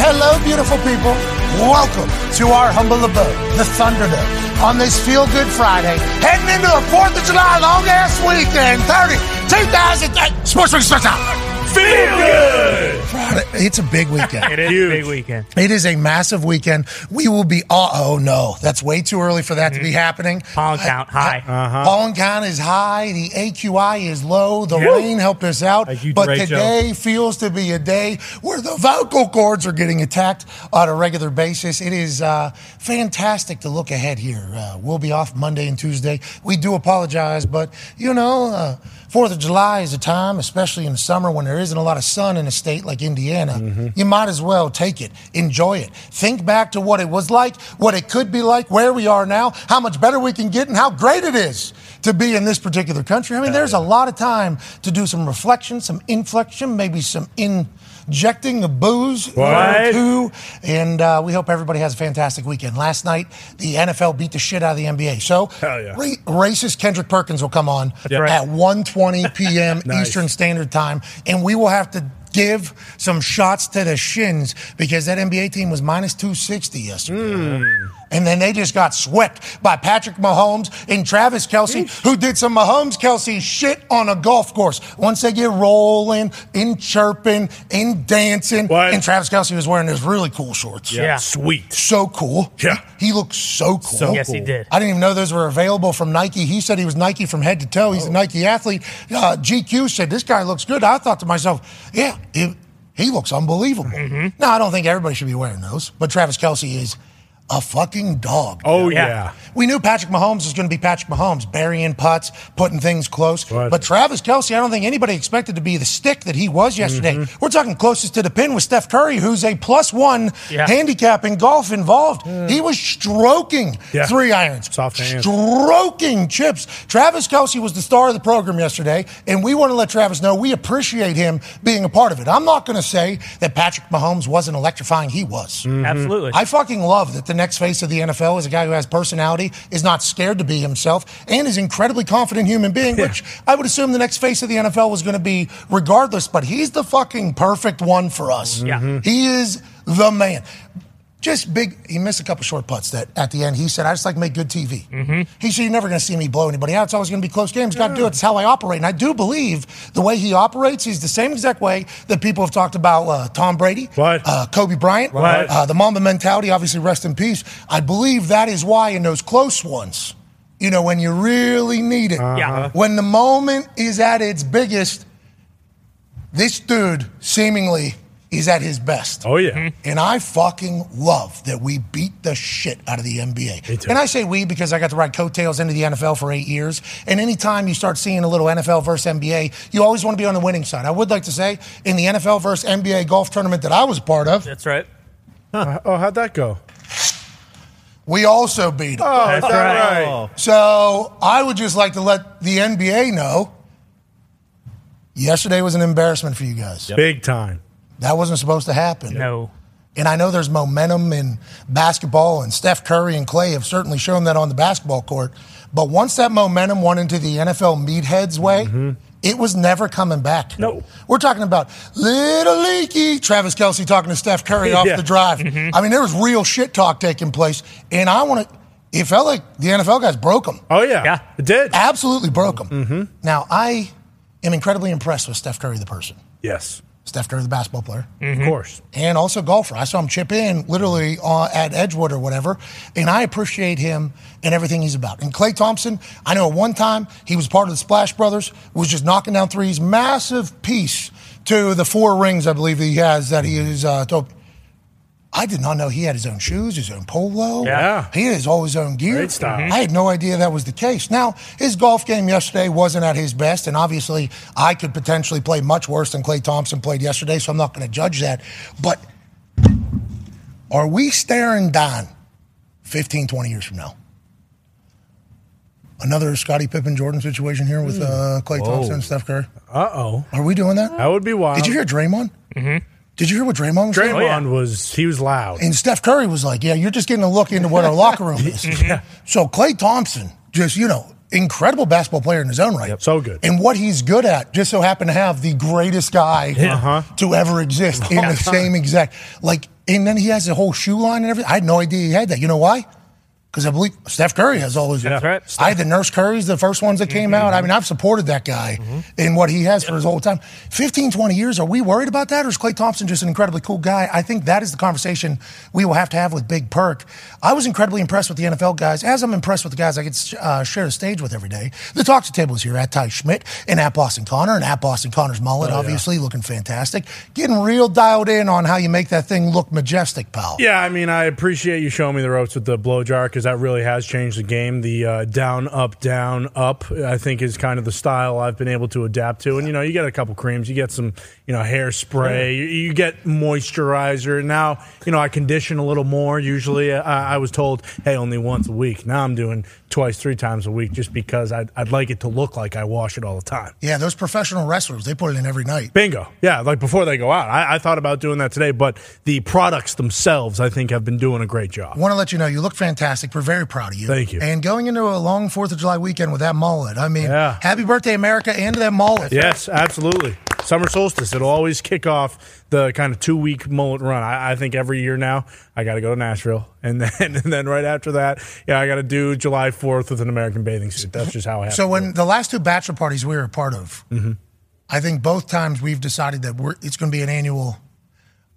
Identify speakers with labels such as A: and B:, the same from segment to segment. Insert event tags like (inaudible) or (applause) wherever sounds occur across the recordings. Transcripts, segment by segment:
A: Hello, beautiful people. Welcome to our humble abode, the Thunderdome. On this Feel Good Friday, heading into a 4th of July long ass weekend, 30, 2000. uh, Sports Week starts out.
B: Feel good.
A: Friday. It's a big weekend.
C: (laughs) It is
B: Huge.
C: a big weekend.
A: It is a massive weekend. We will be. Uh oh, no, that's way too early for that to be happening.
C: Pollen Mm-hmm. count high.
A: uh Pollen count is high. The AQI is low. The
C: Yeah.
A: rain helped us out,
B: Thank you,
A: but
B: Rachel.
A: today feels to be a day where the vocal cords are getting attacked on a regular basis. It is uh, fantastic to look ahead here. Uh, we'll be off Monday and Tuesday. We do apologize, but you know. Uh, Fourth of July is a time, especially in the summer when there isn't a lot of sun in a state like Indiana. You might as well take it, enjoy it, think back to what it was like, what it could be like, where we are now, how much better we can get, and how great it is to be in this particular country. I mean, there's a lot of time to do some reflection, some inflection, maybe some injecting of booze
B: What?
A: too. And uh, we hope everybody has a fantastic weekend. Last night, the NFL beat the shit out of the NBA. So,
B: Hell yeah.
A: ra- racist Kendrick Perkins will come on
C: right.
A: at 1.20 p.m.
B: (laughs) Nice.
A: Eastern Standard Time, and we will have to give some shots to the shins because that NBA team was minus 260 yesterday. And then they just got swept by Patrick Mahomes and Travis Kelsey, who did some Mahomes Kelsey shit on a golf course. Once they get rolling, in chirping, in dancing,
B: What?
A: and Travis Kelsey was wearing his really cool shorts.
C: Yeah.
B: Sweet.
A: So cool.
B: Yeah.
A: He looked so cool.
B: So
C: Yes, he
B: cool.
C: did.
A: I didn't even know those were available from Nike. He said he was Nike from head to toe.
C: Oh.
A: He's a Nike athlete. Uh, GQ said this guy looks good. I thought to myself, yeah, it, he looks unbelievable.
C: Mm-hmm.
A: No, I don't think everybody should be wearing those, but Travis Kelsey is a fucking dog.
B: Oh
C: Yeah.
B: yeah.
A: We knew Patrick Mahomes was going to be Patrick Mahomes, burying putts, putting things close.
B: Right.
A: But Travis Kelsey, I don't think anybody expected to be the stick that he was
C: Mm-hmm.
A: yesterday. We're talking closest to the pin with Steph Curry, who's a plus one
C: Yeah.
A: handicap in golf involved. He was stroking
B: Yeah.
A: three irons,
B: Soft hands.
A: stroking chips. Travis Kelsey was the star of the program yesterday, and we want to let Travis know we appreciate him being a part of it. I'm not going to say that Patrick Mahomes wasn't electrifying. He was.
C: Absolutely.
A: Mm-hmm. I fucking love that the next face of the NFL is a guy who has personality, is not scared to be himself, and is incredibly confident human being, which I would assume the next face of the NFL was going to be regardless, but he's the fucking perfect one for us.
C: Yeah. Mhm.
A: He is the man. Just big, he missed a couple short putts that at the end he said, I just like to make good TV.
C: Mm-hmm.
A: He said, You're never going to see me blow anybody out. It's always going to be close games. Got to do it. It's how I operate. And I do believe the way he operates is the same exact way that people have talked about uh, Tom Brady,
B: Right.
A: uh, Kobe Bryant,
B: Right.
A: uh, the Mamba mentality, obviously, rest in peace. I believe that is why in those close ones, you know, when you really need it,
B: Uh-huh.
C: Yeah.
A: when the moment is at its biggest, this dude seemingly is at his best. Mm-hmm.
B: Oh yeah.
A: And I fucking love that we beat the shit out of the NBA.
B: Me too.
A: And I say we because I got to ride coattails into the NFL for eight years. And anytime you start seeing a little NFL versus NBA, you always want to be on the winning side. I would like to say in the NFL versus NBA golf tournament that I was a part of,
C: That's right.
B: Uh, oh, how'd that go?
A: we also beat them.
B: Oh,
C: That's
B: is that
C: right.
A: So I would just like to let the NBA know yesterday was an embarrassment for you guys.
B: Big time.
A: That wasn't supposed to happen.
C: No.
A: And I know there's momentum in basketball, and Steph Curry and Clay have certainly shown that on the basketball court. But once that momentum went into the NFL meatheads' way, it was never coming back.
B: No.
A: We're talking about little leaky Travis Kelsey talking to
C: (laughs)
A: Steph Curry off
B: Yeah. Mm-hmm.
A: the drive. I mean, there was real shit talk taking place. And I want to, it felt like the NFL guys broke them
B: Oh yeah.
C: Yeah.
B: It did. Mm-hmm.
A: absolutely broke him. Now, I am incredibly impressed with Steph Curry, the person,
B: Yes.
A: Steph Curry, the basketball player,
B: Of course.
A: and also golfer. I saw him chip in literally uh, at Edgewood or whatever, and I appreciate him and everything he's about. And Clay Thompson, I know at one time he was part of the Splash Brothers, was just knocking down threes, massive piece to the four rings I believe he has that he is. Uh, to- I did not know he had his own shoes, his own polo.
B: Yeah.
A: He has all his own gear.
B: Great style. Mhm.
A: I had no idea that was the case. Now, his golf game yesterday wasn't at his best, and obviously I could potentially play much worse than Clay Thompson played yesterday, so I'm not going to judge that. But are we staring down 15, 20 years from now? Another Scottie Pippen Jordan situation here with uh, Clay Thompson and Steph Curry.
B: Uh oh.
A: Are we doing that?
B: That would be wild.
A: Did you hear Draymond? Mm-hmm. Did you hear what Draymond was saying?
B: Draymond
C: yeah.
B: was he was loud.
A: And Steph Curry was like, "Yeah, you're just getting a look into what our
B: (laughs)
A: locker room is." So Clay Thompson, just you know, incredible basketball player in his own right,
B: So good.
A: and what he's good at, just so happened to have the greatest guy
B: Yeah. Uh-huh. (laughs)
A: to ever exist in the same exact like. And then he has a whole shoe line and everything. I had no idea he had that. You know why? Because I believe Steph Curry has all those.
C: That's right.
A: I had the Nurse Curry's, the first ones that came out. I mean, I've supported that guy in what he has for his whole time. 15, 20 years, are we worried about that? Or is Clay Thompson just an incredibly cool guy? I think that is the conversation we will have to have with Big Perk. I was incredibly impressed with the NFL guys, as I'm impressed with the guys I get to uh, share the stage with every day. The talk to table is here at Ty Schmidt and at Boston Connor and at Boston Connor's mullet,
B: Oh, yeah.
A: obviously looking fantastic. Getting real dialed in on how you make that thing look majestic, pal.
B: Yeah, I mean, I appreciate you showing me the ropes with the blow jar because that really has changed the game. The uh, down, up, down, up, I think, is kind of the style I've been able to adapt to. And, you know, you get a couple creams, you get some, you know, hairspray, you, you get moisturizer. Now, you know, I condition a little more. Usually uh, I, I was told, hey, only once a week. Now I'm doing twice, three times a week just because I'd, I'd like it to look like I wash it all the time.
A: Yeah, those professional wrestlers, they put it in every night.
B: Bingo. Yeah, like before they go out. I, I thought about doing that today, but the products themselves, I think, have been doing a great job.
A: want to let you know you look fantastic. We're very proud of you.
B: Thank you.
A: And going into a long Fourth of July weekend with that mullet, I mean,
B: Yeah.
A: happy birthday, America, and to that mullet.
B: Yes, absolutely. Summer solstice. It'll always kick off the kind of two week mullet run. I, I think every year now I got to go to Nashville, and (laughs) then and then right after that, yeah, I got to do July Fourth with an American bathing suit. That's just how I have.
A: So
B: to do
A: when the last two bachelor parties we were a part of,
B: Mm-hmm.
A: I think both times we've decided that we're it's going to be an annual.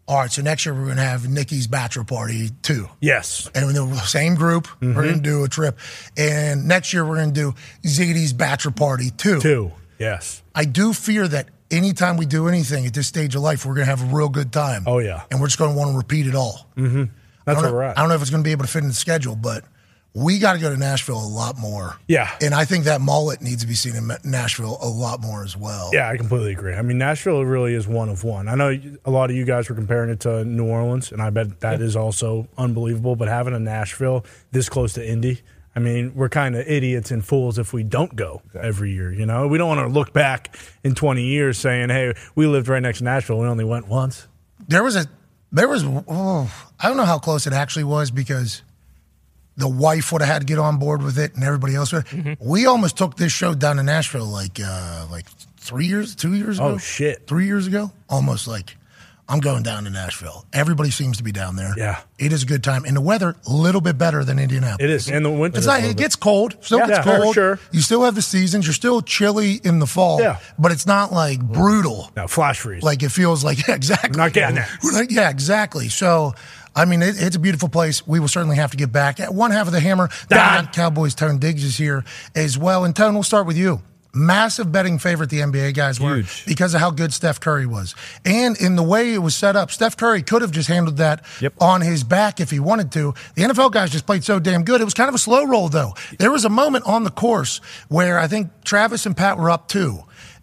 A: All right, so next year we're going to have Nikki's bachelor party too.
B: it. yes, Mm-hmm.
A: And we're the same group, we're going to do a trip. And next year we're going to do Ziggy's bachelor party too.
B: two, yes,
A: I do fear that anytime we do anything at this stage of life, we're going to have a real good time.
B: Oh, yeah. Mm-hmm.
A: And we're just going to want to repeat it all.
B: that's
A: I
B: where
A: don't,
B: we're
A: know,
B: at.
A: I don't know if it's going to be able to fit in the schedule, but we got to go to Nashville a lot more.
B: Yeah.
A: And I think that mullet needs to be seen in Ma- Nashville a lot more as well.
B: Yeah, I completely agree. I mean, Nashville really is one of one. I know a lot of you guys were comparing it to New Orleans, and I bet that is also unbelievable. But having a Nashville this close to Indy, I mean, we're kind of idiots and fools if we don't go every year. You know, we don't want to look back in 20 years saying, hey, we lived right next to Nashville. We only went once.
A: There was a, there was, oh, I don't know how close it actually was because the wife would have had to get on board with it and everybody else would.
B: Mm-hmm.
A: We almost took this show down to Nashville like, uh, like three years, two years ago.
B: Oh, shit.
A: Three years ago. Almost like, I'm going down to Nashville. Everybody seems to be down there.
B: Yeah.
A: It is a good time. And the weather, a little bit better than Indianapolis.
B: It is. And the winter.
A: It's not. It gets cold. Still
B: Yeah,
A: gets
B: yeah, for
A: cold.
B: sure.
A: You still have the seasons. You're still chilly in the fall.
B: Yeah.
A: But it's not like brutal.
B: No, flash freeze.
A: Like it feels like (laughs) exactly.
B: Not getting that.
A: We're like, yeah, exactly. So, I mean, it, it's a beautiful place. We will certainly have to get back. At one half of the hammer,
B: Don.
A: Don Cowboys Tone Diggs is here as well. And Tone, we'll start with you. Massive betting favorite the NBA guys were
D: Huge.
A: because of how good Steph Curry was. And in the way it was set up, Steph Curry could have just handled that
D: Yep.
A: on his back if he wanted to. The NFL guys just played so damn good. It was kind of a slow roll, though. There was a moment on the course where I think Travis and Pat were up two,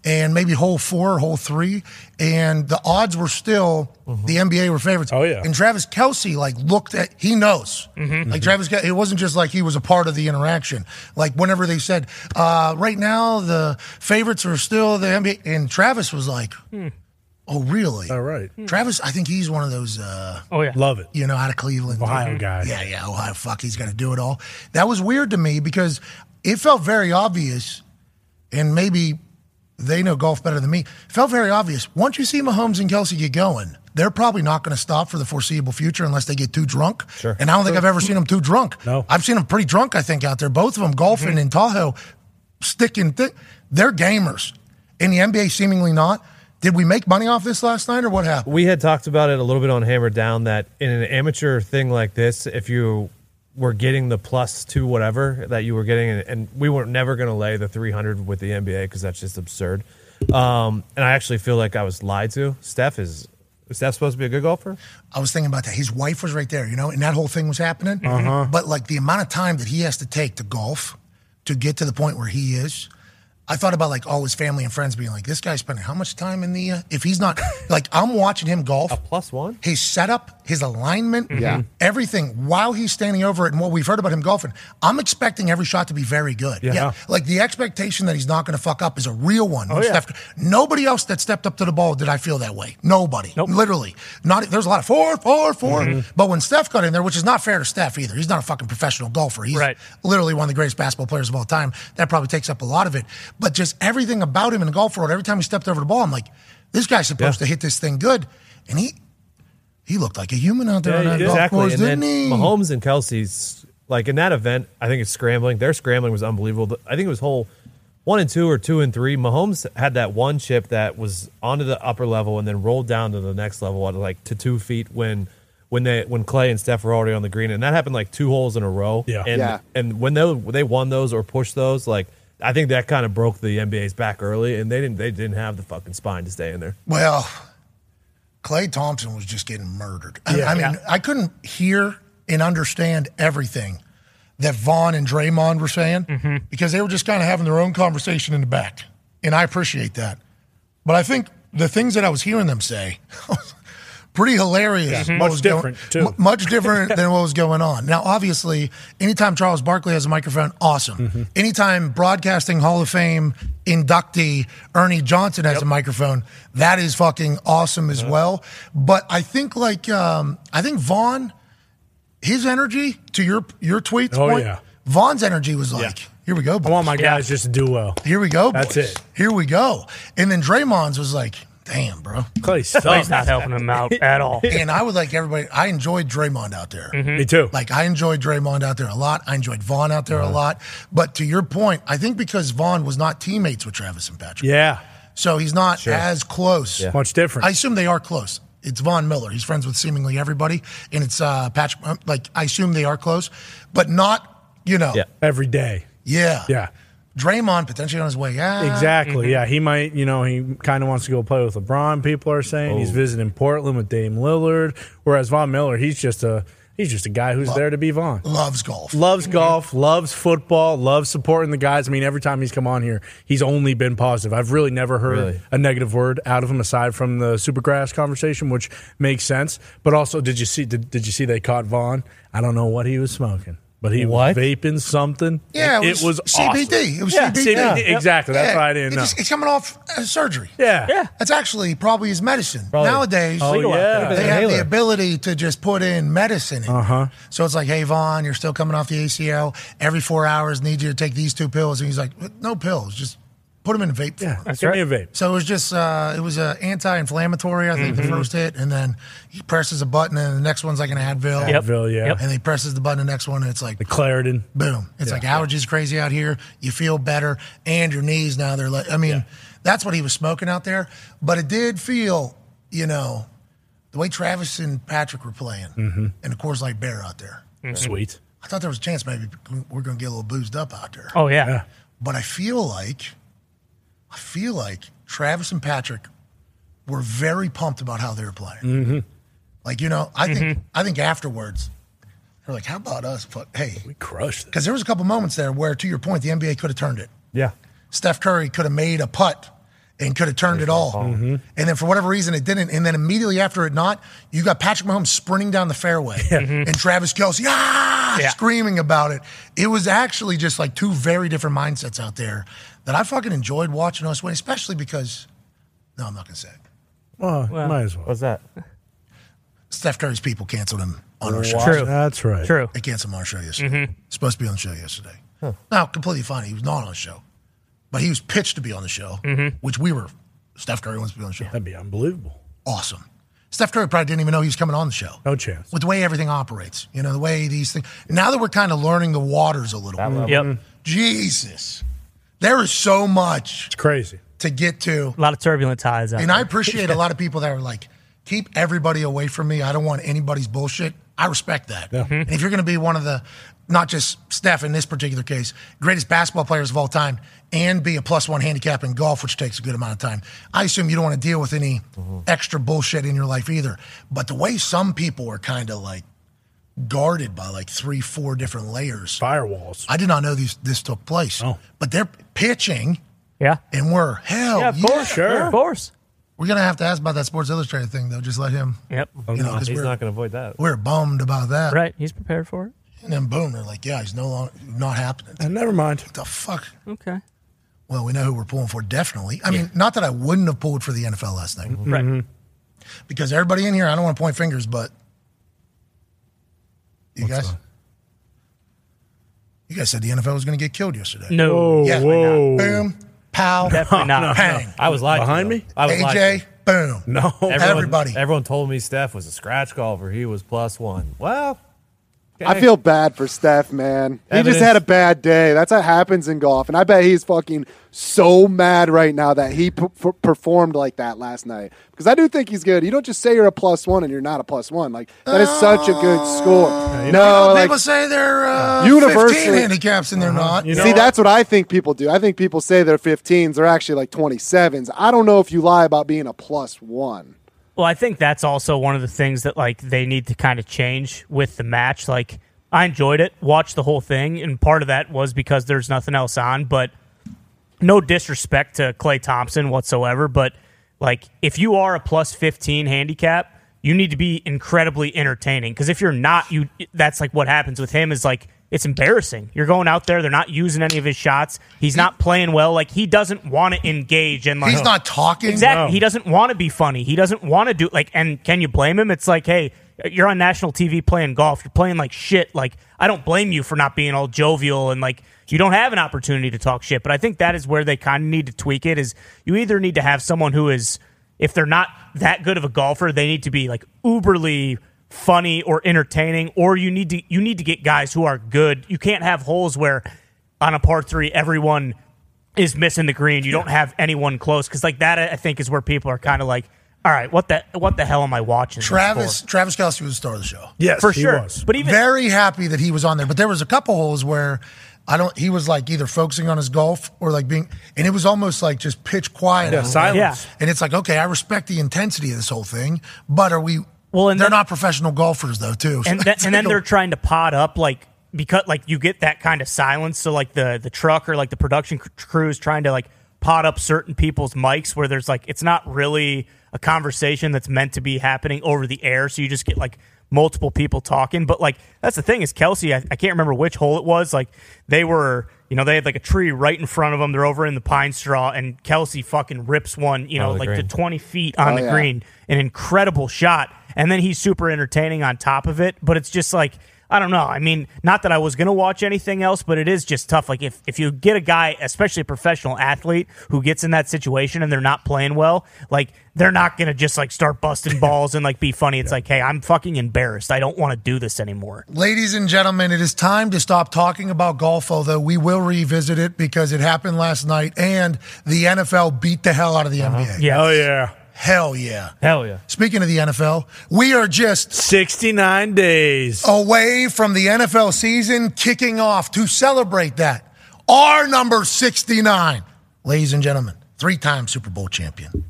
A: and maybe hole four, hole three, and the odds were still the NBA were favorites.
B: Mm-hmm. Oh, yeah. Mm-hmm.
A: And Travis Kelsey, like, looked at, he knows. Like, Travis, Ke- it wasn't just like he was a part of the interaction. Like, whenever they said, uh, right now, the favorites are still the NBA, and Travis was like, oh, really?
B: All right. Hmm.
A: Travis, I think he's one of those. Uh,
C: Oh yeah.
B: Love it.
A: you know, out of Cleveland.
B: Ohio guy.
A: Yeah, yeah, Ohio. Fuck, he's going to do it all. That was weird to me because it felt very obvious, and maybe they know golf better than me. It felt very obvious. Once you see Mahomes and Kelsey get going, they're probably not going to stop for the foreseeable future unless they get too drunk. Sure. And I don't think I've ever seen them too drunk.
B: No.
A: I've seen them pretty drunk, I think, out there. Both of them golfing in Tahoe, sticking thick. They're gamers. In the NBA, seemingly not. Did we make money off this last night or what happened?
D: we had talked about it a little bit on Hammer Down that in an amateur thing like this, if you were getting the plus two whatever that you were getting, and, and we were never going to lay the 300 with the NBA because that's just absurd. Um, and I actually feel like I was lied to. Steph is. Is Steph supposed to be a good golfer?
A: I was thinking about that. His wife was right there, you know, and that whole thing was happening. But like the amount of time that he has to take to golf to get to the point where he is, I thought about like all his family and friends being like, "This guy's spending how much time in the uh, if he's not (laughs) like I'm watching him golf."
D: Plus one?
A: his setup, his alignment, Mm-hmm. everything while he's standing over it and what we've heard about him golfing, I'm expecting every shot to be very good. Yeah. Like the expectation that he's not going to fuck up is a real one. Oh,
B: yeah.
A: nobody else that stepped up to the ball did I feel that way. Nobody. Literally. Not there's a lot of four, four, four.
D: Mm-hmm.
A: But when Steph got in there, which is not fair to Steph either. He's not a fucking professional golfer. He's
C: Right.
A: literally one of the greatest basketball players of all time. That probably takes up a lot of it. But just everything about him in the golf world, every time he stepped over the ball, I'm like, this guy's supposed to hit this thing good. And he He looked like a human out there
D: Yeah,
A: on that golf
D: exactly.
A: course,
D: and
A: didn't he?
D: then Mahomes and Kelsey's like in that event, I think it's scrambling. Their scrambling was unbelievable. The- I think it was hole one and two or two and three. Mahomes had that one chip that was onto the upper level and then rolled down to the next level at like to two feet when when they when Clay and Steph were already on the green. And that happened like two holes in a row.
B: Yeah.
D: And
C: Yeah.
D: and when they they won those or pushed those, like I think that kind of broke the NBA's back early and they didn't they didn't have the fucking spine to stay in there.
A: Well, Clay Thompson was just getting murdered. I-
B: Yeah.
A: I mean, I couldn't hear and understand everything that Vaughn and Draymond were saying
B: Mm-hmm.
A: because they were just kind of having their own conversation in the back. And I appreciate that. But I think the things that I was hearing them say (laughs) pretty hilarious.
B: Yeah.
A: what
B: Much
A: was going-
B: different, too.
A: mu- much different than what was going on. Now, obviously, anytime Charles Barkley has a microphone, awesome.
B: Mm-hmm.
A: Anytime Broadcasting Hall of Fame inductee Ernie Johnson has a microphone, that is fucking awesome
B: Uh-huh.
A: as well. But I think like um, I think Vaughn, his energy to your your tweets.
B: Oh,
A: point,
B: yeah.
A: Vaughn's energy was like, here we go.
B: I want my guys just to do well.
A: Here we go.
B: That's
A: boys.
B: it.
A: Here we go. And then Draymond's was like, damn, bro.
B: Clay sucks.
E: He's not (laughs) helping him out at
A: (laughs)
E: all. Mm-hmm.
A: and I would like everybody. I enjoyed Draymond out there.
B: Mm-hmm. Me too.
A: Like I enjoyed Draymond out there a lot. I enjoyed Vaughn out there a lot. But to your point, I think because Vaughn was not teammates with Travis and Patrick,
B: yeah.
A: so he's not as close.
B: Much different.
A: I assume they are close. It's Von Miller. He's friends with seemingly everybody, and it's uh, Patrick. Like I assume they are close, but not. You know,
D: Yeah.
B: Every day.
A: yeah,
B: Yeah.
A: Draymond potentially on his way out. Mm-hmm.
B: Exactly. Yeah. He might, you know, he kind of wants to go play with LeBron, people are saying. He's visiting Portland with Dame Lillard. Whereas Von Miller, he's just a he's just a guy who's there to be Von.
A: Loves golf.
B: Loves golf, loves football, loves supporting the guys. I mean, every time he's come on here, he's only been positive. I've really never heard
D: Really?
B: a negative word out of him aside from the Supergrass conversation, which makes sense. But also, did you see? Did, did you see they caught Vaughn? I don't know what he was smoking, but he
D: What?
B: was vaping something.
A: Yeah,
B: And
A: it was
B: awesome.
A: CBD. It was
B: Yeah,
A: CBD.
B: Exactly. That's
A: Yeah,
B: why I didn't
A: he
B: know.
A: just- He's coming off uh, surgery.
B: yeah.
E: Yeah.
A: That's actually probably his medicine.
D: Probably.
A: Nowadays,
B: Oh,
D: Legal out
B: yeah.
D: there.
A: they have the
D: Inhaler.
A: ability to just put in medicine. Uh
B: Uh-huh.
A: huh. So it's like, hey, Vaughn, you're still coming off the ACL. Every four hours, need you to take these two pills. And he's like, no pills, just put them in a vape form.
B: That's Give me a vape.
A: So it was just uh, it was uh, anti-inflammatory. I
B: Mm-hmm.
A: think the first hit, and then he presses a button, and the next one's like an Advil.
E: Yep.
B: Advil, yeah.
E: Yep.
A: And he presses the button, the next one, and it's like
B: The Claritin.
A: boom. It's like allergies crazy out here. You feel better, and your knees now they're like. I mean, that's what he was smoking out there. But it did feel, you know, the way Travis and Patrick were playing, and of course, like Bear out there.
B: Mm-hmm. Sweet.
A: I thought there was a chance maybe we're going to get a little boozed up out there.
E: Oh yeah.
A: But I feel like, I feel like Travis and Patrick were very pumped about how they were playing.
B: Mm-hmm.
A: Like you know, I
E: Mm-hmm.
A: think I think afterwards, they're like, "How about us?" But hey,
B: We crushed it.
A: because there was a couple moments there where, to your point, the NBA could have turned it.
D: Yeah.
A: Steph Curry could have made a putt and could have turned it all.
B: Mm-hmm.
A: And then for whatever reason, it didn't. And then immediately after it not, you got Patrick Mahomes sprinting down
B: (laughs)
A: the fairway
B: Mm-hmm.
A: and Travis Kelsey ah,
E: Yeah.
A: screaming about it. It was actually just like two very different mindsets out there that I fucking enjoyed watching us win, especially because, no, I'm not going to say it.
B: Well, might as well.
D: What's that?
A: Steph Curry's people canceled him on our show.
E: True.
B: That's right.
E: True. Mm-hmm.
A: They canceled him on our show yesterday. Supposed to be on the show yesterday. No, completely fine. He was not on the show, but he was pitched to be on the show,
E: Mm-hmm.
A: which we were. Steph Curry wants to be on the show.
B: That'd be unbelievable.
A: Awesome. Steph Curry probably didn't even know he was coming on the show.
B: No chance.
A: With the way everything operates, you know, the way these things. Now that we're kind of learning the waters a little,
B: Mm-hmm.
A: bit,
E: Yep.
A: Mm-hmm. Jesus, there is so much
B: It's crazy.
A: to get to.
E: A lot of turbulent ties out.
A: And I appreciate a lot of people that are like, keep everybody away from me. I don't want anybody's bullshit. I respect that. And if you're going to be one of the, not just Steph in this particular case, greatest basketball players of all time, and be a plus one handicap in golf, which takes a good amount of time, I assume you don't want to deal with any extra bullshit in your life either. But the way some people are kind of like guarded by like three, four different layers,
B: Firewalls.
A: I did not know these, this took place.
B: Oh.
A: But they're pitching,
E: yeah.
A: and we're hell.
E: Yeah. Of course.
B: sure.
E: Of course.
A: We're gonna have to ask about that Sports Illustrated thing though. Just let him.
E: Yep.
B: Oh,
A: You know, 'cause
D: He's
A: we're,
D: not going to avoid that.
A: we're bummed about that.
E: Right. He's prepared for it.
A: And then boom, they're like, yeah, he's no longer not happening.
B: Uh, never mind.
A: the fuck?
E: Okay.
A: Well, we know who we're pulling for. Definitely. I mean, not that I wouldn't have pulled for the NFL last night
B: Mm-hmm.
A: Mm-hmm.
E: Right.
A: because everybody in here. I don't want to point fingers, but you guys, you guys said the NFL was gonna get killed yesterday.
E: No.
B: Whoa,
A: Yeah.
B: whoa.
A: Boom. Pow.
E: Definitely not.
A: Bang.
D: I was
A: (laughs)
D: lying.
B: Behind
D: to, though.
B: me?
D: I was lying.
B: Behind me?
D: to. I was
A: AJ,
D: lied to.
A: Boom.
B: No.
A: Everybody.
D: Everyone told me Steph was a scratch golfer. He was plus one. Well,
C: I feel bad for Steph, man. He
D: Evidence.
C: just had a bad day. That's what happens in golf, and I bet he's fucking so mad right now that he p- p- performed like that last night. Because I do think he's good. You don't just say you're a plus one and you're not a plus one. Like that is such a good score.
A: You
C: No,
A: know,
C: like,
A: Oh. people say they're uh,
C: Universally-
A: 15 handicaps and they're not.
B: Uh-huh. You know
C: see,
B: what?
C: that's what I think people do. I think people say they're 15s. They're actually like 27s. I don't know if you lie about being a plus
B: (laughs)
C: one.
E: Well, I think that's also one of the things that like they need to kind of change with the match. Like I enjoyed it, watched the whole thing, and part of that was because there's nothing else on, but no disrespect to Clay Thompson whatsoever, but like if you are a plus 15 handicap, you need to be incredibly entertaining because if you're not, you that's like what happens with him is like it's embarrassing. You're going out there, they're not using any of his shots. He's not playing well. Like he doesn't want to engage and like
A: He's not talking.
E: Exactly.
B: No.
E: He doesn't want to be funny. He doesn't want to do like. And can you blame him? It's like, hey, you're on national TV playing golf. You're playing like shit. Like I don't blame you for not being all jovial and like you don't have an opportunity to talk shit. But I think that is where they kind of need to tweak it. Is you either need to have someone who is, if they're not that good of a golfer, they need to be like uberly funny or entertaining, or you need to you need to get guys who are good. You can't have holes where on a par three everyone is missing the green. You don't have anyone close because like that, I think, is where people are kind of like, all right, what the what the hell am I watching? this
A: Travis
E: for?"
A: Travis Kelsey was the star of the show.
B: Yes,
E: for
B: he
E: sure.
B: was.
E: But even
A: Very happy that he was on there, but there was a couple holes where I don't. He was like either focusing on his golf or like being, and it was almost like just pitch quiet.
B: Yeah, silence.
E: Yeah.
A: And it's like, okay, I respect the intensity of this whole thing, but are we?
E: Well,
A: Well,
E: and
A: they're
E: then-
A: not professional golfers though, too. So (laughs)
E: and then,
A: it's
E: and then
A: like a-
E: they're trying to pot up like because like you get that kind of silence. So like the the truck or like the production c- crew is trying to like pot up certain people's mics where there's like it's not really a conversation that's meant to be happening over the air. So you just get like multiple people talking. But like that's the thing is Kelsey, I, I can't remember which hole it was. Like they were. You know, they had like a tree right in front of them. They're over in the pine straw, and Kelsey fucking rips one, you know,
D: the
E: like to
D: green.
E: 20 feet on
C: Oh,
E: the
C: yeah.
E: green. An incredible shot. And then he's super entertaining on top of it. But it's just like, I don't know. I mean, not that I was going to watch anything else, but it is just tough. Like, if, if you get a guy, especially a professional athlete, who gets in that situation and they're not playing well, like, they're not going to just like start busting balls and like be funny. It's like, hey, I'm fucking embarrassed. I don't want to do this anymore.
A: Ladies and gentlemen, it is time to stop talking about golf, although we will revisit it because it happened last night and the NFL beat the hell out of the NBA.
E: Yeah.
B: Oh yeah.
A: Hell yeah.
D: hell yeah.
A: Speaking of the NFL, we are just
B: Sixty nine days.
A: away from the NFL season kicking off to celebrate that. Our number 69, ladies and gentlemen, three time Super Bowl champion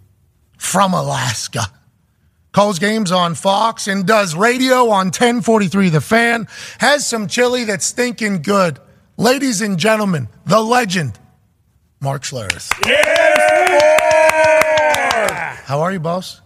A: from Alaska. Calls games on Fox and does radio on 1043 The Fan. Has some chili that's stinking good. Ladies and gentlemen, the legend, Mark Schlereth. How are you, boss?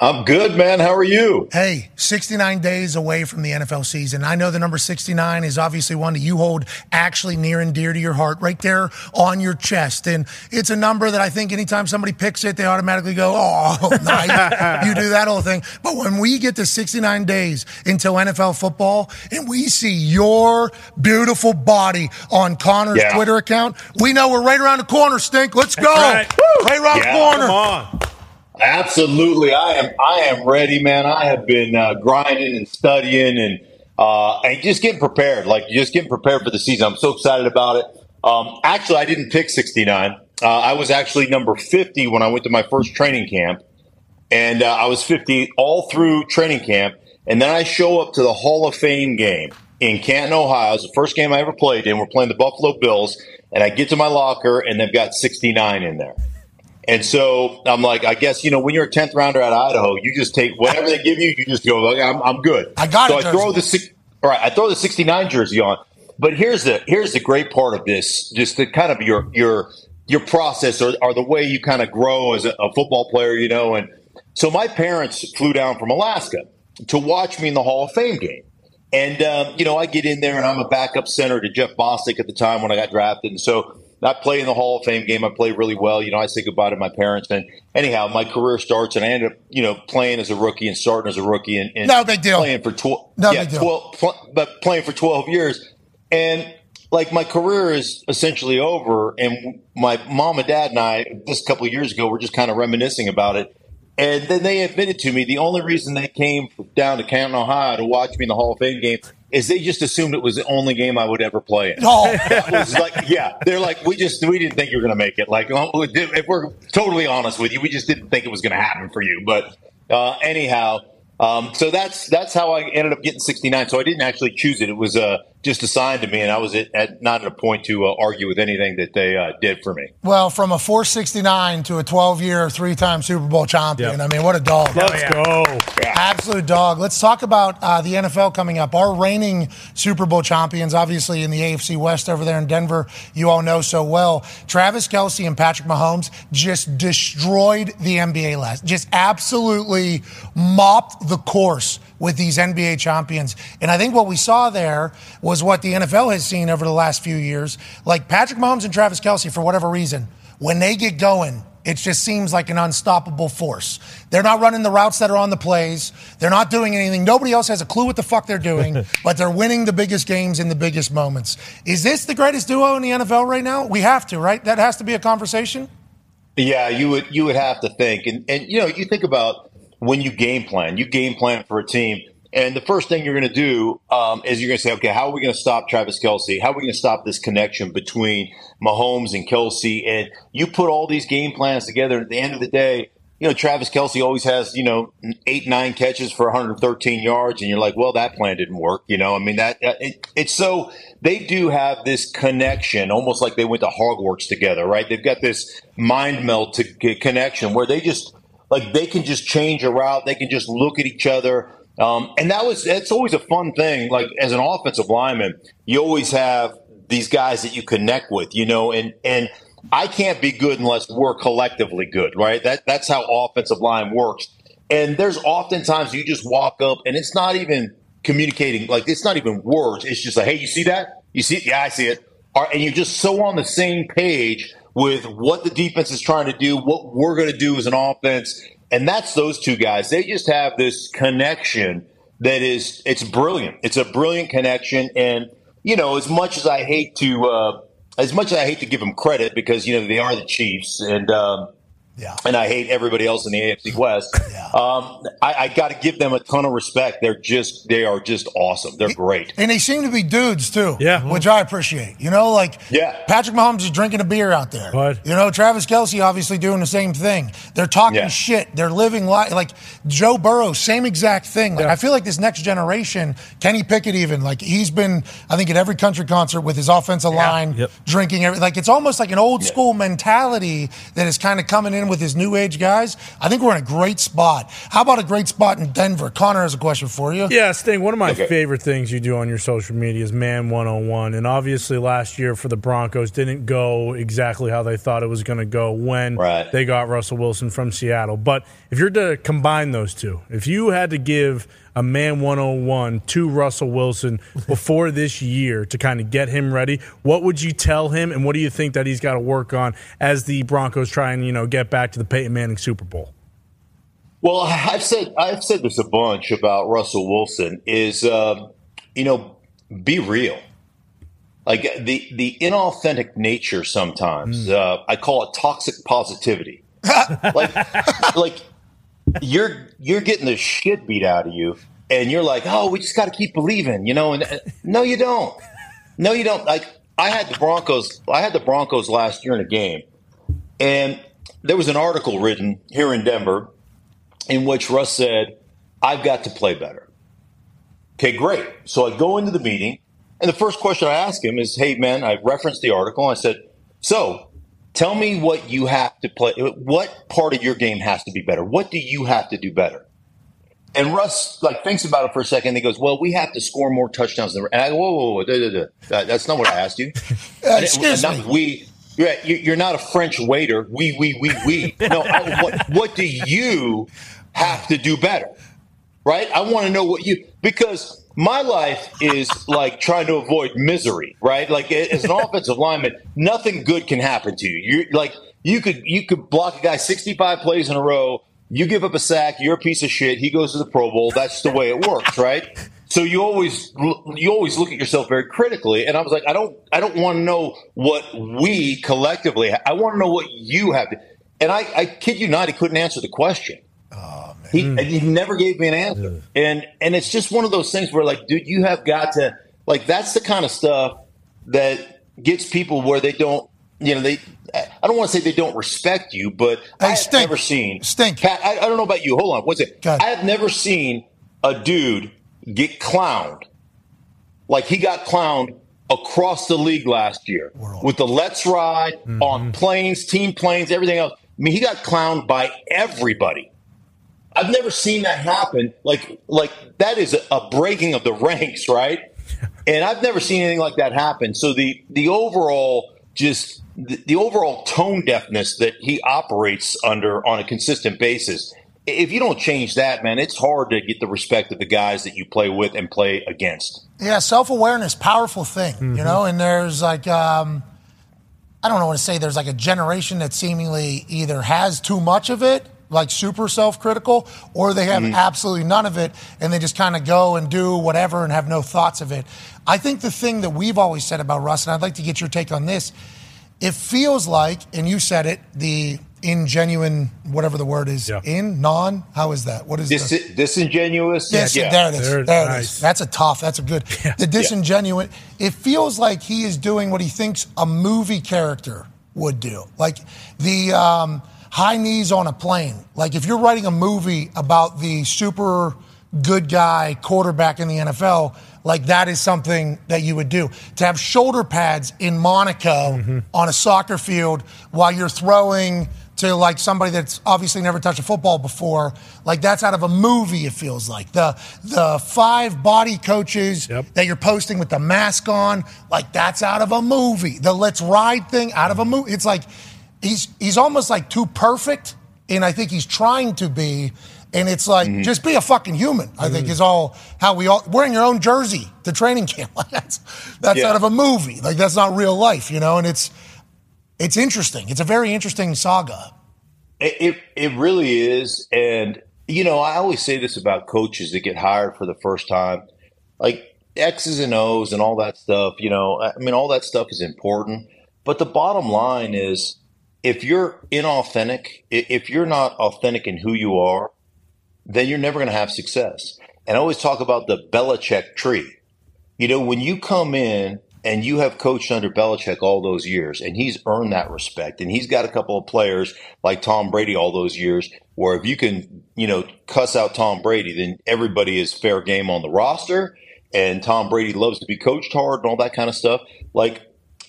F: I'm good, man. How are you?
A: Hey, 69 days away from the NFL season. I know the number 69 is obviously one that you hold actually near and dear to your heart, right there on your chest. And it's a number that I think anytime somebody picks it, they automatically go, oh, (laughs) nice. you do that whole thing. But when we get to 69 days until NFL football and we see your beautiful body on Connor's
F: Yeah.
A: Twitter account, we know we're right around the corner, Stink. Let's go.
B: right.
A: Right around
F: Yeah.
A: the corner.
B: Come on.
F: Absolutely, I am. I am ready, man. I have been uh, grinding and studying and uh, and just getting prepared. Like just getting prepared for the season. I'm so excited about it. Um, actually, I didn't pick 69. Uh, I was actually number 50 when I went to my first training camp, and uh, I was 50 all through training camp. And then I show up to the Hall of Fame game in Canton, Ohio. It was the first game I ever played in. We're playing the Buffalo Bills, and I get to my locker, and they've got 69 in there. And so I'm like, I guess you know when you're a tenth rounder out of Idaho, you just take whatever they give you. You just go, like, I'm, I'm good.
A: I got
F: so
A: it,
F: I throw
A: Jersey.
F: the six, all right. I throw the '69 jersey on. But here's the here's the great part of this, just the kind of your your your process or, or the way you kind of grow as a, a football player, you know. And so my parents flew down from Alaska to watch me in the Hall of Fame game. And, um, you know, I get in there and I'm a backup center to Jeff Bostic at the time when I got drafted. And so I play in the Hall of Fame game. I play really well. You know, I say goodbye to my parents. And anyhow, my career starts and I end up, you know, playing as a rookie and starting as a rookie and, and
A: No big deal.
F: playing for 12,
A: No
F: yeah,
A: big deal.
F: 12 pl- but playing for 12 years. And like my career is essentially over. And my mom and dad and I, this couple of years ago, were just kind of reminiscing about it And then they admitted to me the only reason they came down to Canton, Ohio to watch me in the Hall of Fame game is they just assumed it was the only game I would ever play in. (laughs)
A: Oh,
F: That was like, yeah, they're like, we just we didn't think you were going to make it. Like, oh, we did- if we're totally honest with you, we just didn't think it was going to happen for you. But uh, anyhow, um, so that's that's how I ended up getting 69. So I didn't actually choose it; it was uh, just assigned to me, and I was at, at not at a point to uh, argue with anything that they uh, did for me.
A: well, from a 469 to a 12 year, three time Super Bowl champion.
D: Yeah.
A: I mean, what a dog. Oh,
B: Let's go.
A: Absolute dog. Let's talk about uh, the NFL coming up. Our reigning Super Bowl champions, obviously in the AFC West over there in Denver, you all know so well. Travis Kelsey and Patrick Mahomes just destroyed the NBA last. Just absolutely mopped the course with these NBA champions. And I think what we saw there was what the NFL has seen over the last few years. Like Patrick Mahomes and Travis Kelsey, for whatever reason, when they get going, it just seems like an unstoppable force. They're not running the routes that are on the plays. They're not doing anything. Nobody else has a clue what the fuck they're doing, but they're winning the biggest games in the biggest moments. Is this the greatest duo in the NFL right now? We have to, right? That has to be a conversation.
F: Yeah, you would you would have to think, and and you know you think about when you game plan, you game plan for a team, and the first thing you're going to do um, is you're going to say, okay, how are we going to stop Travis Kelsey? How are we going to stop this connection between Mahomes and Kelsey? And you put all these game plans together. and At the end of the day, you know Travis Kelsey always has you know eight nine catches for 113 yards, and you're like, well, that plan didn't work. You know, I mean that that- it, it's so they do have this connection, almost like they went to Hogwarts together, right? They've got this mind meld to get connection where they just like they can just change a route, they can just look at each other. Um, and that was that's always a fun thing. Like as an offensive lineman, you always have these guys that you connect with, you know, and and I can't be good unless we're collectively good, right? That that's how offensive line works. And there's oftentimes you just walk up and it's not even communicating, like it's not even words. It's just like, hey, you see that? You see it? Yeah, I see it. Are- And you're just so on the same page with what the defense is trying to do, what we're going to do as an offense. And that's those two guys. They just have this connection that is, it's brilliant. It's a brilliant connection. And, you know, as much as I hate to, uh, as much as I hate to give them credit because, you know, they are the Chiefs and, um,
A: Yeah.
F: and I hate everybody else in the AFC West. Um, I, I got to give them a ton of respect. They're just, they are just awesome. They're great.
A: And they seem to be dudes too.
B: Yeah.
A: Which I appreciate. You know, like
F: Yeah.
A: Patrick Mahomes is drinking a beer out there.
B: Right.
A: You know, Travis Kelsey obviously doing the same thing. They're talking
F: Yeah.
A: shit. They're living life like Joe Burrow, same exact thing. Like I feel like this next generation, Kenny Pickett even, like he's been, I think, at every country concert with his offensive line
D: Yep.
A: drinking every like it's almost like an old school mentality that is kind of coming in with his new age guys. I think we're in a great spot. How about a great spot in Denver? Connor has a question for you.
B: Yeah, Sting, one of my
F: Okay.
B: favorite things you do on your social media is Man 101. And obviously, last year for the Broncos didn't go exactly how they thought it was going to go when
F: Right.
B: they got Russell Wilson from Seattle. But if you're to combine those two, if you had to give a Man 101 to Russell
F: (laughs)
B: Wilson before this year to kind of get him ready, what would you tell him and what do you think that he's got to work on as the Broncos try and, you know, get back to the Peyton Manning Super Bowl?
F: Well, I've said I've said this a bunch about Russell Wilson is um, you know be real, like the the inauthentic nature. Sometimes uh, I call it toxic positivity. like like you're you're getting the shit beat out of you, and you're like, oh, we just got to keep believing, you know. And uh, no, you don't. No, you don't. Like I had the Broncos. I had the Broncos last year in a game, and there was an article written here in Denver in which Russ said, I've got to play better. Okay, great. So I go into the meeting, and the first question I ask him is, Hey, man, I referenced the article. And I said, So tell me what you have to play. What part of your game has to be better? What do you have to do better? And Russ like thinks about it for a second. And he goes, "Well, we have to score more touchdowns than." And I go, "Whoa, whoa, whoa, duh, duh, duh. That- that's not what
A: (laughs)
F: I asked you." I didn't-
A: Uh, excuse
F: not
A: me.
F: We, you're, at- you- you're not a French waiter. We, we, we,
A: (laughs)
F: we. No, I, what, what do you have to do better? Right? I want to know what you because my life is like trying to avoid misery. Right? Like a- as an offensive lineman, nothing good can happen to you. You're like you could you could block a guy 65 plays in a row. You give up a sack. You're a piece of shit. He goes to the Pro Bowl. That's the way it works, right? So you always you always look at yourself very critically, and I was like, I don't I don't want to know what we collectively. Ha- I want to know what you have. To, and I, I kid you not, he couldn't answer the question.
A: Oh, man.
F: He, and he never gave me an answer. And and it's just one of those things where like, dude, you have got to like that's the kind of stuff that gets people where they don't you know, they I I don't want to say they don't respect you, but
A: They
F: I've
A: stink.
F: never seen
A: Stink.
F: Pat, I, I don't know about you. Hold on, what's it?
A: Go ahead.
F: I have never seen a dude get clowned like he got clowned across the league last year
A: World. Mm-hmm.
F: with the let's ride on planes, team planes, everything else. I mean, he got clowned by everybody. I've never seen that happen. Like, like that is a, a breaking of the ranks, right? And I've never seen anything like that happen. So the the overall just the, the overall tone deafness that he operates under on a consistent basis. i- If you don't change that, man, it's hard to get the respect of the guys that you play with and play against.
A: Yeah, self awareness, powerful thing, you know. And there's like, um, I don't know what to say. There's like a generation that seemingly either has too much of it, like super self critical, or they have absolutely none of it, and they just kind of go and do whatever and have no thoughts of it. I think the thing that we've always said about Russ, and I'd like to get your take on this. It feels like, and you said it, the ingenuine, whatever the word is,
B: Yeah.
A: in non. How is that? What is
F: Dis-
A: the-
F: disingenuous.
A: Dis-
F: yeah.
A: There it is. There,
B: There-
A: it is.
B: nice.
A: That's a tough. That's a good. The disingenuous. It feels like he is doing what he thinks a movie character would do. Like the um, high knees on a plane. Like if you're writing a movie about the super good guy quarterback in the NFL, like that is something that you would do. To have shoulder pads in Monaco on a soccer field while you're throwing to like somebody that's obviously never touched a football before. Like that's out of a movie. It feels like the the five body coaches
B: Yep.
A: that you're posting with the mask on. Like that's out of a movie. The let's ride thing out of a movie. It's like he's he's almost like too perfect, and I think he's trying to be. And it's like just be a fucking human. I think is all how we all wearing your own jersey to training camp. (laughs) Like that's that's
F: Yeah.
A: out of a movie. Like that's not real life, you know. And it's it's interesting. It's a very interesting saga.
F: It, it it really is, and you know I always say this about coaches that get hired for the first time, like X's and O's and all that stuff. You know, I mean, all that stuff is important, but the bottom line is, if you're inauthentic, i- if you're not authentic in who you are, then you're never going to have success. And I always talk about the Belichick tree. You know, when you come in and you have coached under Belichick all those years, and he's earned that respect, and he's got a couple of players like Tom Brady all those years, where if you can, you know, cuss out Tom Brady, then everybody is fair game on the roster, and Tom Brady loves to be coached hard and all that kind of stuff. Like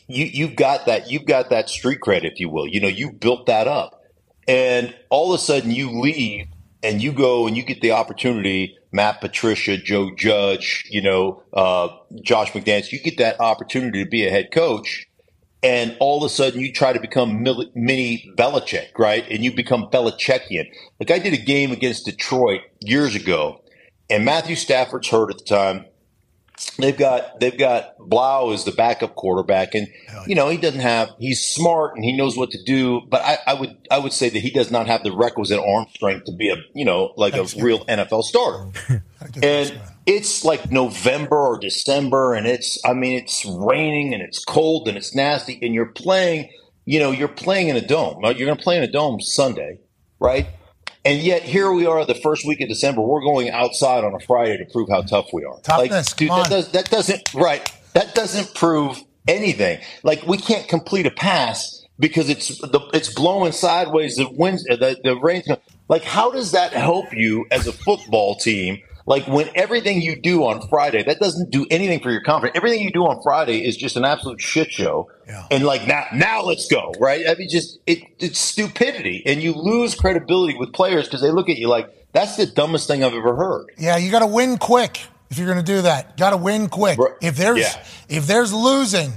F: you, you've got that, you've got that street cred, if you will. You know, you built that up and all of a sudden you leave and you go and you get the opportunity matt patricia joe judge you know uh, josh mcdaniels you get that opportunity to be a head coach and all of a sudden you try to become mil- mini Belichick, right? And you become Belichickian. Like I did a game against Detroit years ago, and Matthew Stafford's hurt at the time. They've got they've got Blau as the backup quarterback, and you know he doesn't have. He's smart and he knows what to do, but I, I would I would say that he does not have the requisite arm strength to be a you know like a real NFL starter.
A: Had a good
F: And
A: baseball.
F: it's like November or December, and it's I mean it's raining and it's cold and it's nasty, and you're playing, you know, you're playing in a dome. Now, You're going to play in a dome Sunday, right? And yet here we are, the first week of December. We're going outside on a Friday to prove how tough we are.
A: Toughness,
F: dude,
A: come
F: that,
A: on.
F: does, that doesn't right. That doesn't prove anything. Like we can't complete a pass because it's the, it's blowing sideways. The winds, uh, the, the rain's going. Like how does that help you as a football team? Like when everything you do on Friday, that doesn't do anything for your confidence. Everything you do on Friday is just an absolute shit show.
A: Yeah.
F: And like now, now let's go, right? I mean, just it, it's stupidity, and you lose credibility with players because they look at you like that's the dumbest thing I've ever heard.
A: yeah, you got to win quick if you're going to do that. Got to win quick.
F: Right.
A: If there's
F: Yeah.
A: if there's losing,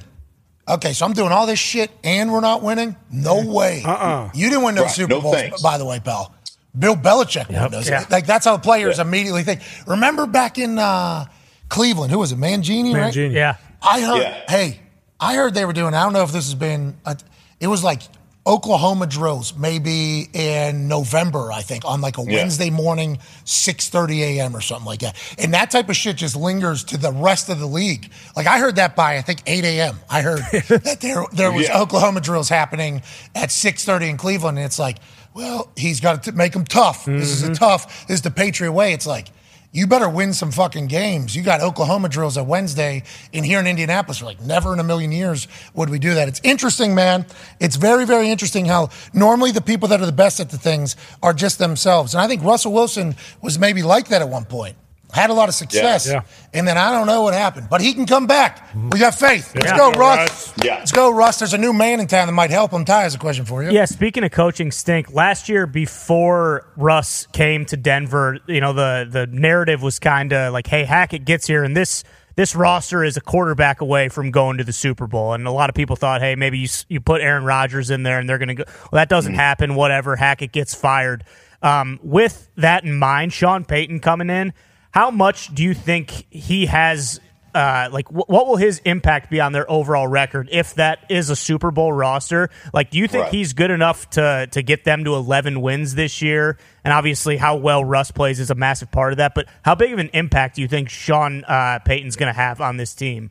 A: okay, so I'm doing all this shit and we're not winning. No way. Uh-uh. You didn't win no
F: Right,
A: Super
F: no
A: Bowls,
F: thanks.
A: by the way, pal. Bill Belichick won those.
E: yeah.
A: Like that's how players
F: Yeah.
A: immediately think. Remember back in uh, Cleveland, who was it? Mangini, right?
B: Mangini.
E: Yeah.
A: I heard.
F: Yeah.
A: Hey, I heard they were doing. I don't know if this has been. A, it was like Oklahoma drills, maybe in November, I think, on like a
F: Yeah.
A: Wednesday morning, six thirty a.m. or something like that. And that type of shit just lingers to the rest of the league. Like I heard that by I think eight a.m. I
F: (laughs)
A: heard that there there was
F: Yeah.
A: Oklahoma drills happening at six thirty in Cleveland, and it's like. well, he's got to make them tough. This is
B: Mm-hmm.
A: a tough. This is the Patriot way. It's like, you better win some fucking games. You got Oklahoma drills at Wednesday in here in Indianapolis. We're like, never in a million years would we do that. It's interesting, man. It's very, very interesting how normally the people that are the best at the things are just themselves. And I think Russell Wilson was maybe like that at one point. Had a lot of success.
B: Yeah. Mm-hmm.
A: And then I don't know what happened. But he can come back. We got faith. Let's
B: Yeah.
A: go,
B: Go,
A: Russ.
B: Russ.
F: Yeah.
A: Let's go, Russ. There's a new man in town that might help him. Ty has a question for you.
E: Yeah, speaking of coaching stink, last year before Russ came to Denver, you know, the the narrative was kind of like, hey, Hackett gets here and this this roster is a quarterback away from going to the Super Bowl. And a lot of people thought, hey, maybe you s- you put Aaron Rodgers in there and they're going to go. Well, that
A: Hmm.
E: doesn't happen, whatever. Hackett gets fired. Um, with that in mind, Sean Payton coming in, how much do you think he has uh, like wh- what will his impact be on their overall record if that is a Super Bowl roster? Like, do you think
F: Right.
E: he's good enough to to get them to eleven wins this year? And obviously, how well Russ plays is a massive part of that. But how big of an impact do you think Sean uh, Payton's going to have on this team?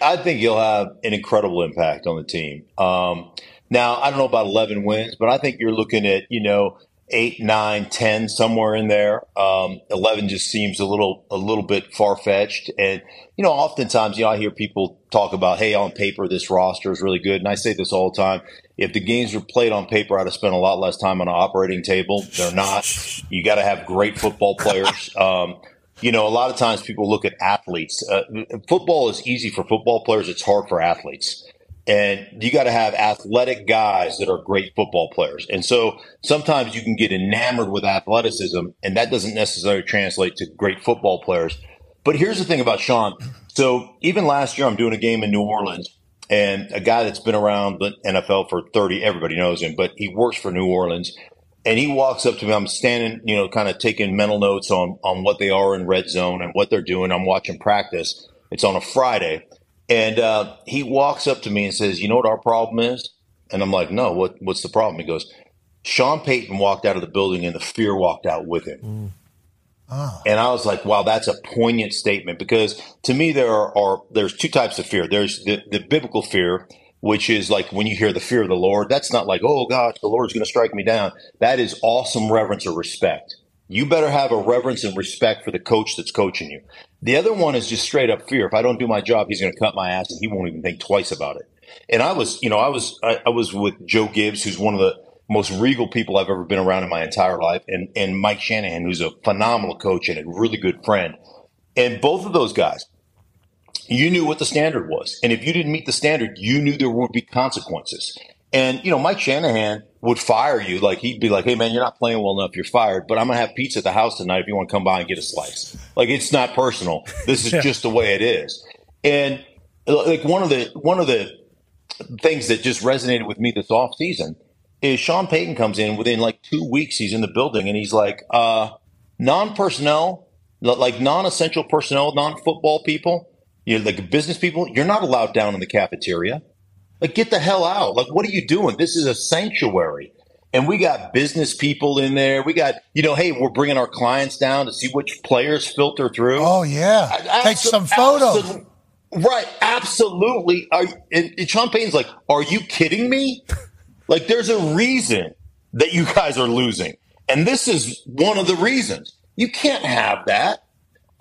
F: I think he'll have an incredible impact on the team. Um, now, I don't know about 11 wins, but I think you're looking at, you know, eight, nine, 10, somewhere in there. Um, 11 just seems a little, a little bit far fetched. And, you know, oftentimes, you know, I hear people talk about, Hey, on paper, this roster is really good. And I say this all the time. If the games were played on paper, I'd have spent a lot less time on an operating table. They're not. You got to have great football players. Um, you know, a lot of times people look at athletes. Uh, football is easy for football players, it's hard for athletes. And you got to have athletic guys that are great football players. And so sometimes you can get enamored with athleticism, and that doesn't necessarily translate to great football players. But here's the thing about Sean. So even last year, I'm doing a game in New Orleans, and a guy that's been around the NFL for 30, everybody knows him, but he works for New Orleans. And he walks up to me. I'm standing, you know, kind of taking mental notes on on what they are in red zone and what they're doing. I'm watching practice. It's on a Friday, and uh, he walks up to me and says, "You know what our problem is?" And I'm like, "No, what what's the problem?" He goes, "Sean Payton walked out of the building, and the fear walked out with him."
A: Ah,
F: And I was like, wow, that's a poignant statement because to me there are, are there's two types of fear. There's the, the biblical fear, which is like when you hear the fear of the Lord, that's not like, oh gosh, the Lord's gonna strike me down. That is awesome reverence or respect. You better have a reverence and respect for the coach that's coaching you. The other one is just straight up fear. If I don't do my job, he's gonna cut my ass and he won't even think twice about it. And I was, you know, I was I, I was with Joe Gibbs, who's one of the most regal people I've ever been around in my entire life, and, and Mike Shanahan, who's a phenomenal coach and a really good friend. And both of those guys, you knew what the standard was. And if you didn't meet the standard, you knew there would be consequences. And, you know, Mike Shanahan would fire you. Like, he'd be like, hey, man, you're not playing well enough. You're fired, but I'm going to have pizza at the house tonight if you want to come by and get a slice. Like, it's not personal. This is just the way it is. And, like, one of the, one of the, things that just resonated with me this off season is Sean Payton comes in within like two weeks. He's in the building and he's like, uh, non personnel, like non essential personnel, non football people, you know, like business people, you're not allowed down in the cafeteria. Like, get the hell out. Like, what are you doing? This is a sanctuary. And we got business people in there. We got, you know, hey, we're bringing our clients down to see which players filter through.
A: Oh, yeah. Take
F: Abso-
A: some photos.
F: absolute- Right, absolutely. Are and, and Sean Payton's like, are you kidding me? Like, there's a reason that you guys are losing, and this is one of the reasons. You can't have that.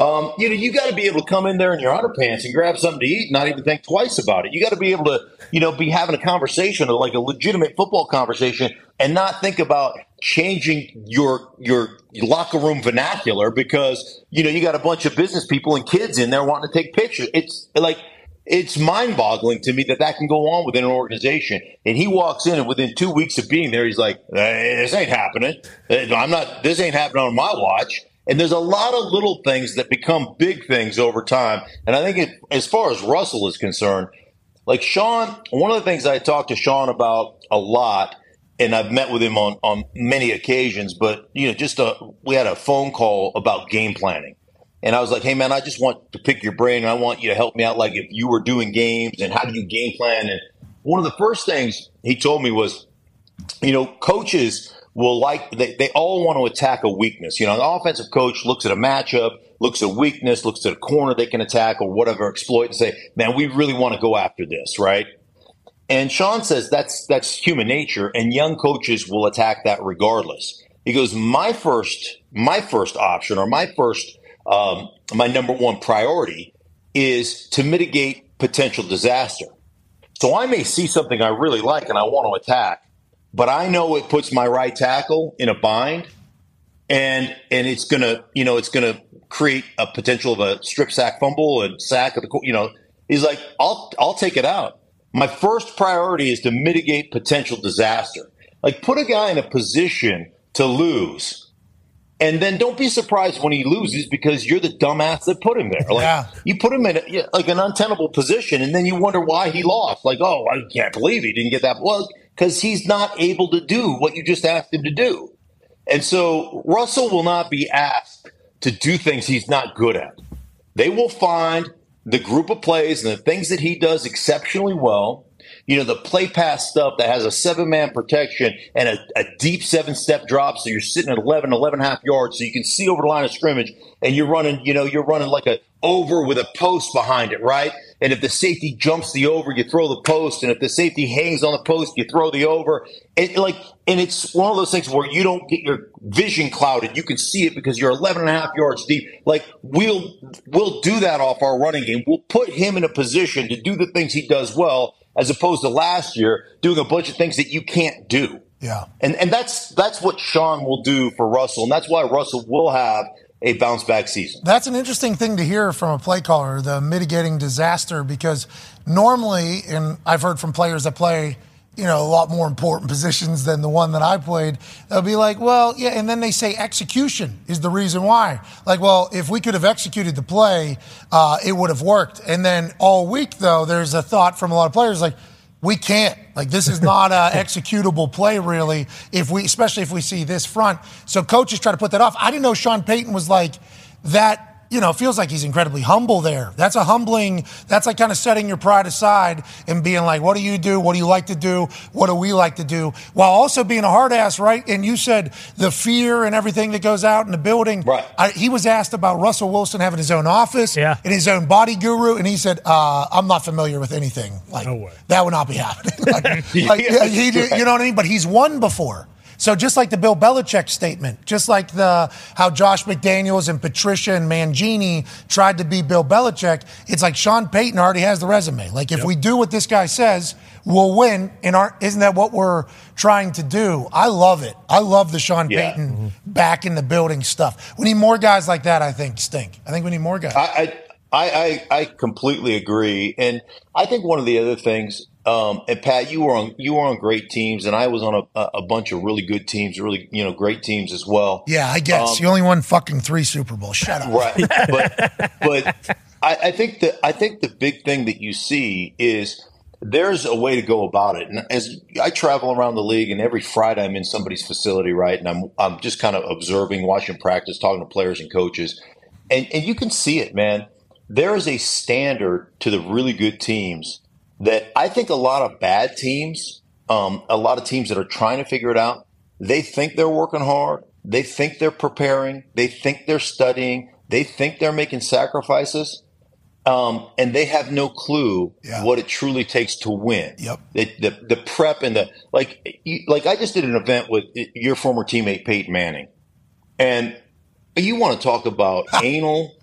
F: Um, you know, you got to be able to come in there in your underpants and grab something to eat, and not even think twice about it. You got to be able to, you know, be having a conversation, like a legitimate football conversation, and not think about changing your your locker room vernacular because you know you got a bunch of business people and kids in there wanting to take pictures. It's like it's mind boggling to me that that can go on within an organization. And he walks in, and within two weeks of being there, he's like, "Eh, "This ain't happening. Eh, I'm not. This ain't happening on my watch." And there's a lot of little things that become big things over time. And I think, it, as far as Russell is concerned, like Sean, one of the things I talked to Sean about a lot, and I've met with him on on many occasions, but you know, just a, we had a phone call about game planning. And I was like, hey, man, I just want to pick your brain and I want you to help me out. Like, if you were doing games and how do you game plan? And one of the first things he told me was, you know, coaches will like, they, they all want to attack a weakness. You know, an offensive coach looks at a matchup, looks at weakness, looks at a corner they can attack or whatever, exploit and say, man, we really want to go after this, right? And Sean says that's that's human nature, and young coaches will attack that regardless. He goes, my first my first option or my first um, my number one priority is to mitigate potential disaster. So I may see something I really like and I want to attack, but I know it puts my right tackle in a bind, and and it's gonna you know it's gonna create a potential of a strip sack fumble and sack of the co- you know he's like I'll I'll take it out. My first priority is to mitigate potential disaster. Like put a guy in a position to lose, and then don't be surprised when he loses because you're the dumbass that put him there. Like
A: Yeah.
F: you put him in a, yeah, like an untenable position, and then you wonder why he lost. Like oh I can't believe he didn't get that. Well, because he's not able to do what you just asked him to do. And so Russell will not be asked to do things he's not good at. They will find the group of plays and the things that he does exceptionally well. You know, the play pass stuff that has a seven man protection and a, a deep seven step drop. So you're sitting at 11, 11 and a half yards. So you can see over the line of scrimmage and you're running, you know, you're running like a over with a post behind it, right? And if the safety jumps the over, you throw the post. And if the safety hangs on the post, you throw the over. It like, and it's one of those things where you don't get your vision clouded. You can see it because you're 11 and a half yards deep. Like we'll, we'll do that off our running game. We'll put him in a position to do the things he does well, as opposed to last year doing a bunch of things that you can't do.
A: Yeah.
F: And and that's that's what Sean will do for Russell, and that's why Russell will have a bounce back season.
A: That's an interesting thing to hear from a play caller, the mitigating disaster, because normally, and I've heard from players that play, you know, a lot more important positions than the one that I played, they'll be like, well, yeah, and then they say execution is the reason why. Like, well, if we could have executed the play, uh, it would have worked. And then all week, though, there's a thought from a lot of players like, we can't. Like this is not a executable play, really. If we, especially if we see this front, so coaches try to put that off. I didn't know Sean Payton was like that. You know, feels like he's incredibly humble there. That's a humbling. That's like kind of setting your pride aside and being like, "What do you do? What do you like to do? What do we like to do?" While also being a hard ass, right? And you said the fear and everything that goes out in the building.
F: Right.
A: I, he was asked about Russell Wilson having his own office
E: Yeah.
A: and his own body guru, and he said, uh, "I'm not familiar with anything like
B: No way.
A: that would not be happening. (laughs) Like, like,
F: Yeah,
A: he did-
F: right.
A: You know what I mean? But he's won before. So just like the Bill Belichick statement, just like the how Josh McDaniels and Patricia and Mangini tried to be Bill Belichick, it's like Sean Payton already has the resume. Like if we do what this guy says, we'll win. And aren't, isn't that what we're trying to do? I love it. I love the Sean
F: Yeah. Mm-hmm.
A: Payton back in the building stuff. We need more guys like that. I think stink. I think we need more guys.
F: I I, I I completely agree, and I think one of the other things, um, and Pat, you were on you were on great teams, and I was on a, a bunch of really good teams, really you know great teams as well.
A: yeah, I guess you only won fucking three Super Bowls. Shut up.
F: Um, right but but I, I think that i think the big thing that you see is there's a way to go about it and as i travel around the league and every friday i'm in somebody's facility right and i'm i'm just kind of observing watching practice talking to players and coaches and and you can see it man there is a standard to the really good teams that i think a lot of bad teams um, a lot of teams that are trying to figure it out they think they're working hard. They think they're preparing. They think they're studying. They think they're making sacrifices. Um, and they have no clue
A: Yeah.
F: what it truly takes to win.
A: Yep.
F: The, the, the prep and the, like, you, like I just did an event with your former teammate, Peyton Manning. And you want to
A: (laughs)
F: talk about anal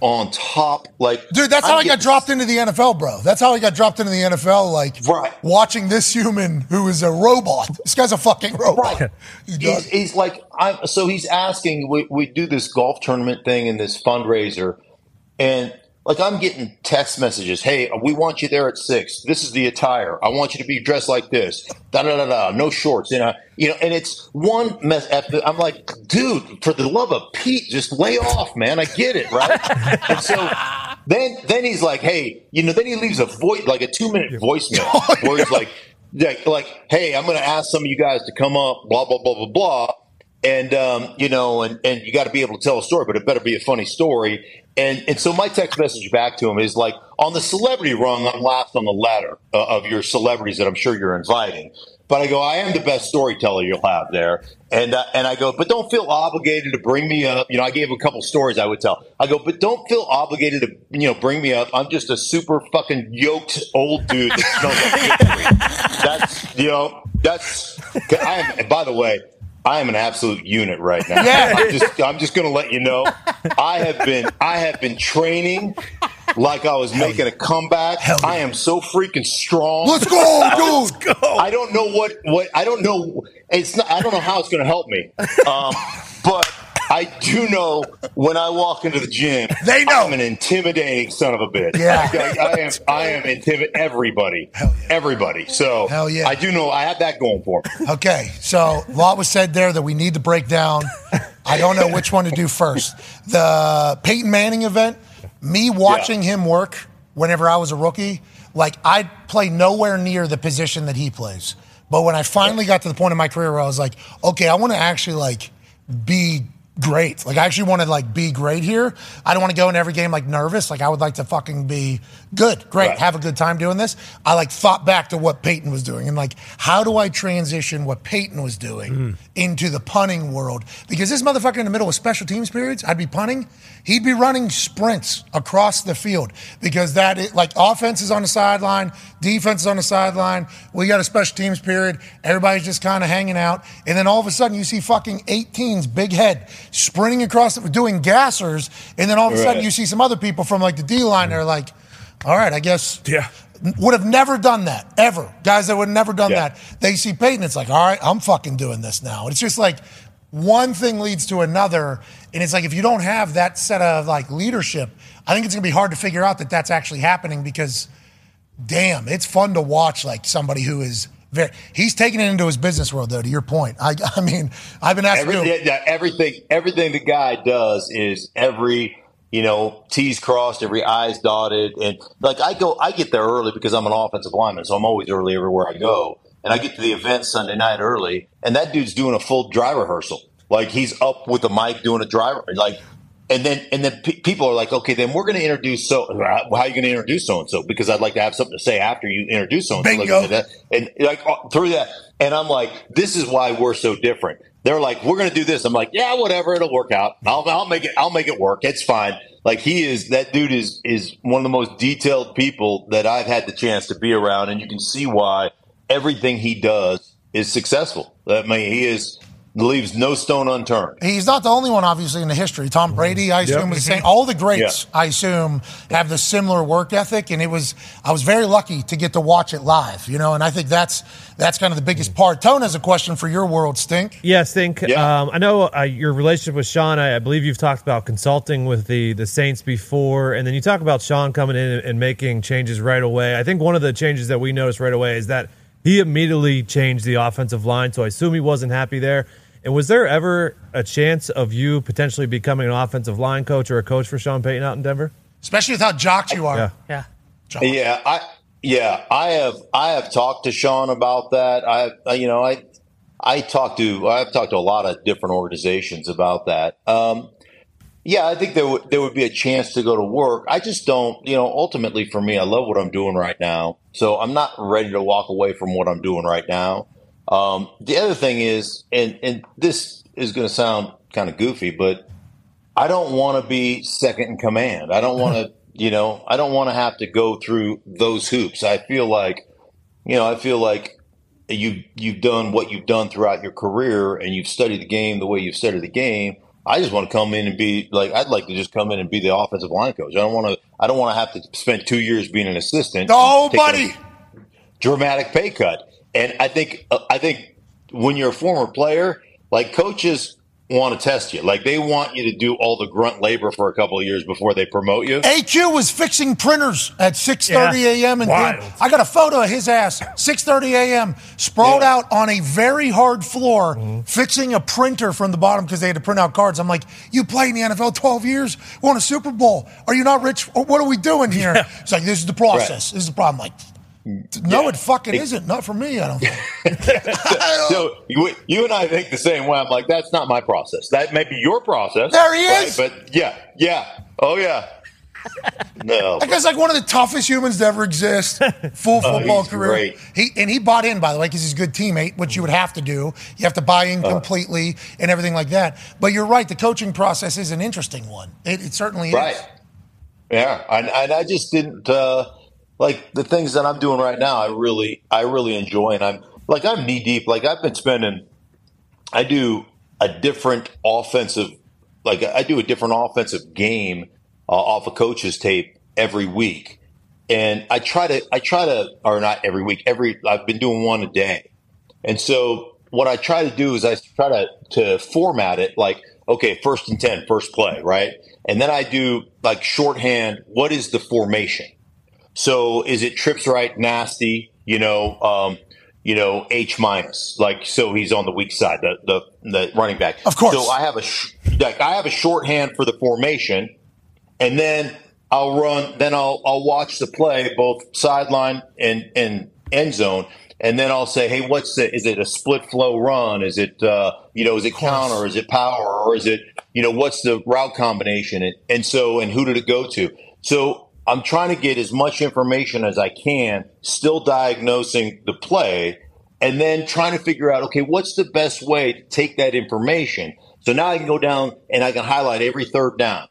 F: on top. Like,
A: Dude, that's how
F: I'm
A: I got
F: getting-
A: dropped into the NFL, bro. That's how I got dropped into the NFL. Like,
F: Right.
A: watching this human who is a robot. (laughs) This guy's a fucking robot. (laughs)
F: Right.
A: He
F: he's,
A: does-
F: he's like, I'm, so he's asking, we, we do this golf tournament thing and this fundraiser. And like, I'm getting text messages. Hey, we want you there at six. This is the attire. I want you to be dressed like this. Da da da da. No shorts. You know, you know, and it's one mess. After, I'm like, dude, for the love of Pete, just lay off, man. I get it. Right. (laughs) and so then, then he's like, hey, you know, then he leaves a voice, like a two minute voicemail where he's like, like, like, hey, I'm going to ask some of you guys to come up, blah, blah, blah, blah, blah. and um, you know, and and you got to be able to tell a story, but it better be a funny story. And and so my text message back to him is like, on the celebrity rung, I'm last on the ladder uh, of your celebrities that I'm sure you're inviting. But I go, I am the best storyteller you'll have there, and uh, and I go, but don't feel obligated to bring me up. You know, I gave a couple stories I would tell. I go, but don't feel obligated to you know bring me up. I'm just a super fucking yoked old dude. That smells like victory. that's you know that's. I am, and by the way, I am an absolute unit right now.
A: Yeah.
F: I'm just, I'm just going to let you know. I have been I have been training like I was making a comeback.
A: Hell yeah.
F: I am so freaking strong.
A: Let's go, dude.
F: I don't know what what I don't know. It's not. I don't know how it's going to help me. Um, but I do know when I walk into the gym,
A: They know.
F: I'm an intimidating son of a bitch.
A: Yeah.
F: I, I am. I am intimidating everybody. Everybody. So
A: Hell yeah.
F: I do know. I have that going for me.
A: Okay, so a lot was said there that we need to break
F: (laughs)
A: down. I don't know which one to do first. The Peyton Manning event, me watching him work whenever I was a rookie, like I play nowhere near the position that he plays. But when I finally got to the point in my career where I was like, okay, I want to actually like be great. Like I actually want to like be great here. I don't want to go in every game like nervous. Like I would like to fucking be good, great,
F: Right.
A: have a good time doing this. I like thought back to what Peyton was doing and like how do I transition what Peyton was doing into the punting world? Because this motherfucker in the middle of special teams periods, I'd be punting, he'd be running sprints across the field because that is like offense is on the sideline, defense is on the sideline. We got a special teams period. Everybody's just kind of hanging out, and then all of a sudden you see fucking 18s, big head, sprinting across, the, doing gassers, and then all of a sudden
F: Right.
A: you see some other people from like the D line. They're like, "All right, I guess."
B: Yeah.
A: Would have never done that ever. Guys that would have never done
F: Yeah.
A: that. They see Peyton, it's like, all right, I'm fucking doing this now. It's just like one thing leads to another. And it's like, if you don't have that set of like leadership, I think it's going to be hard to figure out that that's actually happening because damn, it's fun to watch like somebody who is very, he's taking it into his business world though, to your point. I, I mean, I've been asked to do
F: Everything, yeah, everything, everything the guy does is every you know T's crossed, every I's dotted, and like I go, I get there early because I'm an offensive lineman, so I'm always early everywhere I go, and I get to the event Sunday night early, and that dude's doing a full dry rehearsal, like he's up with the mic doing a dry, like and then and then pe people are like, okay, then we're going to introduce so. How are you going to introduce so and so? Because I'd like to have something to say after you introduce so and so.
A: Bingo.
F: And like uh, through that, and I'm like, this is why we're so different. They're like, we're going to do this. I'm like, yeah, whatever, it'll work out. I'll, I'll make it. I'll make it work. It's fine. Like he is that dude is is one of the most detailed people that I've had the chance to be around, and you can see why everything he does is successful. I mean, he is leaves no stone unturned.
A: He's not the only one, obviously, in the history. Tom Brady, I assume, was the same. All the greats, I assume, have the similar work ethic, and it was. I was very lucky to get to watch it live, you know, and I think that's that's kind of the biggest part. Tone has a question for your world, Stink.
D: Yeah, Stink.
F: Yeah.
D: Um, I know uh, your relationship with Sean. I, I believe you've talked about consulting with the the Saints before, and then you talk about Sean coming in and, and making changes right away. I think one of the changes that we noticed right away is that he immediately changed the offensive line. So I assume he wasn't happy there. And was there ever a chance of you potentially becoming an offensive line coach or a coach for Sean Payton out in Denver?
A: Especially with how jocked you are.
D: Yeah.
E: Yeah.
F: Yeah, I yeah, I have I have talked to Sean about that. I I- you know, I I talked to I've talked to a lot of different organizations about that. Um yeah, I think there would there would be a chance to go to work. I just don't, you know, ultimately for me, I love what I'm doing right now. So I'm not ready to walk away from what I'm doing right now. Um, the other thing is, and and this is going to sound kind of goofy, but I don't want to be second in command. I don't want to, you know, I don't want to have to go through those hoops. I feel like, you know, I feel like you you've done what you've done throughout your career and you've studied the game the way you've studied the game. I just want to come in and be like I'd like to just come in and be the offensive line coach. I don't want to I don't want to have to spend 2 years being an assistant.
A: Oh,
F: and taking a
A: buddy.
F: dramatic pay cut. And I think uh, I think when you're a former player, like coaches want to test you. Like they want you to do all the grunt labor for a couple of years before they promote
A: (laughs)
F: you.
A: AQ was fixing printers at 6:30
E: Yeah.
A: a.m. and
B: Wild.
A: I got a photo of his ass 6:30 a.m. sprawled
F: Yeah.
A: out on a very hard floor fixing a printer from the bottom because they had to print out cards. I'm like, you played in the NFL 12 years, won a Super Bowl. Are you not rich? Or What are we doing here? It's like this is the process. This is the problem. I'm like, No, it fucking isn't. Not for me, I don't think.
F: (laughs) so you, you and I think the same way. I'm like, that's not my process. That may be your process.
A: There he
F: right?
A: is.
F: But yeah, yeah,
A: (laughs)
F: oh yeah. No,
A: I guess like one of the toughest humans to ever exist. Full football
F: Oh, he's
A: career.
F: great.
A: He and he bought in by the way because he's a good teammate, which you would have to do. You have to buy in
F: Uh-huh.
A: completely and everything like that. But you're right. The coaching process is an interesting one. It, it certainly is.
F: Right. Yeah, and, and I just didn't uh, like the things that I'm doing right now. I really, I really enjoy, and I'm like I'm knee deep. Like I've been spending, I do a different offensive, like I do a different offensive game uh, off a coach's tape every week, and I try to, I try to, or not every week, every I've been doing one a day, and so what I try to do is I try to, to format it like, okay, first and 10, first play, right? And then I do like shorthand, what is the formation? So is it trips right, nasty, you know, um, you know, H minus, like, so he's on the weak side, the, the, the running back.
A: Of course.
F: So I have a, sh- like, I have a shorthand for the formation and then I'll run. Then I'll I'll watch the play, both sideline and and end zone, and then I'll say, hey, what's the? Is it a split flow run? Is it uh, you know, is it counter? Is it power? Or is it you know, what's the route combination? And, and so, and who did it go to? So I'm trying to get as much information as I can, still diagnosing the play, and then trying to figure out, okay, what's the best way to take that information? So now I can go down and I can highlight every third down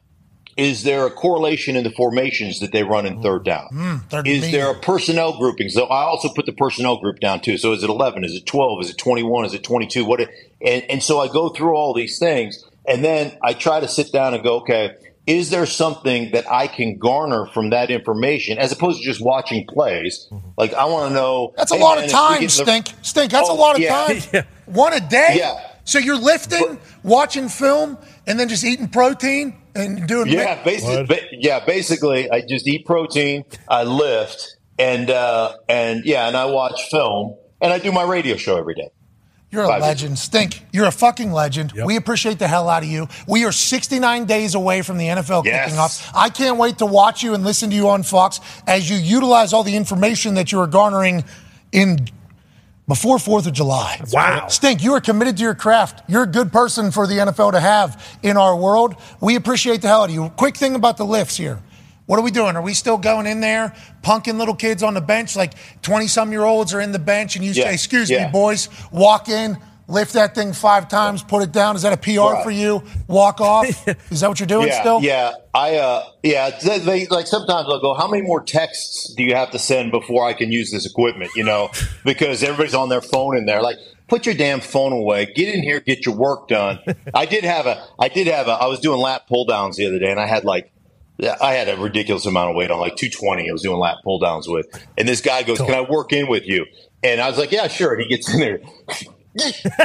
F: is there a correlation in the formations that they run in third down?
A: third
F: is
A: down.
F: there a personnel grouping? So I also put the personnel group down too. So is it 11? Is it 12? Is it 21? Is it 22? What? it- And, and so I go through all these things and then I try to sit down and go, okay, is there something that I can garner from that information as opposed to just watching plays? Like I want to know.
A: That's a
F: hey,
A: lot of
F: man, if we
A: time,
F: get the-
A: stink, stink. That's
F: Oh,
A: a lot of
F: yeah.
A: time. One a day.
F: Yeah.
A: So you're lifting, watching film, and then just eating protein and doing.
F: Yeah, basically,
B: What?
F: yeah, basically, I just eat protein, I lift, and uh, and yeah, and I watch film, and I do my radio show every day.
A: You're a
F: Five years.
A: legend. Stink. You're a fucking legend. We appreciate the hell out of you. We are 69 days away from the NFL
F: Yes.
A: kicking off. I can't wait to watch you and listen to you on Fox as you utilize all the information that you are garnering in before 4th of July.
B: Wow.
A: Stink, you are committed to your craft. You're a good person for the NFL to have in our world. We appreciate the hell out of you. Quick thing about the lifts here. What are we doing? Are we still going in there, punking little kids on the bench? Like 20 some year olds are in the bench and you
F: Yeah.
A: say, Excuse
F: Yeah.
A: me, boys, walk in, lift that thing five times, put it down. Is that a PR
F: Right.
A: for you? Walk
F: (laughs)
A: off? Is that what you're doing
F: yeah,
A: still?
F: yeah. I uh, yeah. They, they, like sometimes I'll go, how many more texts do you have to send before I can use this equipment?
A: (laughs)
F: You know, because everybody's on their phone in there. Like, put your damn phone away. Get in here, get your work done. I did have a, I did have a. I was doing lap pull downs the other day, and I had like. yeah, I had a ridiculous amount of weight on, like 220. I was doing lap pull downs with, and this guy goes, "Can I work in with you?" And I was like, "Yeah, sure." And he gets in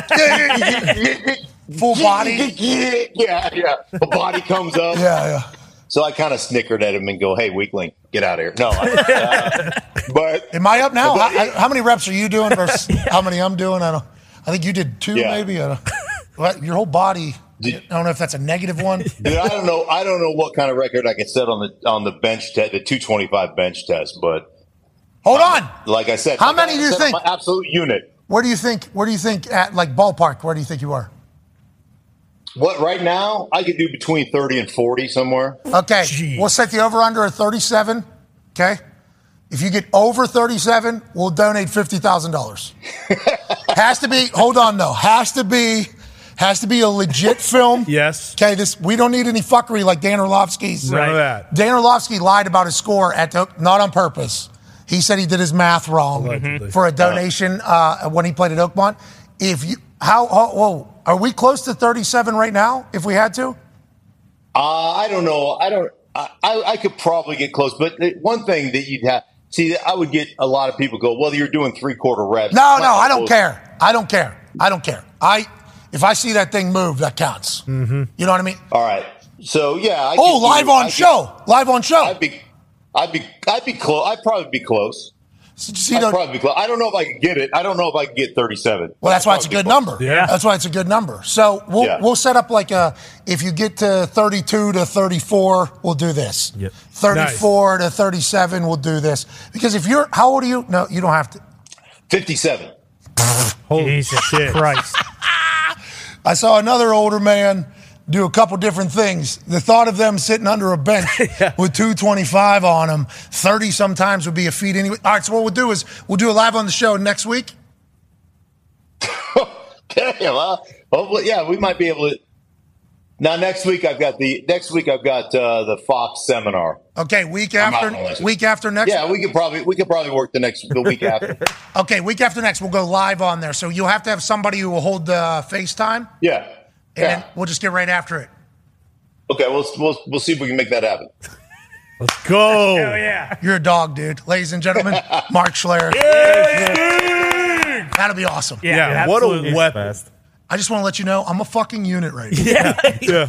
F: there,
A: (laughs) Full body?
F: yeah, yeah. A body comes
A: (laughs)
F: up.
A: yeah, yeah.
F: So I kind of snickered at him and go, "Hey, weakling, get out of here." No,
A: (laughs)
F: I- uh, but
A: Am I up now? I, I, how many reps are you doing
F: (laughs)
A: versus how many I'm doing? I don't. I think you did two,
F: Yeah.
A: maybe. I don't, well, your whole body. I don't know if that's a negative
F: (laughs)
A: one.
F: dude, I don't know. I don't know what kind of record I can set on the on the bench test, the two twenty five bench test. But
A: Hold on.
F: like I said,
A: How many do you
F: I set up
A: think?
F: my Absolute unit.
A: Where do you think? Where do you think at like ballpark? Where do you think you are?
F: What right now? I could do between thirty and forty somewhere.
A: Okay,
B: Jeez.
A: we'll set the over under at 37. Okay, if you get over 37, we'll donate fifty
B: (laughs)
A: thousand dollars. Has to be. Hold on, though. Has to be. Has to be a legit film.
B: (laughs) Yes.
A: Okay. This we don't need any fuckery like Dan Orlovsky's.
B: None of that.
A: Dan Orlovsky lied about his score at the, not on purpose. He said he did his math wrong
B: Allegedly.
A: for a donation uh, when he played at Oakmont. If you how oh, whoa are we close to 37 right now? If we had to,
F: Uh, I don't know. I don't. I, I, I could probably get close, but the one thing that you'd have see, I would get a lot of people go, "Well, you're doing three quarter reps."
A: no,
F: It's
A: no,
F: not
A: I don't
F: close.
A: care. I don't care. I don't care. I if I see that thing move, that counts. You know what I mean?
F: All right. So yeah.
A: Oh,
F: I could do-
A: live on
F: I could-
A: show, live on show.
F: I'd be, I'd be, I'd be close. I'd probably be close.
A: So you
F: I'd
A: know,
F: probably be close. I don't know if I can get it. I don't know if I can get 37.
A: Well, that's why it's a
F: Probably
A: good
F: close.
A: number.
B: Yeah.
A: That's why it's a good number. So we'll
F: Yeah.
A: we'll set up like a if you get to 32 to 34, we'll do this.
D: Yep.
A: 34 to 37, we'll do this. Because if you're how old are you? No, you don't have to.
F: 57.
E: Jesus Christ.
A: (laughs) I saw another older man do a couple different things. The thought of them sitting under a bench with 225 on them, 30 sometimes would be a feat anyway. All right, so what we'll do is we'll do a live on the show next week.
F: (laughs) Damn. huh? hopefully, yeah, we might be able to. Now next week I've got the next week I've got uh, the Fox seminar.
A: Okay, week
F: I'm out
A: after
F: on the list.
A: week after next.
F: Yeah, we
A: (laughs)
F: could probably we could probably work the next the week after.
A: Okay, week after next we'll go live on there. So you'll have to have somebody who will hold the FaceTime.
F: Yeah.
A: and
F: Yeah.
A: then we'll just get right after it.
F: Okay, we'll, we'll we'll see if we can make that happen.
B: Let's go.
A: You're a dog, dude. Ladies and gentlemen, Mark Schler. That'll be awesome.
B: Yeah,
E: Yeah,
B: what a
E: absolutely.
B: weapon.
A: I just want to let you know I'm a fucking unit right now.
B: (laughs) Yeah.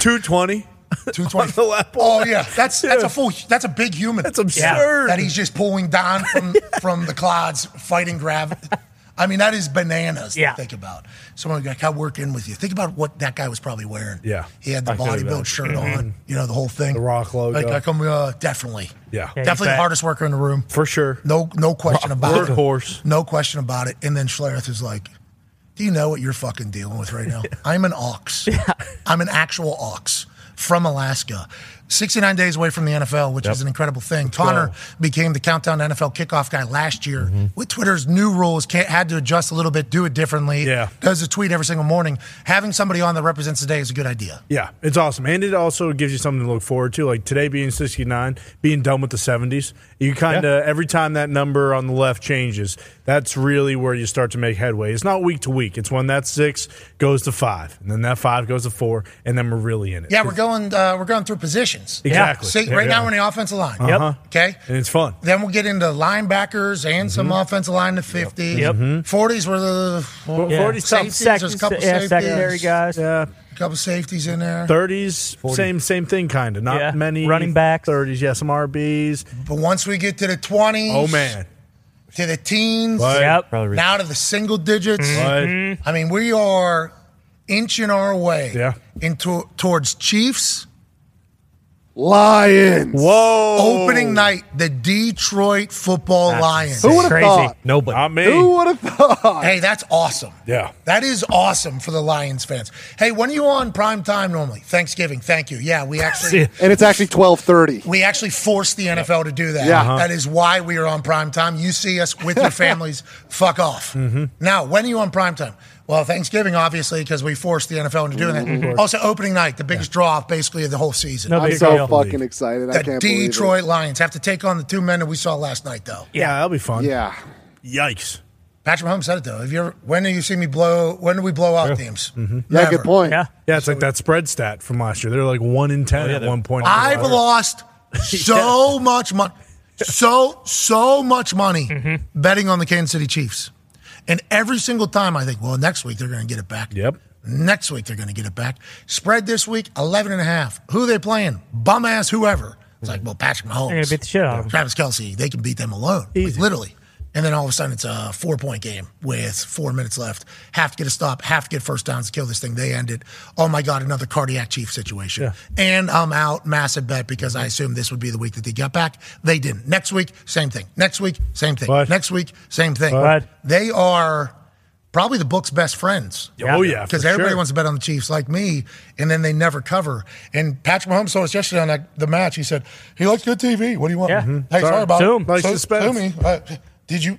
B: 220. (laughs)
A: 220.
B: the lap
A: oh yeah, that's that's a full that's a big human.
B: That's absurd.
A: That he's just pulling down
B: (laughs)
A: from from the clouds fighting gravity. I mean, that is bananas
E: Yeah.
A: to think about. Someone like I work in with you. Think about what that guy was probably wearing.
B: Yeah.
A: He had the
B: I can imagine.
A: bodybuild shirt on, you know, the whole thing. The
B: Mm-hmm. Rock logo.
A: Like, like I'm uh, definitely.
B: Yeah. Yeah, you
A: Definitely the
E: bet.
A: hardest worker in the room.
B: For sure.
A: No, no question about it.
B: Workhorse.
A: No question about it. And then Schlereth is like, "Do you know what you're fucking dealing with
B: (laughs)
A: right now? I'm an ox. I'm an actual ox from Alaska, 69 days away from the NFL, which is an incredible thing. Connor became the countdown to NFL kickoff guy last year.
B: Mm-hmm.
A: With Twitter's new rules, can't, had to adjust a little bit, do it differently.
B: Yeah.
A: does a tweet every single morning. Having somebody on that represents the day is a good idea.
B: Yeah, it's awesome. And it also gives you something to look forward to. Like today being 69, being done with the 70s, you kind of, every time that number on the left changes, that's really where you start to make headway. It's not week to week, it's when that six goes to five, and then that five goes to four, and then we're really in it.
A: Yeah, we're going. Uh, we're going through positions.
B: Exactly.
A: See,
B: Yeah,
A: right now
B: yeah.
A: we're in the offensive line.
B: Uh-huh.
A: Okay.
B: And it's fun.
A: Then we'll get into linebackers and some offensive line to 50.
E: Yep.
A: 40s were the
B: Mm-hmm. Well,
E: Yeah.
B: 40s,
A: Same
B: tops,
A: Safeties, there's a couple
E: yeah,
A: safeties.
E: secondary guys.
B: yeah,
A: couple safeties in there.
B: 30s, same same thing, kind of. Not
E: Yeah.
B: many
E: Running backs.
B: 30s, yeah, some RBs.
A: But once we get to the 20s,
B: Oh, man.
A: to the teens,
B: What?
E: Yep.
D: Probably re-
A: now to the single digits. Mm-hmm.
B: What?
A: I mean, we are inching our way
B: Yeah.
A: into towards Chiefs
C: Lions.
B: Whoa.
A: opening night, the Detroit Football Lions.
C: Who would have
E: Crazy.
C: thought?
D: Nobody.
B: Not me.
C: Who would have thought?
A: Hey, that's awesome.
B: Yeah.
A: That is awesome for the Lions fans. Hey, when are you on prime time normally? Thanksgiving. Thank you. Yeah,
C: (laughs)
A: we actually
C: And it's actually twelve thirty.
A: we actually forced the NFL to do that.
C: Yeah. Uh-huh.
A: That is why we are on prime time. You see us
C: (laughs)
A: with your families. Fuck off.
B: Mm-hmm.
A: Now, when are you on prime time? Well, Thanksgiving, obviously, because we forced the NFL into doing that. Also, opening night, the biggest draw off basically of the whole season.
E: No
C: I'm
E: big
C: so
E: deal.
C: fucking excited. I
A: the
C: can't
A: Detroit Lions have to take on the two men that we saw last night, though.
B: Yeah, that'll be fun.
C: believe it. Yeah.
B: Yikes.
A: Patrick Mahomes said it though. Have you ever? When do you see me blow? When do we blow out teams?
B: Mm-hmm.
C: Yeah.
A: Never.
C: Good point.
E: Yeah.
B: Yeah, it's like that spread stat from last year. They're like one in ten at Oh, one point.
A: I've lost
B: (laughs)
A: so much money, so so much money
B: Mm-hmm.
A: betting on the Kansas City Chiefs, and every single time I think, well, next week they're going to get it back.
B: Yep.
A: Next week they're going to get it back. Spread this week 11 and a half. Who are they playing? Bum ass whoever. It's like, well, Patrick Mahomes.
E: They're gonna beat the shit out of 'em.
A: Travis Kelsey. They can beat them alone, Like, literally. And then all of a sudden, it's a four point game with four minutes left. Have to get a stop, have to get first downs to kill this thing. They end it. Oh my God, another cardiac chief situation. And I'm out, massive bet, because I assumed this would be the week that they got back. They didn't. Next week, same thing. Next week, same thing.
B: Bud.
A: Next week, same thing.
E: Bud.
A: They are probably the book's best friends
B: Oh yeah,
A: because
B: for
A: everybody
B: sure.
A: wants to bet on the Chiefs like me, and then they never cover. And Patrick Mahomes told us yesterday on that, the match, he said he likes good TV. What do you want?
E: Yeah.
A: Hey, sorry,
B: Sorry.
A: about
E: Sue him.
A: it.
B: Nice
A: So-
B: suspense.
A: sue me. Uh, did you?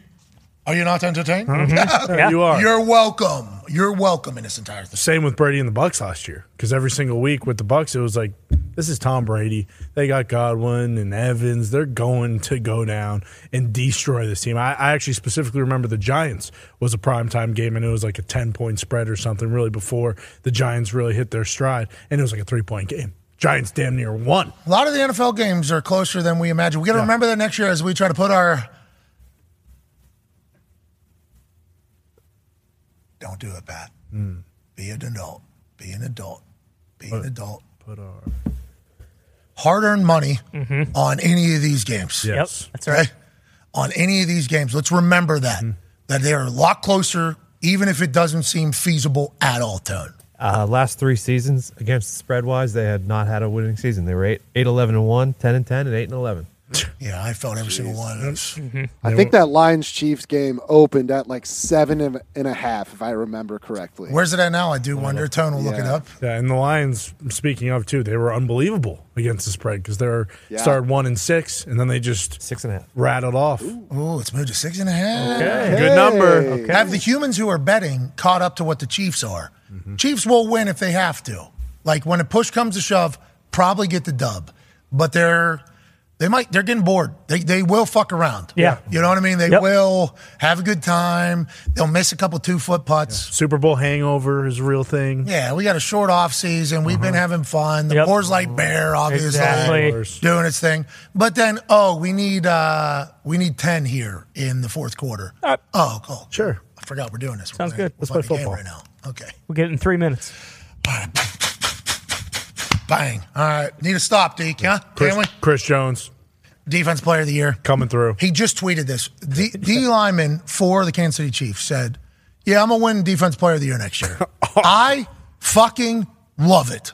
A: Are you not entertained?
B: (laughs)
A: (laughs)
E: Yeah.
B: You are.
A: You're welcome. You're welcome in this entire thing.
B: Same with Brady and the Bucks last year. Because every single week with the Bucks, it was like, this is Tom Brady. They got Godwin and Evans. They're going to go down and destroy this team. I, I actually specifically remember the Giants was a primetime game and it was like a ten point spread or something really before the Giants really hit their stride. And it was like a three point game. Giants damn near won.
A: A lot of the NFL games are closer than we imagine. We got to remember that next year as we try to put our. Don't do it, Pat.
B: Hmm.
A: Be an adult. Be an adult. Be an adult. Put our hard-earned money on any of these games.
E: Mm-hmm. Yep.
B: Yes.
E: That's right.
A: Okay? on any of these games. Let's remember that that they are a lot closer, even if it doesn't seem feasible at all. Tone.
D: Uh, last three seasons against spread wise, they had not had a winning season. They were 8, 8 11 and 1, 10 and 10, and 8 and 11.
A: (laughs) Yeah, I felt every single one of those.
B: Mm-hmm.
C: I think that Lions Chiefs game opened at like seven and- and a half, if I remember correctly.
A: Where's it at now? I do wonder. Tone will look it
C: Yeah.
A: up.
B: Yeah, and the Lions, speaking of too, they were unbelievable against the spread because they were
C: Yeah.
B: started one and six, and then they just
D: Six and a half.
B: rattled off.
A: Oh, it's moved to six and a half.
B: Good number.
C: Hey.
A: Have the humans who are betting caught up to what the Chiefs are?
B: Mm-hmm.
C: Mm-hmm.
A: Chiefs will win if they have to. Like when a push comes to shove, probably get the dub. But they're they might they're getting bored. They they will fuck around.
E: Yeah.
A: You know what I mean? They
E: Yep.
A: will have a good time. They'll miss a couple two foot putts.
B: Super Bowl hangover is a real thing.
A: Yeah, we got a short off season. We've been having fun. The
E: Mm-hmm. Yep.
A: Coors Light Bear, obviously,
E: Exactly.
A: doing its thing. But then, oh, we need uh we need ten here in the fourth quarter. oh, cool.
B: Sure.
A: I forgot we're doing this.
E: Uh, Sounds
A: We're playing
E: good. Let's
A: a
B: play
A: fucking game
B: football.
A: right now. Okay.
E: We'll get it in three minutes.
A: Bang. All right. Need a stop, Deke, huh?
B: Chris,
A: Can we?
B: Chris Jones
A: Defense player of the year.
B: coming through.
A: He just tweeted this. D, D lineman for the Kansas City Chiefs said, Yeah, I'm going to win defense player of the year
B: (laughs)
A: next year. I fucking love it.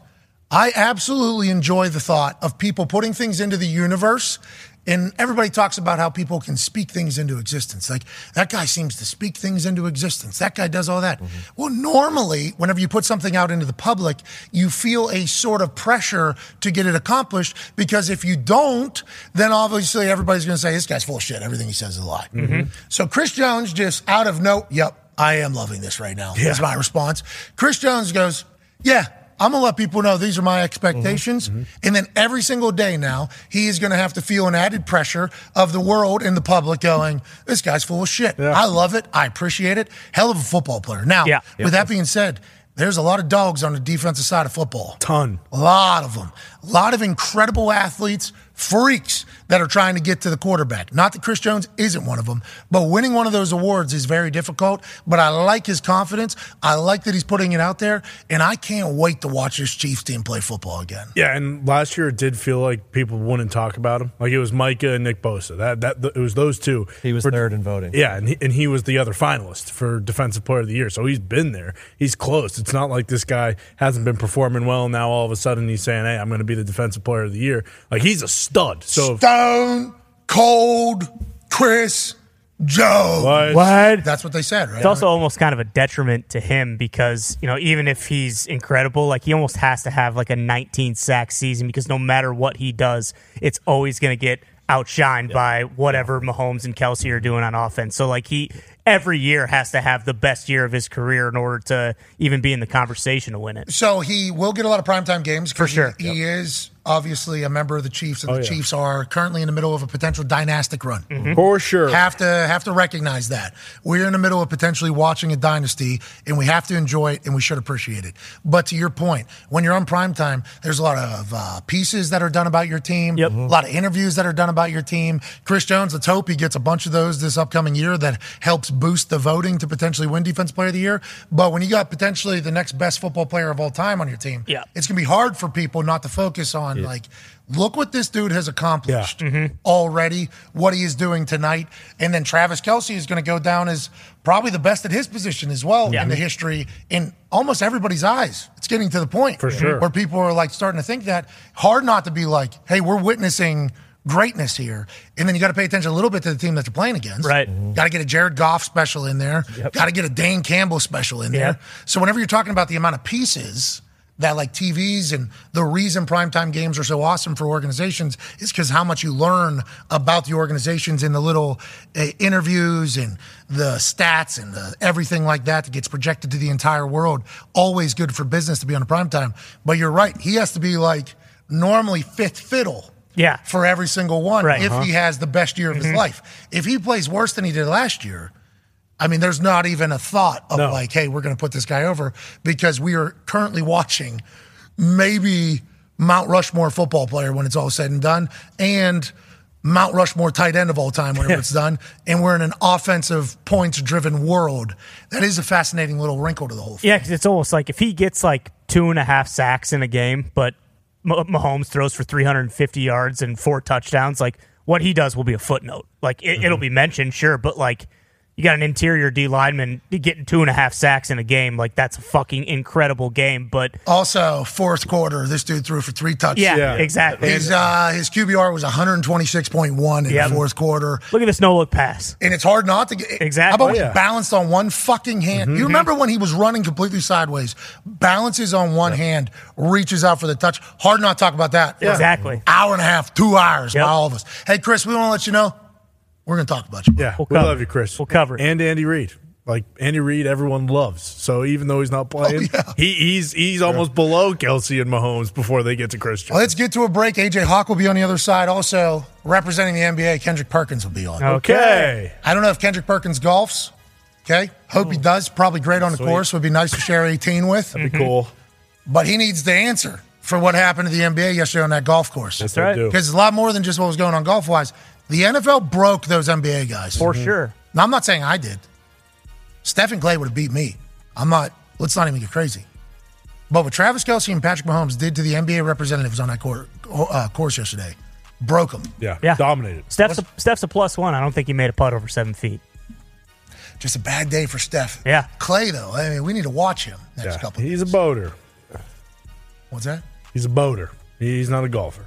A: I absolutely enjoy the thought of people putting things into the universe. And everybody talks about how people can speak things into existence. Like, that guy seems to speak things into existence. That guy does all that. Well, normally, whenever you put something out into the public, you feel a sort of pressure to get it accomplished because if you don't, then obviously everybody's going to say, this guy's full of shit. Everything he says is a lie. So Chris Jones just out of no, yep, I am loving this right now. That's my response. Chris Jones goes, yeah. I'm gonna let people know these are my expectations. And then every single day now, he is gonna have to feel an added pressure of the world and the public going, This guy's full of shit. I love it. I appreciate it. Hell of a football player. Now,
E: Yeah.
A: with that being said, there's a lot of dogs on the defensive side of football.
B: Ton.
A: A lot of them. A lot of incredible athletes, freaks that are trying to get to the quarterback. Not that Chris Jones isn't one of them, but winning one of those awards is very difficult. But I like his confidence. I like that he's putting it out there. And I can't wait to watch this Chiefs team play football again.
B: Yeah, and last year it did feel like people wouldn't talk about him. Like it was Micah and Nick Bosa. That that it was those two.
D: He was
B: For-
D: third in voting.
B: Yeah, and he, and he was the other finalist for Defensive Player of the Year. So he's been there. He's close. It's not like this guy hasn't been performing well. And now all of a sudden he's saying, "Hey, I'm going to be the Defensive Player of the Year." Like he's a stud. So
A: Stone cold Chris Jones.
B: What?
E: What?
A: That's what they said, right?
E: It's also almost kind of a detriment to him because you know even if he's incredible, like he almost has to have like a 19 sack season because no matter what he does, it's always going to get outshined by whatever Mahomes and Kelsey are doing on offense. So like he every year has to have the best year of his career in order to even be in the conversation to win it.
A: So he will get a lot of primetime games. 'cause
E: For sure.
A: He, he is obviously a member of the Chiefs, and the
B: Oh, yeah. Mm-hmm.
A: Chiefs are currently in the middle of a potential dynastic run.
B: for sure.
A: Have to have to recognize that. We're in the middle of potentially watching a dynasty, and we have to enjoy it, and we should appreciate it. But to your point, when you're on primetime, there's a lot of uh, pieces that are done about your team,
E: Yep.
A: a lot of interviews that are done about your team. Chris Jones, let's hope he gets a bunch of those this upcoming year that helps boost the voting to potentially win Defense Player of the Year. But when you got potentially the next best football player of all time on your team,
E: Yeah.
A: it's going to be hard for people not to focus on, like, look what this dude has accomplished
B: Mm-hmm.
A: already, what he is doing tonight. And then Travis Kelsey is going to go down as probably the best at his position as well in the history in almost everybody's eyes. It's getting to the point
B: For sure.
A: where people are like starting to think that. Hard not to be like, hey, we're witnessing greatness here. And then you got to pay attention a little bit to the team that you're playing against.
E: Right. Mhm.
A: Got to Mm-hmm. get a Jared Goff special in there. Got to get a Dane Campbell special in there.
E: Yeah.
A: So whenever you're talking about the amount of pieces that like TVs and the reason primetime games are so awesome for organizations is because how much you learn about the organizations in the little uh, interviews and the stats and the everything like that that gets projected to the entire world. Always good for business to be on a primetime. But you're right. He has to be like normally fifth fiddle
E: Yeah.
A: for every single one
E: Right.
A: if
E: Uh-huh.
A: he has the best year of
E: Mm-hmm.
A: his life. If he plays worse than he did last year, I mean, there's not even a thought of
B: No.
A: like, hey, we're going to put this guy over because we are currently watching maybe Mount Rushmore football player when it's all said and done, and Mount Rushmore tight end of all time whenever it's done. And we're in an offensive points driven world. That is a fascinating little wrinkle to the whole thing.
E: Yeah, because it's almost like if he gets like two and a half sacks in a game, but M- Mahomes throws for 350 yards and four touchdowns, like what he does will be a footnote. Like it,
B: Mm-hmm.
E: it'll be mentioned, sure, but like you got an interior D lineman getting two and a half sacks in a game. Like that's a fucking incredible game. But
A: Also, fourth quarter, this dude threw for three touchdowns.
E: yeah,
B: Yeah.
E: exactly.
A: His, uh, his QBR was 126.1 in
E: Yep.
A: the fourth quarter.
E: Look at this no look pass.
A: And it's hard not to get.
E: Exactly.
A: How about when
B: Oh, Yeah. Mm-hmm.
A: he balanced on one fucking hand? You remember when he was running completely sideways, balances on one hand, reaches out for the touch. Hard not to talk about that. for
E: Exactly.
A: an Hour and a half, two hours
E: Yep.
A: by all of us. Hey, Chris, we want to let you know we're going to talk about you.
B: Yeah,
E: We'll
B: we
E: cover
B: love
E: it.
B: you, Chris.
E: We'll cover it.
B: And Andy Reid. Like Andy Reid, everyone loves. So even though he's not
A: Oh,
B: playing, he, he's he's almost below Kelsey and Mahomes before they get to Chris Jones.
A: Let's get to a break. AJ Hawk will be on the other side. Also, representing the NBA, Kendrick Perkins will be on.
B: Okay.
A: I don't know if Kendrick Perkins golfs. Okay. Hope he does. Probably great on the course. Would be nice to share 18 with.
B: Be cool.
A: But he needs the answer for what happened to the NBA yesterday on that golf course.
B: That's right.
A: Because it's a lot more than just what was going on golf wise. The NFL broke those NBA guys.
E: For
B: Mm-hmm.
E: sure.
A: Now, I'm not saying I did. Stephen Clay would have beat me. I'm not, let's not even get crazy. But what Travis Kelsey and Patrick Mahomes did to the NBA representatives on that court, uh, course yesterday broke them.
B: Yeah.
E: Yeah.
B: Dominated.
E: Steph's a, Steph's a plus one. I don't think he made a putt over seven feet.
A: Just a bad day for Steph.
E: Yeah.
A: Clay, though, I mean, we need to watch him next
B: Yeah.
A: couple
B: He's a boater.
A: What's that?
B: He's a boater. He's not a golfer.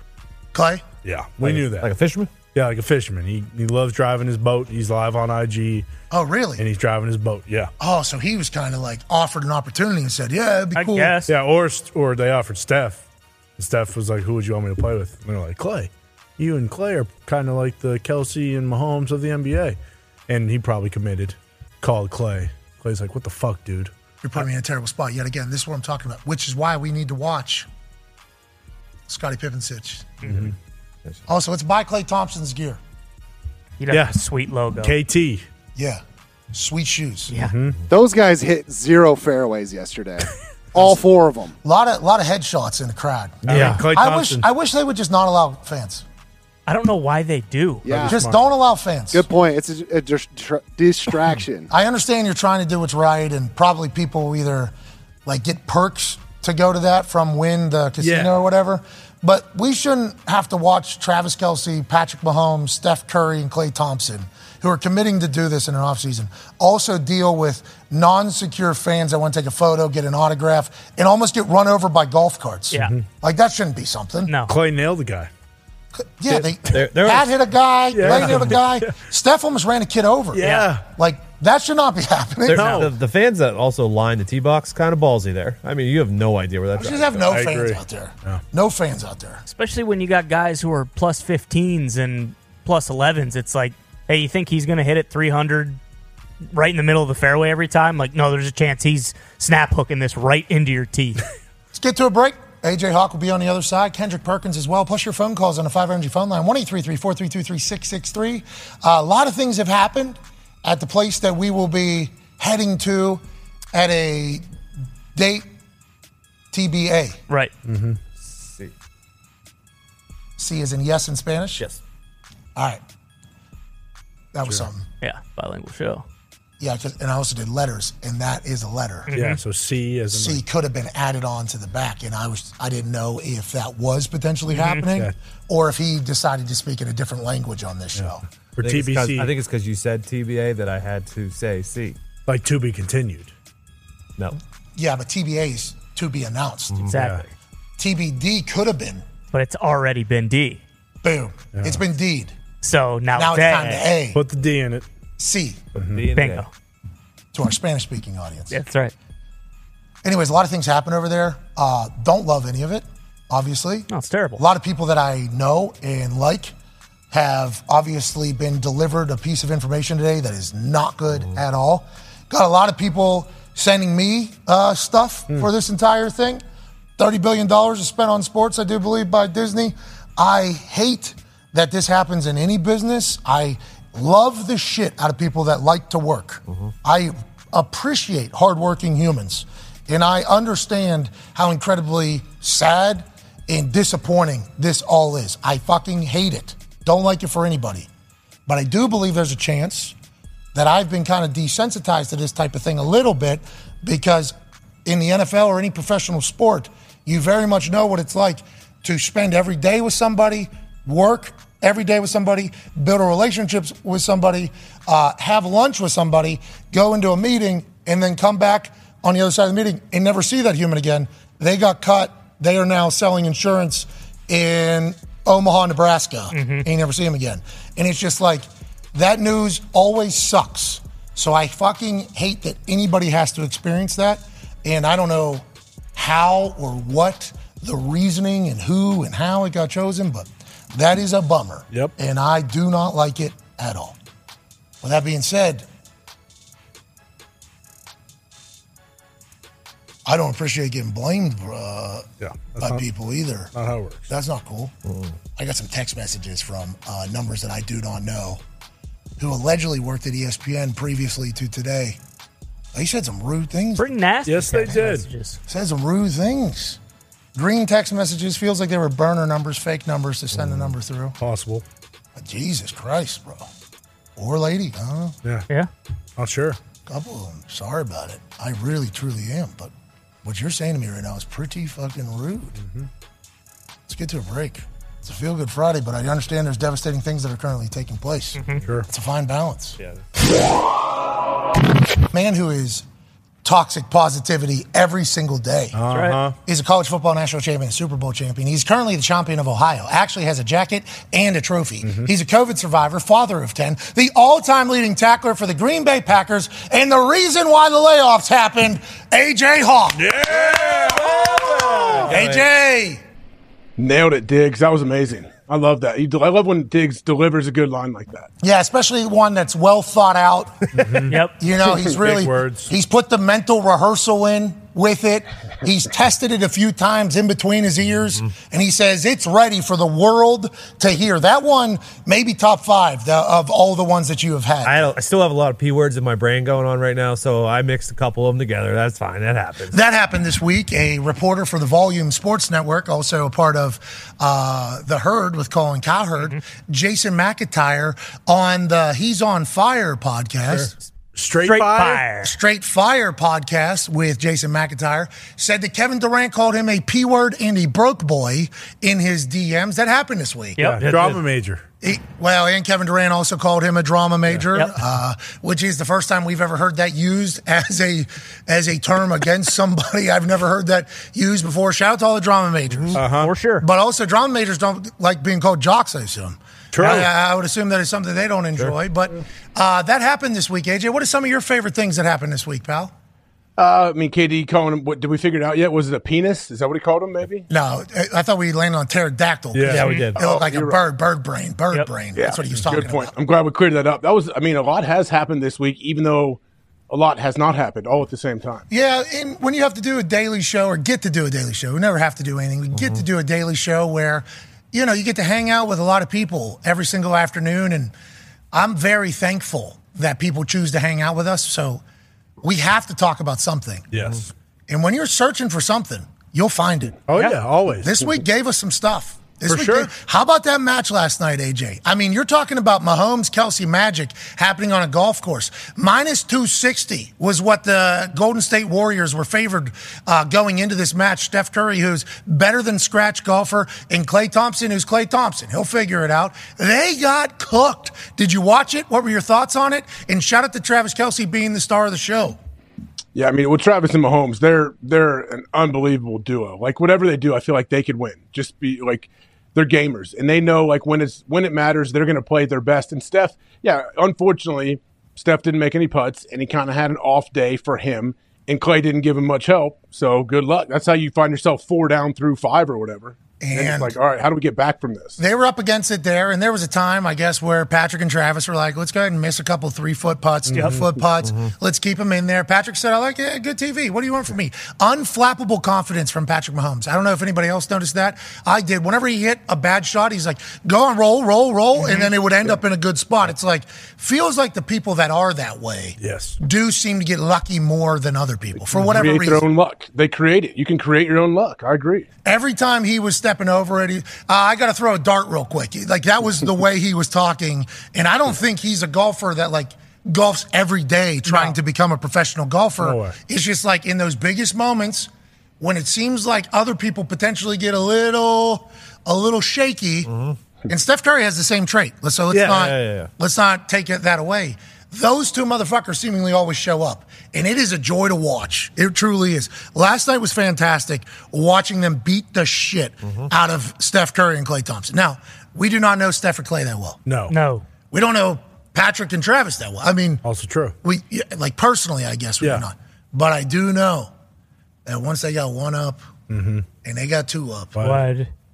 A: Clay?
B: Yeah. We knew that.
D: Like a fisherman?
B: yeah, like a fisherman. He he loves driving his boat. He's live on IG
A: Oh,
B: and
A: really?
B: he's driving his boat. Yeah.
A: Oh, so he was kind of like offered an opportunity and said, yeah, it'd be
E: I
A: cool.
E: guess.
B: Yeah, or or they offered Steph. And Steph was like, "Who would you want me to play with?" And they're like, "Clay." You and Clay are kind of like the Kelsey and Mahomes of the NBA, and he probably committed. Called Clay. Clay's like, "What the fuck, dude?"
A: You're putting me in a terrible spot yet again. This is what I'm talking about, which is why we need to watch Scottie Pippen sitch.
E: Mm-hmm.
A: Also, let's buy Clay Thompson's gear.
E: He'd have
B: Yeah.
E: a sweet logo.
B: KT.
A: Yeah. Sweet shoes.
E: Yeah.
C: Those guys hit zero fairways yesterday. All four of them.
A: A lot of lot of headshots in the crowd.
B: I
E: Yeah.
B: mean, Clay
A: I wish
B: Thompson.
A: I wish they would just not allow fans.
E: I don't know why they do.
C: Yeah.
A: Just don't allow fans.
C: Good point. It's a, a dis- tra-
B: (laughs)
C: distraction.
A: I understand you're trying to do what's right, and probably people either like get perks to go to that from win the casino
B: Yeah.
A: or whatever. But we shouldn't have to watch Travis Kelsey, Patrick Mahomes, Steph Curry, and Clay Thompson, who are committing to do this in an offseason, also deal with non secure fans that want to take a photo, get an autograph, and almost get run over by golf carts.
E: Yeah. Mhm.
A: Like that shouldn't be something.
E: No.
B: Clay nailed the guy.
A: Yeah, they,
D: There- there
A: Pat
D: was-
A: hit a guy, Clay hit
B: (laughs)
A: a guy. Steph almost ran a kid over.
B: Yeah.
A: Like that should not be (laughs) happening.
D: They're-
B: No.
D: The, the fans that also line the tee box kind of ballsy there. I mean, you have no idea where
A: We
D: that's.
A: just have no
B: I
A: fans
B: agree.
A: out there. No fans out there.
E: Especially when you got guys who are plus 15s and plus 11s. It's like, hey, you think he's going to hit it 300 right in the middle of the fairway every time? Like, no, there's a chance he's snap hooking this right into
A: (laughs)
E: your teeth.
A: Let's get to a break. AJ Hawk will be on the other side. Kendrick Perkins as well. Plus your phone calls on the 5 Energy phone line, 1-833-432-3663. Uh, a lot of things have happened at the place that we will be heading to at a date TBA.
E: right.
A: Mm-hmm. C is in yes in Spanish?
D: Yes.
A: All right. That was something.
E: Yeah. Bilingual show.
A: Yeah, 'cause- and I also did letters, and that is a letter.
E: Mm-hmm.
B: Yeah.
D: Mm-hmm.
B: So C as in
A: C
B: like,
A: could have been added on to the back, and I was I didn't know if that was potentially happening,
B: Mm-hmm. Yeah.
A: or if he decided to speak in a different language on this show.
B: or
D: I think it's 'cause-
B: TBC.
D: I think it's because you said TBA that I had to say C.
B: like to be continued.
D: No.
A: Yeah, but TBA is to be announced.
D: Mm-hmm.
E: Exactly.
A: TBD could have been
E: But it's already been D.
A: boom. It's been D'd.
E: So now,
A: Now it's
E: that-
A: time to A
B: Put the D in it.
A: C
D: B and
E: Bingo.
D: A.
A: to our Spanish speaking audience.
E: That's right.
A: Anyways, a lot of things happen over there. Uh, don't love any of it, obviously.
E: No, it's terrible.
A: A lot of people that I know and like have obviously been delivered a piece of information today that is not good
E: Mm.
A: at all. Got a lot of people sending me uh, stuff
E: Mm.
A: for this entire thing. $30 billion is spent on sports, I do believe, by Disney. I hate that this happens in any business. I love the shit out of people that like to work.
B: Uh-huh.
A: I appreciate hardworking humans. And I understand how incredibly sad and disappointing this all is. I fucking hate it. Don't like it for anybody. But I do believe there's a chance that I've been kind of desensitized to this type of thing a little bit because in the NFL or any professional sport, you very much know what it's like to spend every day with somebody, work, every day with somebody, build a relationship with somebody, uh, have lunch with somebody, go into a meeting, and then come back on the other side of the meeting and never see that human again. They got cut. They are now selling insurance in Omaha, Nebraska, and you never see him again. And it's just like that news always sucks. So I fucking hate that anybody has to experience that. And I don't know how or what the reasoning and who and how it got chosen, but that is a bummer.
B: Yep.
A: And I do not like it at all. With that being said, I don't appreciate getting blamed uh,
B: Yeah, that's
A: by
B: not-
A: people either.
B: Not how it works.
A: That's not cool.
E: Mm.
A: I got some text messages from uh, numbers that I do not know who allegedly worked at E ESPN previously to today. They said some rude things.
E: Pretty nasty.
B: Yes, they
E: text
B: did.
E: messages.
A: Said some rude things. Green text messages feels like they were burner numbers, fake numbers to
E: Mm.
A: send the number through.
B: Possible.
A: But Jesus Christ, bro. Or lady, huh?
B: Yeah. (laughs)
E: Yeah.
B: Not sure.
A: couple of them. Sorry about it. I really, truly am. But what you're saying to me right now is pretty fucking rude. Let's get to a break. It's a feel good Friday, but I understand there's devastating things that are currently taking place.
B: Mm-hmm. Sure.
A: It's a fine balance.
B: Yeah.
A: Man who is toxic positivity every single day.
B: Uh-huh.
A: He's a college football national champion, Super Bowl champion. He's currently the champion of Ohio. Actually has a jacket and a trophy. He's a COVID survivor, father of 10, the all-time leading tackler for the Green Bay Packers, and the reason why the layoffs happened, AJ Hawk. AJ.
G: Nailed it, Diggs. That was amazing. I love that. You, I love when Diggs delivers a good line like that.
A: Yeah, especially one that's well thought out.
E: Yep.
A: You know, he's really
B: words.
A: he's put the mental rehearsal in with it. He's tested it a few times in between his ears, and he says it's ready for the world to hear. That one maybe top five the, of all the ones that you have had.
D: I, don't, I still have a lot of p words in my brain going on right now, so I mixed a couple of them together. That's fine. That happens.
A: That happened this week. A reporter for the Volume Sports Network, also a part of uh, the Herd with Colin Cowherd,
B: Mm-hmm.
A: Jason McIntyre on the He's on Fire podcast.
B: Straight,
E: Straight
B: fire.
E: fire.
A: Straight Fire podcast with Jason McIntyre said that Kevin Durant called him a P word and a broke boy in his DMs. That happened this week.
E: Yep.
B: Yeah, drama major.
A: He- well, and Kevin Durant also called him a drama major,
E: Yep.
A: uh, which is the first time we've ever heard that used as a as a term against (laughs) somebody. I've never heard that used before. Shout out to all the drama majors.
E: Mm-hmm.
G: Uh-huh.
E: For sure.
A: But also, drama majors don't like being called jocks, I assume.
B: True.
A: I, I would assume that is something they don't enjoy. But uh, that happened this week, AJ. What are some of your favorite things that happened this week, pal?
G: Uh, I mean, KD calling him. What did we figure it out yet? Was it a penis? Is that what he called him? Maybe.
A: No, I- I thought we landed on pterodactyl.
B: Yeah. Yeah,
D: we did.
A: It looked like a
G: Oh, you're
A: bird, bird brain, bird
E: Yep.
A: brain. That's what he was talking
G: Good point.
A: about.
G: I'm glad we cleared that up. That was. I mean, a lot has happened this week, even though a lot has not happened all at the same time.
A: Yeah, and when you have to do a daily show or get to do a daily show, we never have to do anything. We get to do a daily show where, you know, you get to hang out with a lot of people every single afternoon. And I'm very thankful that people choose to hang out with us. So we have to talk about something.
B: Yes.
A: And when you're searching for something, you'll find it.
B: Oh yeah, always.
A: This week gave us some stuff. This
B: For
A: week
B: sure.
A: gave- how about that match last night, AJ? I mean, you're talking about Mahomes, Kelsey magic happening on a golf course. Minus 260 was what the Golden State Warriors were favored uh, going into this match. Steph Curry, who's better than scratch golfer, and Clay Thompson, who's Clay Thompson. He'll figure it out. They got cooked. Did you watch it? What were your thoughts on it? And shout out to Travis Kelsey being the star of the show.
G: Yeah, I mean, with Travis and Mahomes, they're they're an unbelievable duo. Like whatever they do, I feel like they could win. Just be like they're gamers and they know like when it's when it matters, they're going to play their best. And Steph, yeah, unfortunately, Steph didn't make any putts and he kind of had an off day for him. And Clay didn't give him much help, so good luck. That's how you find yourself four down through five or whatever. And,
A: And-
G: it's like, all right, how do we get back from this?
A: they were up against it there, and there was a time, I guess, where Patrick and Travis were like, "Let's go ahead and miss a couple three foot putts, 2 foot putts. Let's keep them in there." Patrick said, "I like it. Good TV. What do you want from me?" Unflappable confidence from Patrick Mahomes. I don't know if anybody else noticed that. I did. Whenever he hit a bad shot, he's like, "Go on, roll, roll, roll," and then it would end up in a good spot. It's like feels like the people that are that way
B: Yes.
A: do seem to get lucky more than other people for whatever
G: create
A: reason.
G: their own luck. They create it. You can create your own luck. I agree.
A: Every time he was stepping over it, he, uh, I got to throw a dart real quick. Like that was the way he was talking, and I don't think he's a golfer that like golfs every day trying to become a professional golfer.
B: way.
A: It's just like in those biggest moments when it seems like other people potentially get a little a little shaky. And Steph Curry has the same trait. Let's- So let's
B: Yeah,
A: not
D: yeah, yeah, yeah.
A: let's not take it that away. Those two motherfuckers seemingly always show up, and it is a joy to watch. It truly is. Last night was fantastic watching them beat the shit
B: Mm-hmm.
A: out of Steph Curry and Clay Thompson. Now we do not know Steph or Clay that well.
B: No.
E: No.
A: We don't know Patrick and Travis that well. I mean,
B: Also true.
A: we yeah, like personally, I guess we
B: Yeah.
A: do not. But I do know that once they got one up,
B: Mm-hmm.
E: Mm-hmm.
A: and they got two up,
E: What?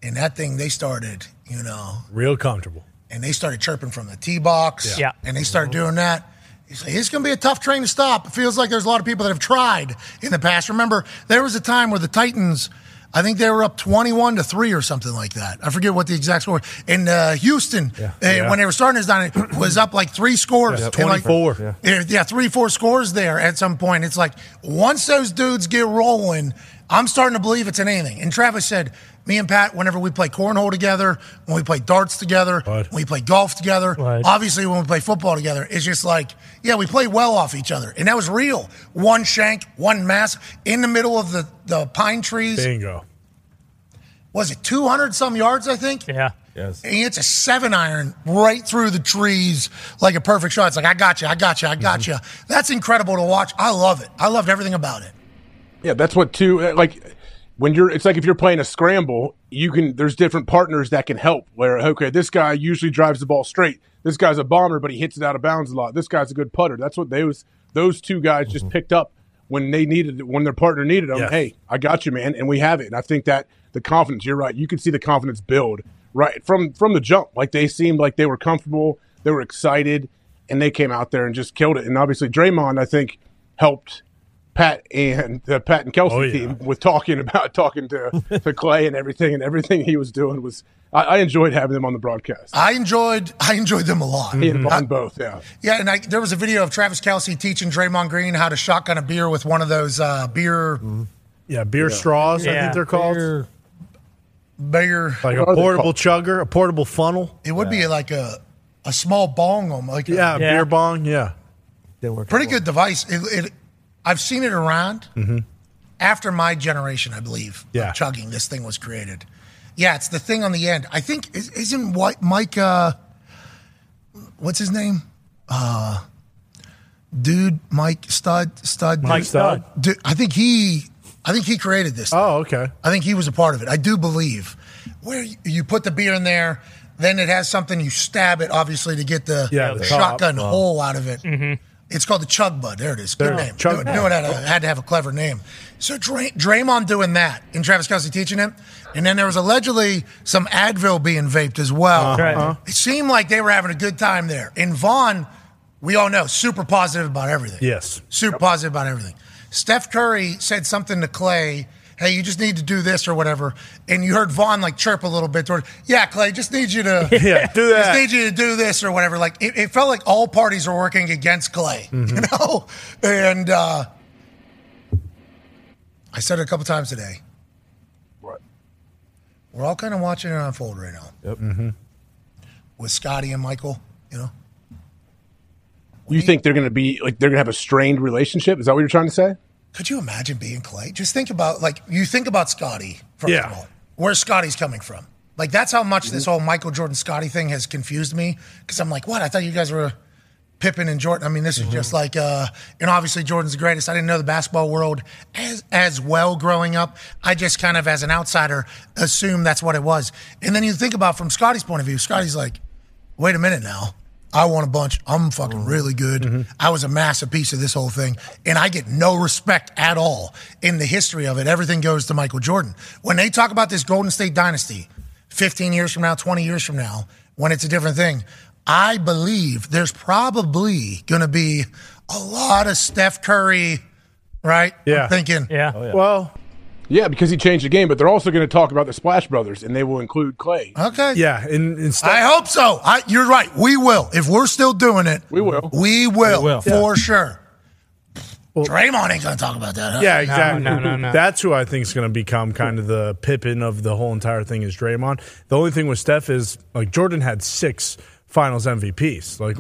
A: and that thing they started, you know,
B: Real comfortable.
A: and they started chirping from the tee box.
E: Yeah.
A: And they started doing that. He's like, it's going to be a tough train to stop. It feels like there's a lot of people that have tried in the past. Remember, there was a time where the Titans, I think they were up 21 to 3 or something like that. I forget what the exact score. And uh, Houston, uh,
B: Yeah.
A: when they were starting this down, it (clears throat) was up like three scores.
B: Yep.
A: And, like,
B: 24.
A: Yeah. yeah, three, four scores there at some point. It's like once those dudes get rolling, I'm starting to believe it's in anything. And Travis said, me and Pat, whenever we play cornhole together, when we play darts together,
B: Right.
A: when we play golf together,
E: Right.
A: obviously when we play football together, it's just like, yeah, we play well off each other. And that was real. One shank, one mass in the middle of the, the pine trees.
B: Bingo.
A: Was it 200 some yards, I think?
E: Yeah.
D: Yes.
A: And it's a seven iron right through the trees like a perfect shot. It's like, I got you, I got you, I got you.
B: Mm-hmm.
A: That's incredible to watch. I love it. I loved everything about it.
G: Yeah, that's what two eh, like when you're it's like if you're playing a scramble, you can there's different partners that can help where okay, this guy usually drives the ball straight. This guy's a bomber, but he hits it out of bounds a lot. This guy's a good putter. That's what those those two guys just picked up when they needed it, when their partner needed them.
B: Yes.
G: Hey, I got you, man, and we have it. And I think that the confidence, you're right, you can see the confidence build right from from the jump. Like they seemed like they were comfortable, they were excited, and they came out there and just killed it. And obviously Draymond, I think, helped Pat and the Pat and Kelsey
B: Oh, yeah.
G: team with talking about talking to, to Clay and everything and everything he was doing was I, I enjoyed having them on the broadcast.
A: I enjoyed I enjoyed them a lot.
G: He and Vaughn both, yeah.
A: Yeah, and I, there was a video of Travis Kelsey teaching Draymond Green how to shotgun a beer with one of those uh, beer
B: Mm-hmm. Yeah, beer straws, I
E: Yeah.
B: think they're called.
A: beer.
B: Like a
G: What are they
B: portable chugger, a portable funnel.
A: It would be like a a small bong, um, like a-
B: Yeah,
E: Yeah.
B: beer bong. Yeah.
D: Didn't work
A: pretty
D: out
A: good device. It, it, I've seen it around after my generation, I believe. of
B: Yeah.
A: chugging. This thing was created. Yeah, it's the thing on the end. I think is- isn't White Mike? Uh, what's his name? Uh, dude, Mike Stud Stud.
B: Mike Stud.
A: Dude, I think he. I think he created this.
B: Oh, okay.
A: I think he was a part of it. I do believe where you- you put the beer in there, then it has something you stab it, obviously, to get the,
B: Yeah, the top.
A: shotgun hole out of it. It's called the Chug Bud. There it is. Good
B: There it is.
A: name.
B: Chug
A: Knew-
B: Bud.
A: knew it had, a- had to have a clever name. So Dray, Draymond doing that and Travis Kelsey teaching him. And then there was allegedly some Advil being vaped as well.
E: Right. Uh-huh.
A: It seemed like they were having a good time there. And Vaughn, we all know, super positive about everything
B: Yes.
A: super positive about everything. Steph Curry said something to Clay, "Hey, you just need to do this or whatever," and you heard Vaughn like chirp a little bit toward, "Yeah, Clay, just need you to
B: (laughs) Yeah, do
A: just
B: that.
A: need you to do this or whatever." Like it, it felt like all parties were working against Clay, (laughs) you
B: Mm-hmm.
A: know. And uh, I said it a couple times today.
G: Right.
A: We're all kind of watching it unfold right now. Yep. With Scotty and Michael, you know.
G: You think they're gonna be like they're gonna have a strained relationship? Is that what you're trying to say?
A: Could you imagine being Clay? Just think about like you think about Scotty first
B: Yeah.
A: of all. Where Scotty's coming from. Like that's how much this whole Michael Jordan Scotty thing has confused me. Cause I'm like, what? I thought you guys were Pippen and Jordan. I mean, this is just like uh and obviously Jordan's the greatest. I didn't know the basketball world as as well growing up. I just kind of as an outsider assumed that's what it was. And then you think about from Scotty's point of view, Scotty's like, wait a minute now. I want a bunch. I'm
B: Mm-hmm.
A: fucking really good. I was a massive piece of this whole thing, and I get no respect at all in the history of it. Everything goes to Michael Jordan. When they talk about this Golden State dynasty, 15 years from now, 20 years from now, when it's a different thing, I believe there's probably going to be a lot of Steph Curry, right? I'm
B: Yeah.
A: thinking,
E: Yeah.
G: Oh,
B: Well,
G: Yeah, because he changed the game, but they're also gonna talk about the Splash Brothers and they will include Clay.
A: okay.
B: yeah. And, and Steph-
A: I hope so. I, you're right. We will. If we're still doing it,
G: We will.
A: We will,
D: We will.
A: for sure. Draymond ain't going to talk about that. Huh?
B: Yeah, exactly.
E: Uh-huh. no, no, no.
B: That's who I think is going to become kind of the Pippin of the whole entire thing is Draymond. The only thing with Steph is like Jordan had six Finals MVPs. Like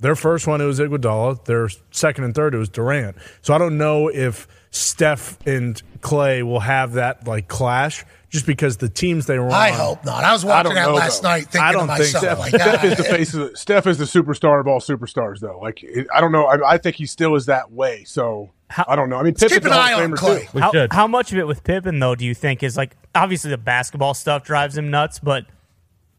B: Their first one it was Iguodala. Their second and third it was Durant. So I don't know if Steph and Clay will have that like clash just because the teams they were
A: I
B: on.
A: hope not. I was
G: I
A: watching
G: don't
A: that
G: know,
A: last
G: though.
A: night thinking
B: I don't
A: to
B: think Steph-
A: myself,
G: (laughs)
A: like,
G: Steph is the
A: ah,
G: face. Of the, Steph is the superstar of all superstars, though. Like it, I don't know. I, I think he still is that way. So I don't know. I mean, Pippen's
A: keep an
G: a Hall
A: eye
G: of
A: on
G: Famer,
A: Clay.
D: We
E: how,
D: should.
E: how much of it with Pippen though do you think is like obviously the basketball stuff drives him nuts, but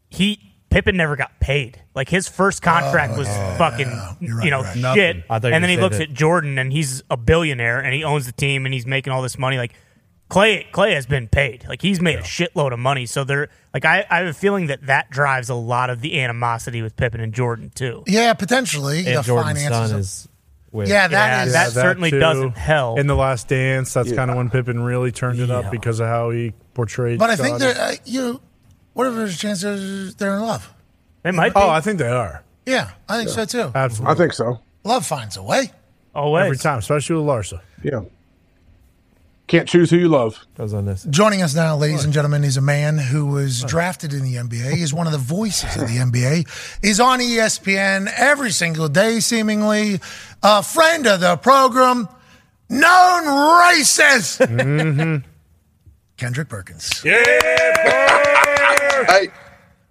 E: he Pippen never got paid. Like his first contract was fucking
A: Oh, You're right,
E: you know
A: right.
E: shit.
D: I
E: And
D: thought you
E: then he
D: said
E: looks
D: that-
E: at Jordan and he's a billionaire and he owns the team and he's making all this money. Like Clay Clay has been paid. Like he's made a shitload of money. So they're like I, I have a feeling that that drives a lot of the animosity with Pippen and Jordan too.
A: yeah, potentially. the
D: and Jordan's
A: finances.
D: son
A: of-
D: is with.
A: yeah, that
E: Yeah,
A: is.
E: that certainly doesn't help.
B: In the last dance, that's kind of when Pippen really turned it up because of how he portrayed.
A: but I think
B: Scottie.
A: that uh, you, whatever there's a chance they're, they're in love.
E: It might be
B: Oh, I think they are
A: Yeah, I think so too.
G: I
B: absolutely
G: think so.
A: Love finds a way.
E: always.
B: every time, especially with Larsa.
G: Yeah. Can't choose who you love.
D: That was on this.
A: Joining us now, ladies and gentlemen, is a man who was drafted in the NBA, is one of the voices of the NBA, is on E ESPN every single day, seemingly, a friend of the program, known racist, Kendrick Perkins.
H: Hey,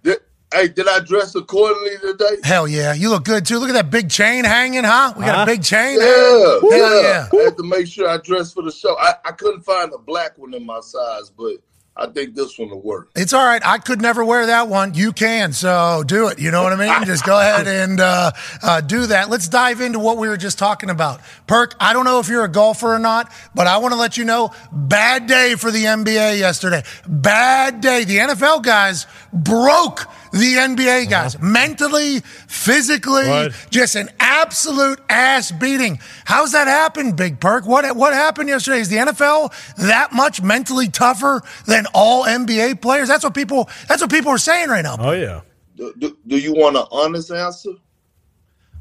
H: did, hey, did I dress accordingly today?
A: Hell yeah. You look good too. Look at that big chain hanging, huh? We got
H: Uh-huh.
A: a big chain.
H: Yeah,
A: Hell
H: yeah.
A: yeah.
H: I had to make sure I dressed for the show. I, I couldn't find a black one in my size, but I think this one will work.
A: It's all right. I could never wear that one. You can, so do it. You know what I mean? just go ahead and uh, uh, do that. Let's dive into what we were just talking about. Perk, I don't know if you're a golfer or not, but I want to let you know bad day for the NBA yesterday. Bad day. The NFL guys broke the NBA guys mentally, physically,
B: What?
A: just an absolute ass beating. How's that happen, Big Perk? What what happened yesterday? Is the NFL that much mentally tougher than all NBA players? That's what people that's what people are saying right now.
B: Oh yeah,
H: Do, do, do you want an honest answer?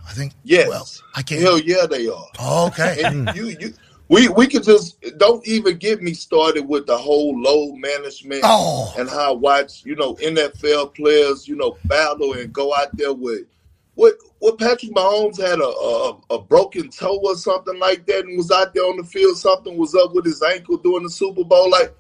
A: I think
H: Yes.
A: Well, I can't. Oh,
H: Hell yeah, they are.
A: Okay.
H: And you, you, we, we could just don't even get me started with the whole low management
A: Oh.
H: and how I watch you know NFL players you know battle and go out there with what what Patrick Mahomes had a, a a broken toe or something like that and was out there on the field something was up with his ankle during the Super Bowl like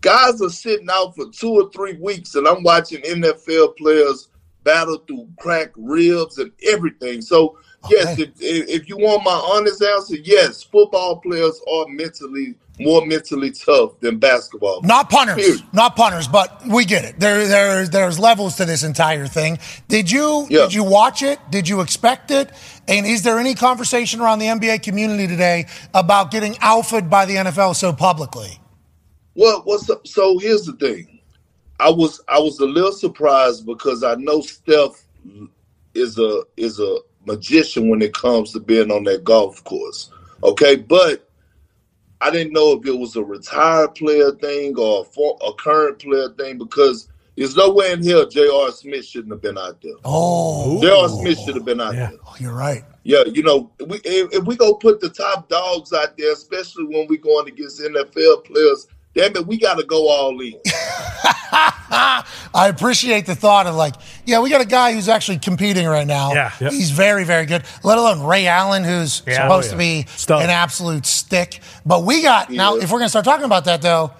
H: guys are sitting out for two or three weeks and I'm watching NFL players battle through cracked ribs and everything so yes
A: Okay.
H: if, if if you want my honest answer yes football players are mentally more mentally tough than basketball
A: Not punters,
H: Period.
A: not punters, but we get it. There, there, there's levels to this entire thing. Did you,
H: Yeah.
A: did you watch it? Did you expect it? And is there any conversation around the NBA community today about getting alphaed by the NFL so publicly?
H: Well, what's up? So here's the thing. I was I was a little surprised because I know Steph is a is a magician when it comes to being on that golf course. Okay, but I didn't know if it was a retired player thing or a, for, a current player thing because there's no way in hell J.R. Smith shouldn't have been out there.
A: Oh,
H: J.R. Smith should have been out there.
A: you're right.
H: Yeah, you know, we, if, if we go put the top dogs out there, especially when we're going against NFL players, damn it, we got to go all in.
A: (laughs) I appreciate the thought of like, yeah, we got a guy who's actually competing right now.
B: Yeah. Yep.
A: He's very, very good. Let alone Ray Allen, who's
E: Yeah.
A: supposed
B: Oh,
A: to
B: yeah.
A: be
B: Stud.
A: an absolute stick. But we got now.
H: Yeah.
A: If we're gonna start talking about that though,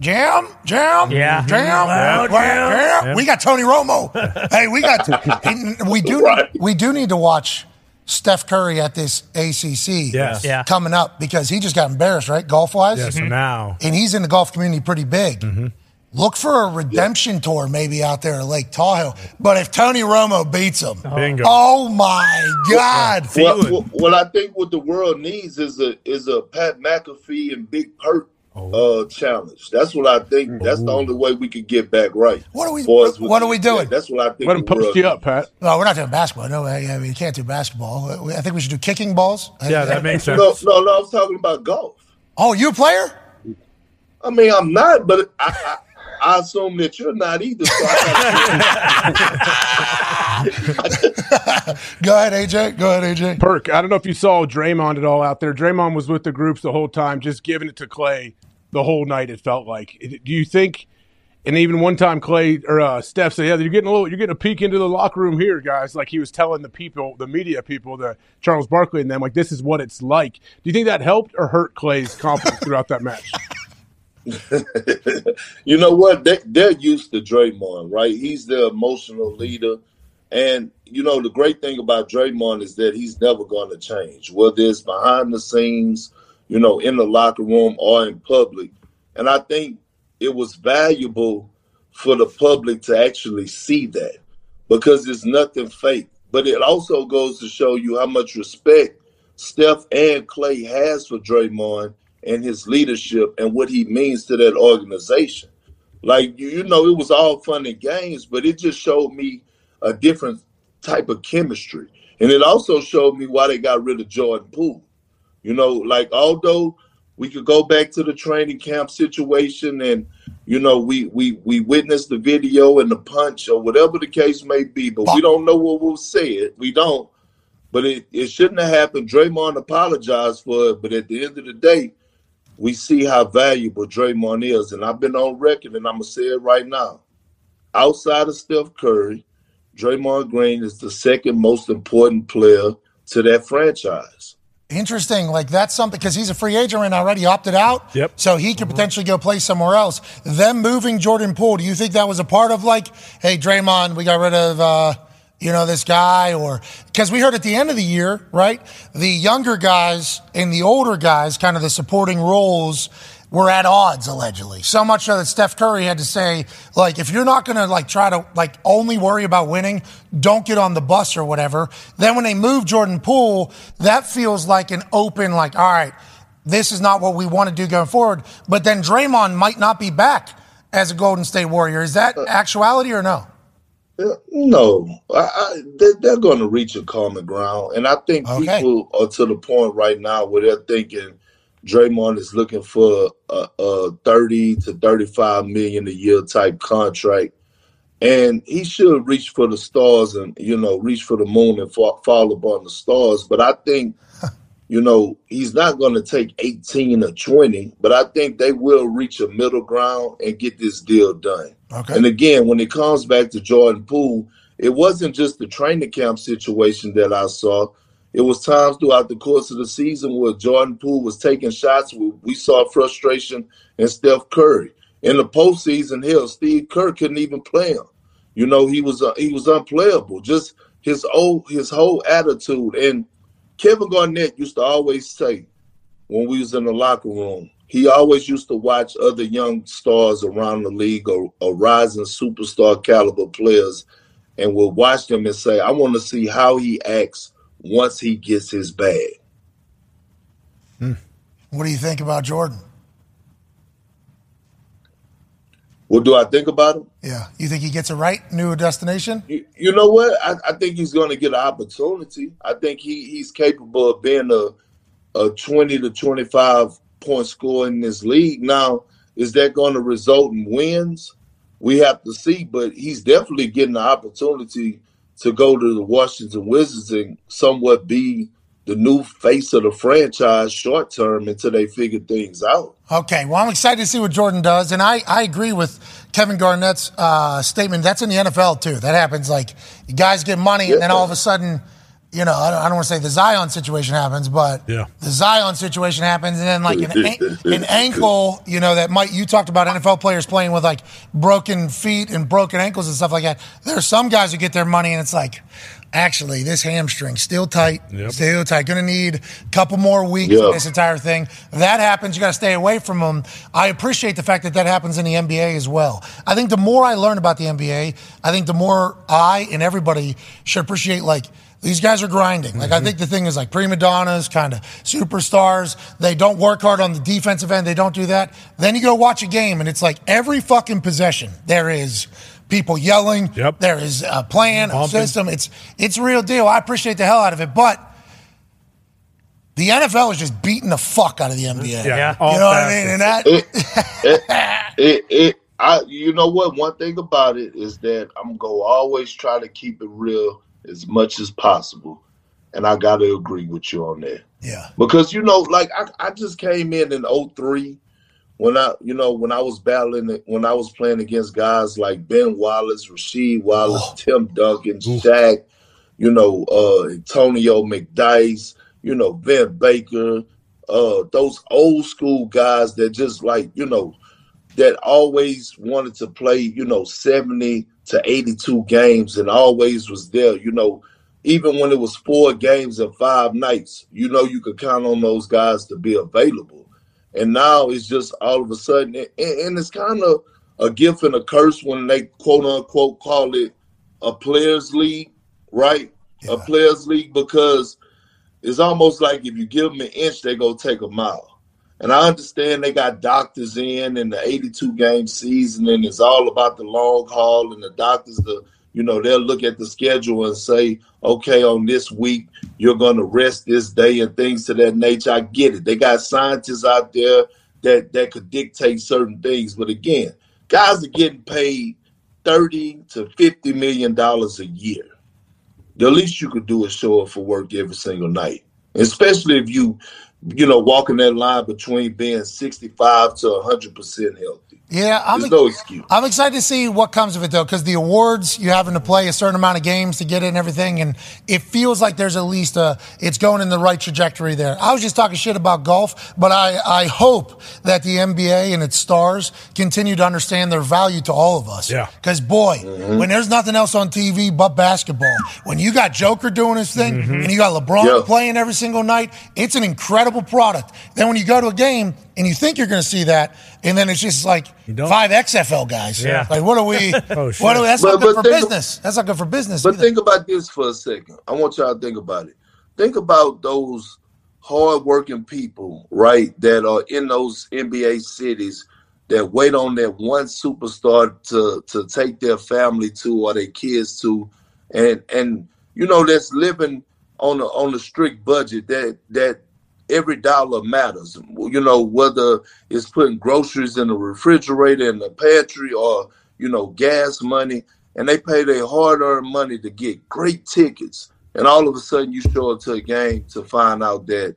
A: jam, jam,
E: Yeah.
A: jam, jam, jam. We got Tony Romo.
B: (laughs)
A: hey, we got. we do.
H: Right.
A: We do need to watch. Steph Curry at this ACC
B: Yes.
E: Yeah.
A: coming up because he just got embarrassed, right? Golf wise
B: yeah. So now
A: and he's in the golf community pretty big.
B: Mm-hmm.
A: Look for a redemption tour maybe out there at Lake Tahoe. But if Tony Romo beats him,
B: Bingo.
A: oh my (laughs) God.
H: What, what, what I think what the world needs is a is a Pat McAfee and Big Perk
A: Oh.
H: uh, challenge. That's what I think. That's the only way we could get back right.
A: What are we-
H: Boys,
A: what are we
H: yeah,
A: doing?
H: that's what I think.
G: Let him
H: the world
G: post you up,
H: needs.
G: Pat.
A: No, we're not doing basketball. No, I I mean, you can't do basketball. I think we should do kicking balls.
B: yeah, that makes sense.
H: (laughs) No, no, no. I was talking about golf.
A: Oh, you a player?
H: I mean, I'm not, but I. I I assume that you're not either. So
G: (laughs)
H: I
A: Go ahead, AJ. Go ahead, AJ.
G: Perk. I don't know if you saw Draymond at all out there. Draymond was with the groups the whole time, just giving it to Clay the whole night. It felt like. It- Do you think And even one time, Clay or uh, Steph said, "Yeah, you're getting a little, you're getting a peek into the locker room here, guys." Like he was telling the people, the media people, the Charles Barkley and them, like this is what it's like. Do you think that helped or hurt Clay's confidence throughout that match?
H: (laughs) you know what? They, they're used to Draymond, right? He's their emotional leader. And, you know, the great thing about Draymond is that he's never going to change, whether it's behind the scenes, you know, in the locker room or in public. And I think it was valuable for the public to actually see that because it's nothing fake. But it also goes to show you how much respect Steph and Clay has for Draymond and his leadership and what he means to that organization. Like you, you know, it was all fun and games, but it just showed me a different type of chemistry. And it also showed me why they got rid of Jordan Poole. You know, like although we could go back to the training camp situation and you know, we we we witnessed the video and the punch or whatever the case may be, but we don't know what was said. We don't. But it, it shouldn't have happened. Draymond apologized for it, but at the end of the day, we see how valuable Draymond is. And I've been on record, and I'm going to say it right now. Outside of Steph Curry, Draymond Green is the second most important player to that franchise.
A: Interesting. Like that's something because he's a free agent right now, right? He opted out.
B: Yep.
A: So he could potentially go play somewhere else. Them moving Jordan Poole, do you think that was a part of like, hey, Draymond, we got rid of uh, you know, this guy or because we heard at the end of the year, right? The younger guys and the older guys, kind of the supporting roles were at odds allegedly. So much so that Steph Curry had to say, like, if you're not gonna like try to like only worry about winning, don't get on the bus or whatever. Then when they move Jordan Poole, that feels like an open, like, all right, this is not what we want to do going forward. But then Draymond might not be back as a Golden State Warrior. Is that actuality or no?
H: Yeah, No, I, I, they, they're going to reach a common ground, and I think
A: Okay.
H: people are to the point right now where they're thinking Draymond is looking for a, a thirty to thirty-five million a year type contract, and he should reach for the stars and you know reach for the moon and fall, fall upon the stars. But I think you know he's not going to take eighteen or twenty, but I think they will reach a middle ground and get this deal done.
A: Okay.
H: And again, when it comes back to Jordan Poole, it wasn't just the training camp situation that I saw. It was times throughout the course of the season where Jordan Poole was taking shots. We we saw frustration in Steph Curry. In the postseason, hell, Steve Kerr couldn't even play him. You know, he was uh, he was unplayable. Just his old his whole attitude. And Kevin Garnett used to always say, when we was in the locker room. He always used to watch other young stars around the league or, or rising superstar caliber players and would watch them and say, I want to see how he acts once he gets his bag.
A: What do you think about Jordan?
H: What do I think about him?
A: Yeah. You think he gets it right? New destination?
H: You, you know what? I, I think he's going to get an opportunity. I think he, he's capable of being a, a 20 to 25 point scorer in this league. Now, is that going to result in wins? We have to see, but he's definitely getting the opportunity to go to the Washington Wizards and somewhat be the new face of the franchise short term until they figure things out.
A: Okay, well, I'm excited to see what Jordan does, and I, I agree with Kevin Garnett's uh, statement. That's in the NFL too. That happens. Like you guys get money, and then all of a sudden, you know, I don't, I don't want to say the Zion situation happens, but
B: Yeah.
A: the Zion situation happens, and then like an, an- an ankle, you know, that might you talked about NFL players playing with like broken feet and broken ankles and stuff like that. There are some guys who get their money, and it's like. Actually, this hamstring still tight, still tight. Going to need a couple more weeks.
H: Yeah.
A: of This entire thing. That happens. You got to stay away from them. I appreciate the fact that that happens in the NBA as well. I think the more I learn about the NBA, I think the more I and everybody should appreciate like these guys are grinding. Like I
B: Mm-hmm.
A: think the thing is like prima donnas, kind of superstars. They don't work hard on the defensive end. They don't do that. Then you go watch a game and it's like every fucking possession there is people yelling.
B: Yep.
A: There is a plan, a
B: Bumping.
A: system. It's it's a real deal. I appreciate the hell out of it, but the NFL is just beating the fuck out of the NBA.
B: Yeah.
A: You
B: All
A: know what I
B: facets.
A: mean? And that
H: it, it,
A: (laughs)
H: it, it, I, you know what? One thing about it is that I'm gonna always try to keep it real as much as possible, and I gotta agree with you on that
A: yeah.
H: oh because you know, like I, I just came in in 03 when I, you know, when I was battling, it- when I was playing against guys like Ben Wallace, Rasheed Wallace, Tim Duncan, Shaq, you know, uh, Antonio McDice, you know, Ben Baker, uh, those old school guys that just like, you know, that always wanted to play, you know, 70 to 82 games and always was there, you know, even when it was four games and five nights, you know, you could count on those guys to be available. And now it's just all of a sudden, and, and it's kind of a gift and a curse when they quote unquote call it a players league, right? A players league because it's almost like if you give them an inch, they go take a mile. And I understand they got doctors in and the 82 game season, and it's all about the long haul. And the doctors, the you know, they'll look at the schedule and say, okay, on this week, you're going to rest this day and things to that nature. I get it. They got scientists out there that, that could dictate certain things. But again, guys are getting paid 30 to $50 million dollars a year the least you could do is show up for work every single night. Especially if you, you know, walking that line between being 65 to 100% healthy.
A: Yeah, I'm,
H: There's no excuse.
A: I'm excited to see what comes of it though, because the awards you having to play a certain amount of games to get in and everything, and it feels like there's at least a it's going in the right trajectory there. I was just talking shit about golf, but I I hope that the NBA and its stars continue to understand their value to all of us.
B: Yeah.
A: Because boy,
H: Mm-hmm.
A: when there's nothing else on TV but basketball, when you got Joker doing his thing
B: Mm-hmm.
A: and you got LeBron
H: Yeah.
A: playing every single night, it's an incredible product. Then when you go to a game and you think you're going to see that, and then it's just like
B: don't.
A: five XFL guys.
B: Yeah.
A: Like what
B: (laughs)
A: are we?
B: Oh, shit.
A: what are, that's not
H: But-
A: good
H: but
A: for
H: think-
A: business. That's not good for business.
H: But
A: either.
H: think about this for a second. I want y'all to think about it. Think about those hardworking people, right, that are in those NBA cities that wait on that one superstar to to take their family to or their kids to, and and you know that's living on a on a strict budget that that every dollar matters. You know whether it's putting groceries in the refrigerator in the pantry or you know gas money and they pay their hard-earned money to get great tickets, and all of a sudden you show up to a game to find out that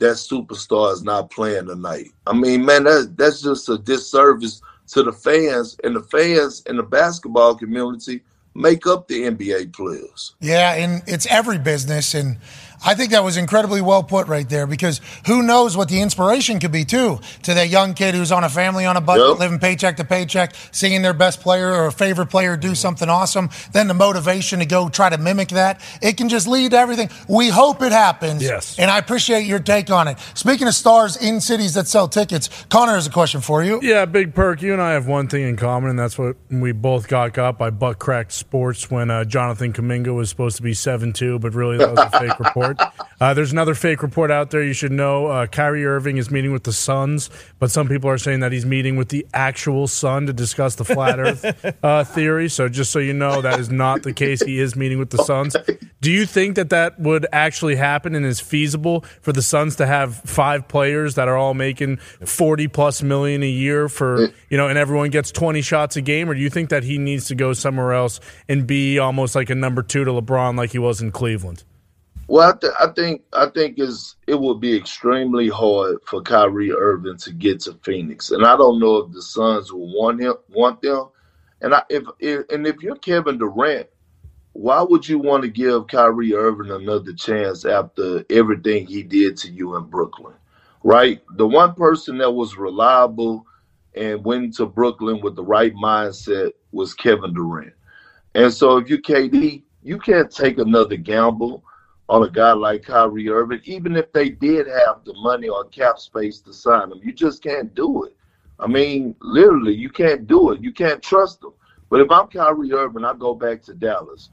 H: that superstar is not playing tonight. I mean, man, that that's just a disservice to the fans, and the fans and the basketball community make up the NBA players.
A: Yeah, and it's every business. And I think that was incredibly well put right there because who knows what the inspiration could be, too, to that young kid who's on a family on a budget,
H: Yep.
A: living paycheck to paycheck, seeing their best player or favorite player do something awesome, then the motivation to go try to mimic that. It can just lead to everything. We hope it happens.
B: Yes.
A: And I appreciate your take on it. Speaking of stars in cities that sell tickets, Connor has a question for you.
B: Yeah, Big Perk, you and I have one thing in common, and that's what we both got got by Buck Cracked Sports when uh, Jonathan Kaminga was supposed to be 7 2, but really that was a fake
A: (laughs)
B: report. Uh, there's another fake report out there you should know. Uh, Kyrie Irving is meeting with the Suns, but some people are saying that he's meeting with the actual Sun to discuss (laughs) the
A: (laughs)
B: flat earth uh, theory. So just so you know, that is not the case. He is meeting with the Suns. Do you think that that would actually happen and is feasible for the Suns to have five players that are all making 40 plus million a year for, you know, and everyone gets 20 shots a game? Or do you think that he needs to go somewhere else and be almost like a number two to LeBron like he was in Cleveland?
H: Well, I, th- I think I think is it would be extremely hard for Kyrie Irving to get to Phoenix, and I don't know if the Suns will want him want them. And I if, if and if you're Kevin Durant, why would you want to give Kyrie Irving another chance after everything he did to you in Brooklyn? Right, the one person that was reliable and went to Brooklyn with the right mindset was Kevin Durant. And so if you KD, you can't take another gamble on a guy like Kyrie Irving, even if they did have the money or cap space to sign him. You just can't do it. I mean, literally, you can't do it. You can't trust them. But if I'm Kyrie Irving, I go back to Dallas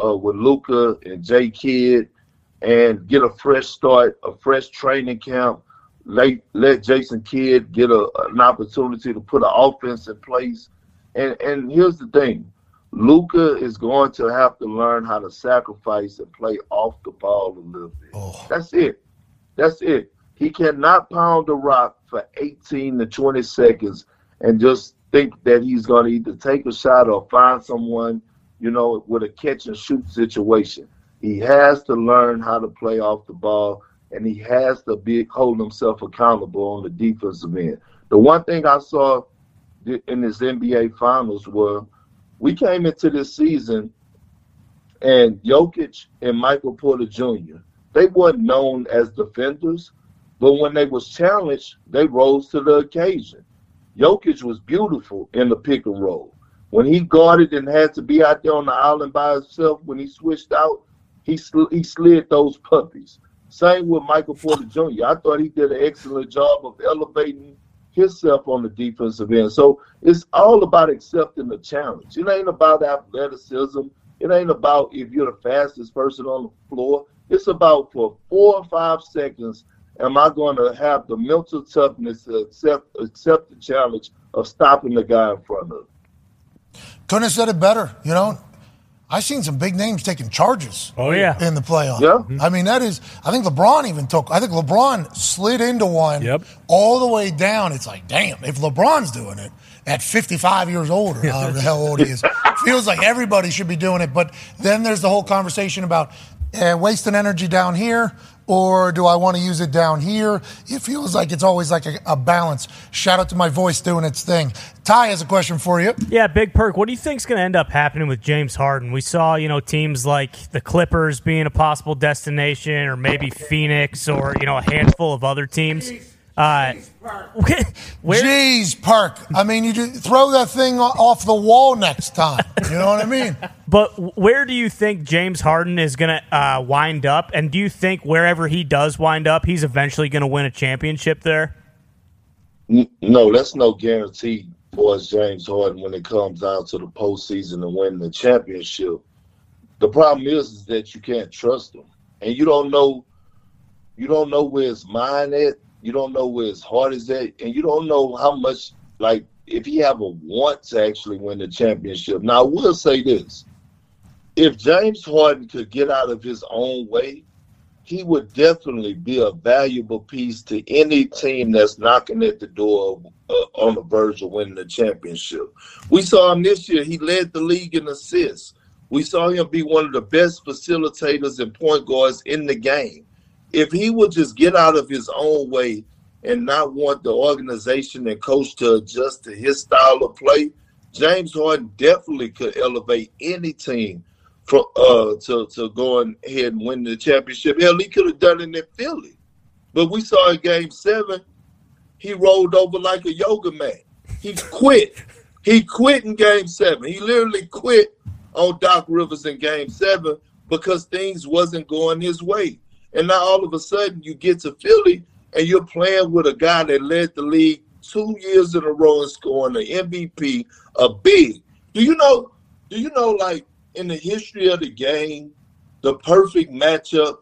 H: uh, with Luca and Jay Kidd and get a fresh start, a fresh training camp. Let, let Jason Kidd get a, an opportunity to put an offense in place. And and here's the thing, Luca is going to have to learn how to sacrifice and play off the ball a little bit. That's it. That's it. He cannot pound the rock for 18 to 20 seconds and just think that he's going to either take a shot or find someone, you know, with a catch and shoot situation. He has to learn how to play off the ball and he has to be hold himself accountable on the defensive end. The one thing I saw th- in this NBA Finals were we came into this season and Jokic and Michael Porter Jr. They weren't known as defenders, but when they was challenged, they rose to the occasion. Jokic was beautiful in the pick and roll. When he guarded and had to be out there on the island by himself, when he switched out, he sl- he slid those puppies. Same with Michael Porter Jr. I thought he did an excellent job of elevating himself on the defensive end. So it's all about accepting the challenge. It ain't about athleticism. It ain't about if you're the fastest person on the floor. It's about for four or five seconds, am I going to have the mental toughness to accept accept the challenge of stopping the guy in front of?
A: Couldn't have said it better. You know, I've seen some big names taking charges.
B: Oh, yeah.
A: in the playoffs. Mm-hmm.
H: Yeah.
A: I mean that is. I think LeBron even took. I think LeBron slid into one.
B: Yep.
A: all the way down. It's like, damn, if LeBron's doing it at 55 years old, or
B: (laughs)
A: however the hell old he is, feels like everybody should be doing it. But then there's the whole conversation about eh, wasting energy down here. Or do I want to use it down here? It feels like it's always like a, a balance. Shout out to my voice doing its thing. Ty has a question for you.
E: Yeah, big perk. What do you think's going to end up happening with James Harden? We saw, you know, teams like the Clippers being a possible destination, or maybe Phoenix, or you know, a handful of other teams. Uh, (laughs) where
A: Jeez, Park. I mean, you just throw that thing o- off the wall next time. You know what I mean?
E: (laughs) But where do you think James Harden is going to uh, wind up? And do you think wherever he does wind up, he's eventually going to win a championship there?
H: N- No, that's no guarantee for us, James Harden, when it comes down to the postseason and win the championship. The problem is, is that you can't trust him, and you don't know, you don't know where his mind at, you don't know where his heart is at, and you don't know how much, like, if he have a want to actually win the championship. Now, I will say this: if James Harden could get out of his own way, he would definitely be a valuable piece to any team that's knocking at the door uh, on the verge of winning the championship. We saw him this year. He led the league in assists. We saw him be one of the best facilitators and point guards in the game. If he would just get out of his own way and not want the organization and coach to adjust to his style of play, James Harden definitely could elevate any team for uh to to go ahead and win the championship. Hell, he could have done it in Philly, but we saw in Game Seven, he rolled over like a yoga mat. He quit. he quit in Game Seven. He literally quit on Doc Rivers in Game Seven because things wasn't going his way. And now all of a sudden, you get to Philly and you're playing with a guy that led the league two years in a row and scoring an MVP, a big. Do you know? Do you know? Like in the history of the game, the perfect matchup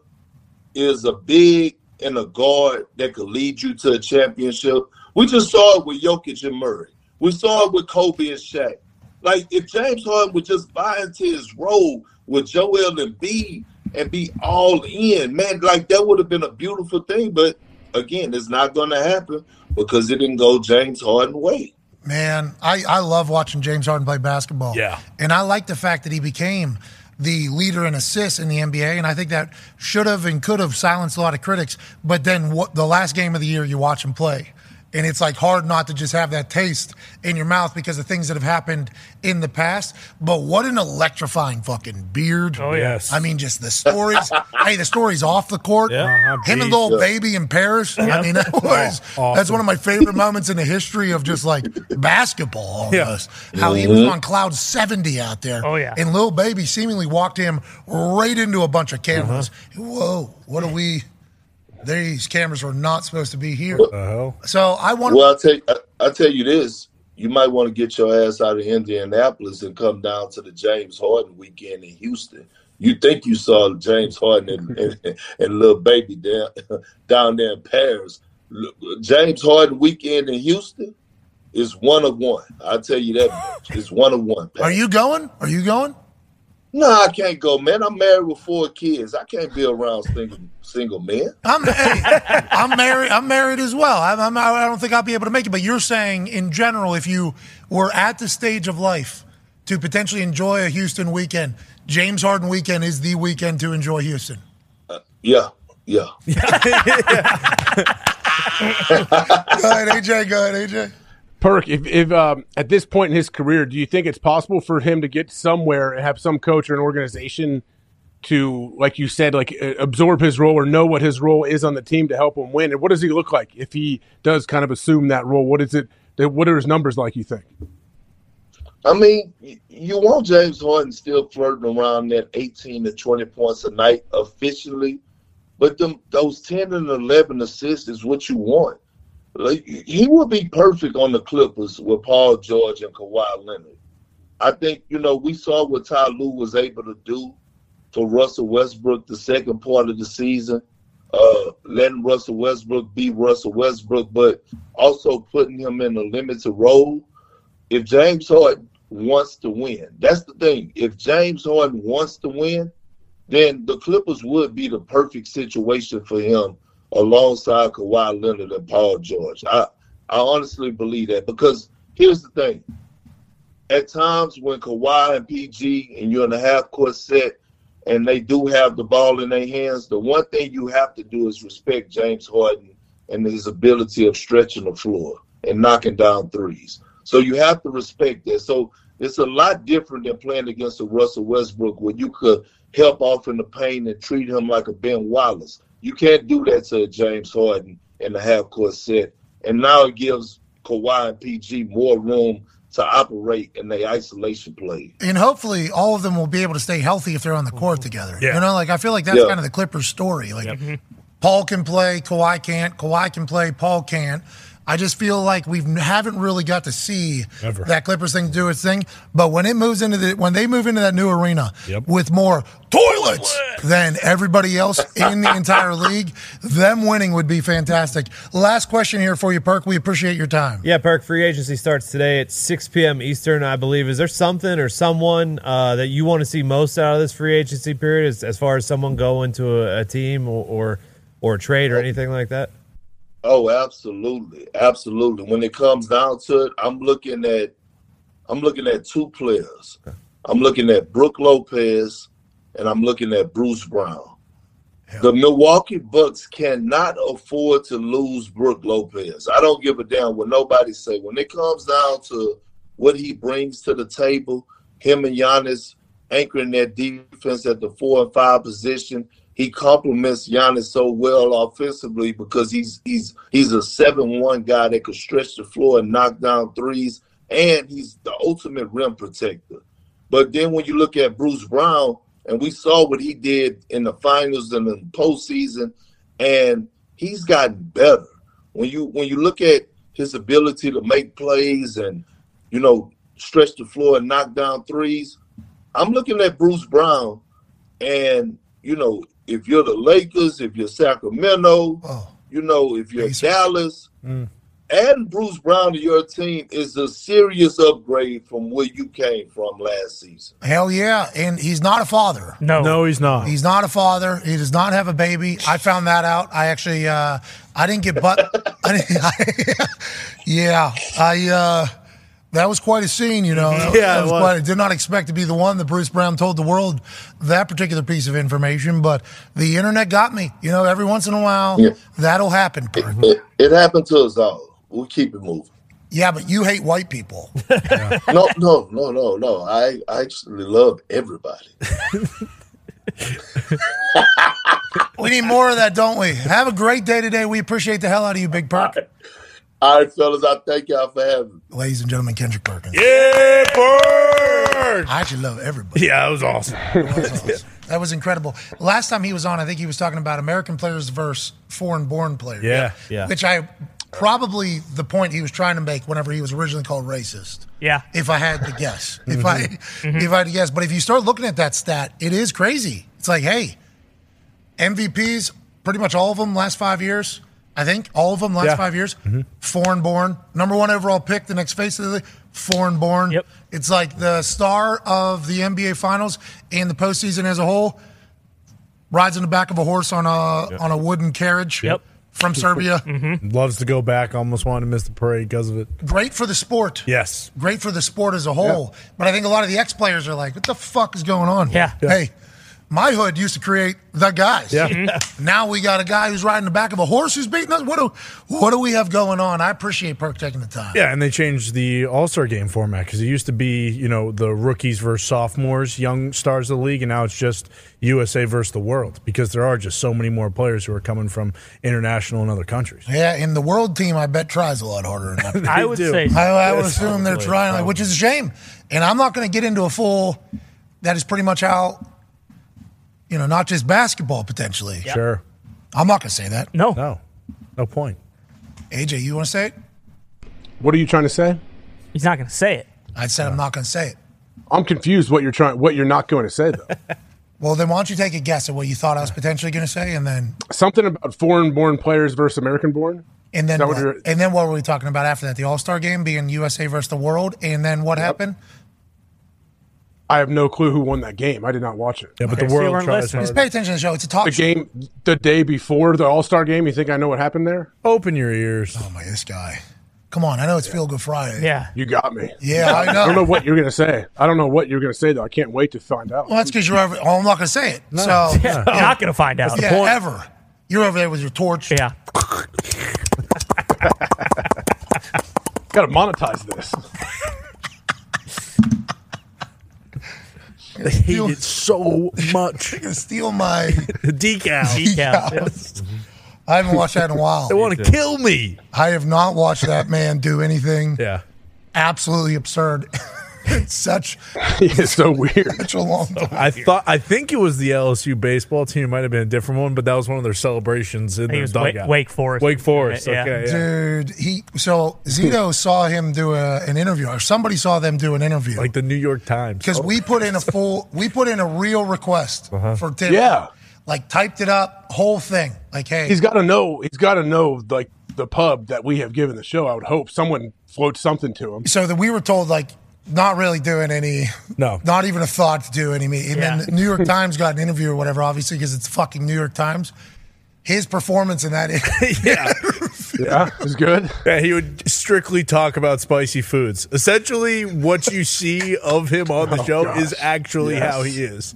H: is a big and a guard that could lead you to a championship. We just saw it with Jokic and Murray. We saw it with Kobe and Shaq. Like if James Harden would just buy into his role with Joel and B and be all in, man, like that would have been a beautiful thing. But again, it's not going to happen because it didn't go James Harden way.
A: Man, I, I love watching James Harden play basketball.
B: Yeah.
A: And I like the fact that he became the leader in assists in the NBA. And I think that should have and could have silenced a lot of critics. But then what, the last game of the year, you watch him play. And it's like hard not to just have that taste in your mouth because of things that have happened in the past. But what an electrifying fucking beard.
B: Oh, yes.
A: I mean, just the stories. (laughs) hey, the stories off the court.
B: Yeah. Uh-huh,
A: Him and
B: geez.
A: little baby in Paris. I
B: (laughs)
A: mean, that was, that's
B: awesome.
A: one of my favorite moments in the history of just like basketball almost. How he was on cloud 70 out there.
E: Oh, yeah.
A: And Lil Baby seemingly walked him right into a bunch of cameras.
E: Uh-huh.
A: Whoa, what are we? These cameras were not supposed to be here.
B: The
E: Uh-huh.
B: hell?
A: So I want
H: Well, I'll tell, I, I'll tell you this. You might want to get your ass out of Indianapolis and come down to the James Harden weekend in Houston. You think you saw James Harden and, and, (laughs) and little baby down, (laughs) down there in Paris. Look, James Harden weekend in Houston is one of one. I'll tell you that. much. It's one of one. Pat.
A: Are you going? Are you going?
H: No, I can't go, man. I'm married with four kids. I can't be around single single men.
A: I'm hey, (laughs) I'm married. I'm married as well. I'm, I'm, I don't think I'll be able to make it. But you're saying, in general, if you were at the stage of life to potentially enjoy a Houston weekend, James Harden weekend is the weekend to enjoy Houston.
H: Yeah, yeah.
A: Go ahead, AJ. Go ahead, AJ.
G: Perk, if, if um, at this point in his career, do you think it's possible for him to get somewhere and have some coach or an organization to, like you said, like uh, absorb his role or know what his role is on the team to help him win? And what does he look like if he does kind of assume that role? What is it? that- What are his numbers like? You think?
H: I mean, y- you want James Harden still flirting around that 18 to 20 points a night officially, but them those 10 and 11 assists is what you want. Like, he would be perfect on the Clippers with Paul George and Kawhi Leonard. I think you know we saw what Ty Lue was able to do to Russell Westbrook the second part of the season, uh, letting Russell Westbrook be Russell Westbrook, but also putting him in a limited role if James Harden wants to win, that's the thing. If James Harden wants to win, then the Clippers would be the perfect situation for him alongside Kawhi Leonard and Paul George. I, I honestly believe that because here's the thing. At times when Kawhi and PG and you're in a half court set and they do have the ball in their hands, the one thing you have to do is respect James Harden and his ability of stretching the floor and knocking down threes. So you have to respect that. So it's a lot different than playing against a Russell Westbrook where you could help off in the paint and treat him like a Ben Wallace. You can't do that to a James Harden in the half court set. And now it gives Kawhi and PG more room to operate in their isolation play.
A: and hopefully all of them will be able to stay healthy if they're on the court together.
B: Yeah. Mm-hmm.
A: You know, like I feel like that's
H: Yeah.
A: kind of the Clippers story. Like Paul can play, Kawhi can't. Kawhi can play, Paul can't. I just feel like we haven't really got to see
B: Ever.
A: that Clippers thing do its thing. But when it moves into the when they move into that new arena
B: Yep.
A: with more toilets than everybody else in the entire league, them winning would be fantastic. Last question here for you, Perk. We appreciate your time.
D: Yeah, Perk, free agency starts today at 6 p.m. Eastern, I believe. Is there something or someone uh, that you want to see most out of this free agency period as, as far as someone going to a, a team or, or, or a trade or anything like that?
H: Oh, absolutely, absolutely. When it comes down to it, I'm looking at, I'm looking at two players. I'm looking at Brooke Lopez, and I'm looking at Bruce Brown. The Milwaukee Bucks cannot afford to lose Brooke Lopez. I don't give a damn what nobody say. When it comes down to what he brings to the table, him and Giannis anchoring their defense at the four and five position. He complements Giannis so well offensively because he's he's he's a seven one guy that could stretch the floor and knock down threes, and he's the ultimate rim protector. But then when you look at Bruce Brown, and we saw what he did in the finals and in the postseason, and he's gotten better. When you when you look at his ability to make plays and you know stretch the floor and knock down threes, I'm looking at Bruce Brown, and you know if you're the Lakers, if you're Sacramento,
A: Oh.
H: you know if you're
A: Pacers.
H: Dallas, adding Bruce Brown to your team is a serious upgrade from where you came from last season.
A: Hell yeah. And he's not a father.
E: No.
B: No, he's not.
A: He's not a father. He does not have a baby. I found that out. I actually, uh, I didn't get but. (laughs) I didn't, yeah, I. Uh, that was quite a scene, you know. That was-
B: Yeah,
A: that
B: it
A: was
B: was.
A: quite- I did not expect to be the one that Bruce Brown told the world that particular piece of information, but the internet got me. You know, every once in a while,
H: Yeah.
A: that'll happen. Perk.
H: It, it happened to us all. We keep it moving.
A: Yeah, but you hate white people.
H: No, no, no, no, no. I, I actually love everybody.
A: We need more of that, don't we? Have a great day today. We appreciate the hell out of you, Big Perk.
H: All right, fellas, I thank y'all for having me.
A: Ladies and gentlemen, Kendrick Perkins.
B: Yeah, Perk!
A: I actually love everybody.
B: Yeah, that was awesome.
A: That was incredible. Last time he was on, I think he was talking about American players versus foreign-born players.
B: Yeah,
D: yeah.
A: Which I probably the point he was trying to make whenever he was originally called racist.
E: Yeah.
A: If I had to guess, if I if I had to guess, but if you start looking at that stat, it is crazy. It's like, hey, MVPs, pretty much all of them last five years. I think all of them last
B: Yeah.
A: five years.
E: Mm-hmm.
A: Foreign born, number one overall pick, the next face of the league, foreign born.
E: Yep.
A: It's like the star of the NBA Finals and the postseason as a whole rides on the back of a horse on a on a wooden carriage.
E: Yep.
A: From
E: (laughs)
A: Serbia,
B: Loves to go back. Almost wanted to miss the parade because of it.
A: great for the sport.
B: Yes.
A: great for the sport as a whole. But I think a lot of the ex players are like, "What the fuck is going on?"
E: Yeah.
A: Hey, my hood used to create the guys.
B: Yeah.
A: (laughs) Now we got a guy who's riding the back of a horse who's beating us. What do what do we have going on? I appreciate Perk taking the time.
B: Yeah, and they changed the All Star game format because it used to be, you know, the rookies versus sophomores, young stars of the league, and now it's just USA versus the world because there are just so many more players who are coming from international and other countries.
A: Yeah, and the world team, I bet, tries a lot harder than that.
E: (laughs) I would
B: do.
E: say.
A: I, I would
B: Yes,
A: assume they're
B: probably,
A: trying, like, which is a shame. And I'm not going to get into a full. That is pretty much how, you know, not just basketball potentially.
B: Sure.
A: I'm not going to say that.
E: No.
B: No, no point.
A: AJ, you want to say it?
G: What are you trying to say?
E: he's not going to say it.
A: I said I'm not going to say it.
G: I'm confused. What you're trying? What you're not going to say though?
A: (laughs) Well, then why don't you take a guess at what you thought I was potentially going to say, and then
G: Something about foreign-born players versus American-born.
A: and then
G: That would
A: what?
G: re-
A: and then what were we talking about after that? The All Star game being USA versus the world, and then what happened?
G: I have no clue who won that game. I did not watch it.
B: Yeah, but
E: Okay,
B: the
E: so you
B: world
E: weren't
B: tries
E: listening.
A: Just
B: hard.
A: pay attention to the show. It's a talk
G: The
A: show.
G: game the day before the All Star game. You think I know what happened there?
B: Open your ears.
A: Oh my, this guy. Come on, I know it's Feel Good Friday.
E: Yeah.
G: You got me.
A: Yeah, I
G: (laughs)
A: know.
G: I don't know what you're gonna say. I don't know what you're gonna say though. I can't wait to find out.
A: Well, that's because you're over. Oh, I'm not going to say it.
E: (laughs)
A: So,
E: Yeah. You're not going to find out.
A: yeah, ever. You're over there with your torch.
E: Yeah.
G: (laughs) Gotta monetize this.
B: They hate it so much.
A: You're going to steal
B: (laughs)
A: my.
B: The decal.
E: Decal.
A: I haven't watched that in a while.
B: They want to kill me.
A: I have not watched that man do anything
B: Yeah.
A: absolutely absurd. (laughs)
G: (laughs)
A: in such
G: it's so weird.
A: such a long time.
B: I thought I think it was the LSU baseball team. It might have been a different one, but that was one of their celebrations in
E: think
B: the
E: it was Wa-
B: dugout.
E: Wake Forest.
B: Wake Forest.
E: Yeah.
B: Okay. Yeah.
A: Dude, he so
B: (laughs)
A: Zito saw him do a, an interview, or somebody saw them do an interview.
B: Like the New York Times.
A: because we put in a full, we put in a
B: (laughs)
A: real request
B: Uh-huh.
A: for Tim.
G: Yeah.
A: like typed it up, whole thing. Like, hey,
G: He's gotta know he's gotta know like the pub that we have given the show. I would hope someone floats something to him.
A: so that we were told like not really doing any
B: No.
A: not even a thought to do any meet and
E: Yeah.
A: then the new
E: (laughs)
A: york times got an interview or whatever obviously because it's fucking new york times his performance in that (laughs)
B: yeah.
G: Yeah. It's good.
B: Yeah, he would strictly talk about spicy foods. Essentially, what you see of him on
D: Oh,
B: the show
G: gosh.
B: is actually
G: Yes.
B: how he is.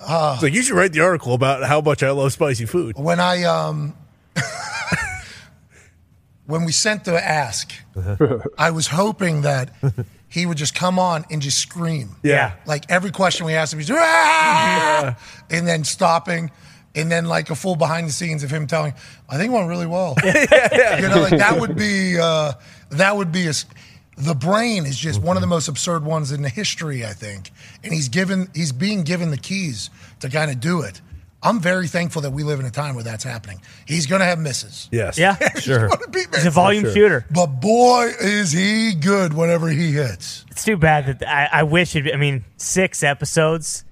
B: It's like you should write the article about how much I love spicy food.
A: when i um (laughs) when we sent the ask i was hoping that he would just come on and just scream
B: Yeah.
A: like every question we asked him he's "Ah!" and then stopping and then like a full behind the scenes of him telling i think it went really
E: (laughs)
A: well you know like that would be uh, that would be a s the brain is just one of the most absurd ones in the history i think and he's given he's being given the keys to kind of do it i'm very thankful that we live in a time where that's happening he's gonna have misses
B: Yes.
E: Yeah.
A: (laughs)
D: Sure.
A: Gonna be
E: He's a
A: misses.
E: volume shooter.
A: but boy is he good whenever he hits
E: It's too bad that I, I wish it. I mean, six episodes.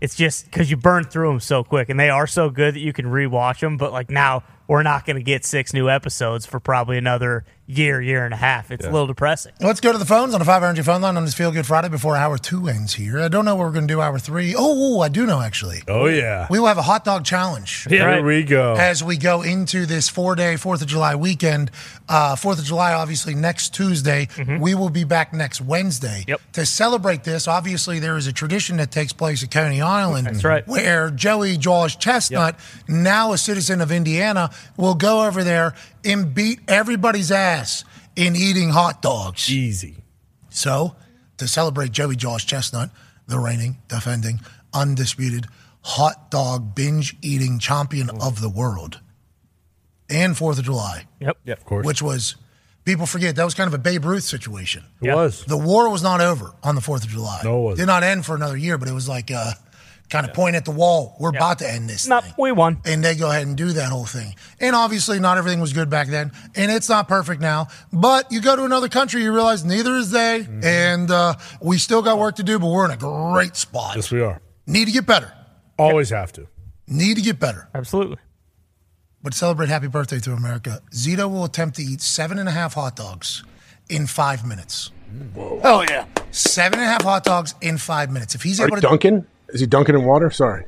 E: It's just because you burn through them so quick, and they are so good that you can rewatch them. But like now, we're not going to get six new episodes for probably another year, year and a half. It's a little depressing.
A: Let's go to the phones on the 500 phone line on this Feel Good Friday before hour two ends here. I don't know what we're going to do hour three. Oh, I do know actually.
B: Oh yeah.
A: We will have a hot dog challenge
B: Here
E: Right.
B: we go.
A: as we go into this four day Fourth of July weekend. Uh, Fourth of July, obviously, next Tuesday. We will be back next Wednesday
E: Mm-hmm. Yep.
A: to celebrate this. Obviously, there is a tradition that takes place at Coney Island,
E: That's right.
A: where Joey Josh Chestnut, now a citizen of Indiana, will go over there and beat everybody's ass in eating hot dogs.
B: Easy.
A: So, to celebrate Joey Josh Chestnut, the reigning, defending, undisputed hot dog binge eating champion of the world, and Fourth of July,
E: Yep.
D: Yep.
A: which was people forget that was kind of a Babe Ruth situation.
B: It
E: Yeah.
B: was.
A: The war was not over on the Fourth of July.
B: No, it wasn't.
A: did not end for another year, but it was like uh, kind of point at the wall. We're about to end this.
E: No,
A: thing
E: we won.
A: and they go ahead and do that whole thing. And obviously, not everything was good back then, and it's not perfect now. But you go to another country, you realize neither is they,
B: Mm-hmm.
A: and uh, we still got work to do. But we're in a great spot.
B: Yes, we are.
A: Need to get better.
B: Always have to.
A: Need to get better.
E: Absolutely.
A: But celebrate happy birthday to America. Zito will attempt to eat seven and a half hot dogs in five minutes.
G: Hell yeah.
A: Seven and a half hot dogs in five minutes. If he's
G: Are
A: able
G: you
A: to,
G: dunking? Is he dunking in water? Sorry.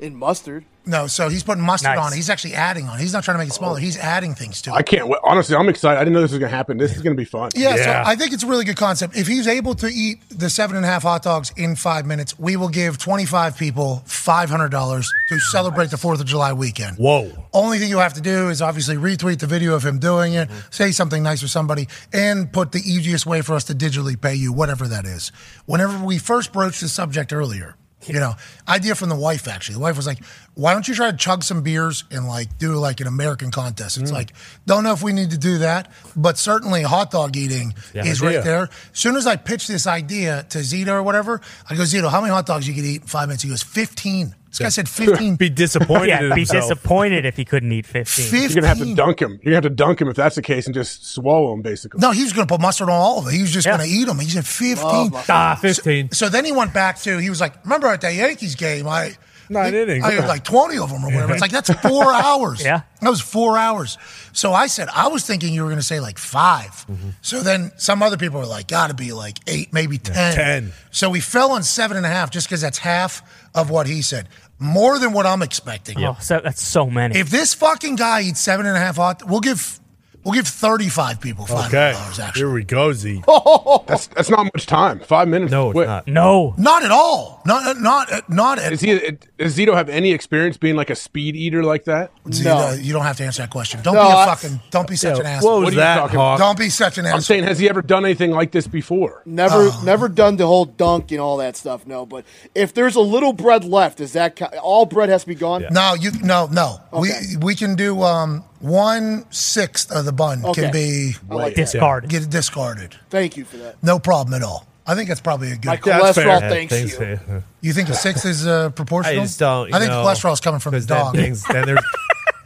C: In mustard.
A: No, so he's putting mustard
E: Nice.
A: on. it. He's actually adding on. it. He's not trying to make it smaller. He's adding things to it.
G: I can't wait. Honestly, I'm excited. I didn't know this was going to happen. This is going to be fun.
A: Yeah,
B: Yeah.
A: so I think it's a really good concept. If he's able to eat the seven and a half hot dogs in five minutes, we will give 25 people $500 to celebrate the 4th of July weekend.
B: Whoa.
A: Only thing you have to do is obviously retweet the video of him doing
B: Mm-hmm.
A: it, say something nice to somebody, and put the easiest way for us to digitally pay you, whatever that is. Whenever we first broached the subject earlier, you know, idea from the wife actually. The wife was like, "Why don't you try to chug some beers and like do like an American contest?"
B: Mm.
A: It's like, don't know if we need to do that, but certainly hot dog eating is right
B: idea.
A: there. soon as I pitched this idea to Zito or whatever, I go, "Zito, how many hot dogs you could eat in five minutes?" He goes, "15." This guy said
B: (laughs)
A: 15.
B: Be disappointed
E: (laughs) Yeah,
B: in
E: be
B: himself.
E: disappointed if he couldn't eat 15.
A: 15.
G: You're going to have to dunk him. You're going to have to dunk him if that's the case and just swallow him, basically.
A: No, he was going to put mustard on all of it. He was just
E: Yeah.
A: going to eat them. He said 15.
D: Ah, 15.
A: So then he went back to, he was like, remember at that Yankees game, I.
B: Nine
A: I think
B: innings.
A: I had like 20 of them or whatever. It's like, that's
E: (laughs)
A: four hours.
E: Yeah.
A: That was four hours. So I said, I was thinking you were going to say like 5
G: Mm-hmm.
A: So then some other people were like, gotta be like eight, maybe 10.
B: 10.
A: So we fell on seven and a half just because that's half of what he said. More than what I'm expecting.
E: Oh, so that's so many.
A: If this fucking guy eats seven and a half hot, we'll give, we'll give 35 people $500
B: Okay.
A: actually. Oh,
B: Here we go,
A: (laughs)
B: Z.
I: (laughs)
G: That's that's not much time. Five minutes.
D: No, it's
G: Wait,
D: not.
E: no.
A: Not at all. Not uh, not not at.
G: Is he? uh, Does Zito have any experience being like a speed eater like that?
A: Zeta, You don't have to answer that question. Don't
C: No,
A: be a
C: I-
A: fucking. Don't be such an asshole.
B: What was
G: are you
B: that,
G: talking
B: Hawk?
A: don't be such an
G: I'm
A: asshole.
G: saying, has he ever done anything like this before?
I: Never,
A: Oh.
I: never done the whole dunk and all that stuff. No, but if there's a little bread left, is that ca- all bread has to be gone?
A: no, you no no.
I: Okay.
A: We we can do um one sixth of the bun
I: Okay.
A: can be
I: I like that.
E: Discarded.
A: get discarded.
I: Thank you for that.
A: No problem at all. I think that's probably a
I: My
A: good.
B: that's fair.
I: cholesterol
B: Yeah,
I: thanks
D: Things-
I: you.
A: You think a sixth is uh,
D: I
A: proportional?
D: just don't. you
A: I think
D: know,
A: cholesterol's coming from the
D: 'cause then
A: dog.
D: Things, then there's,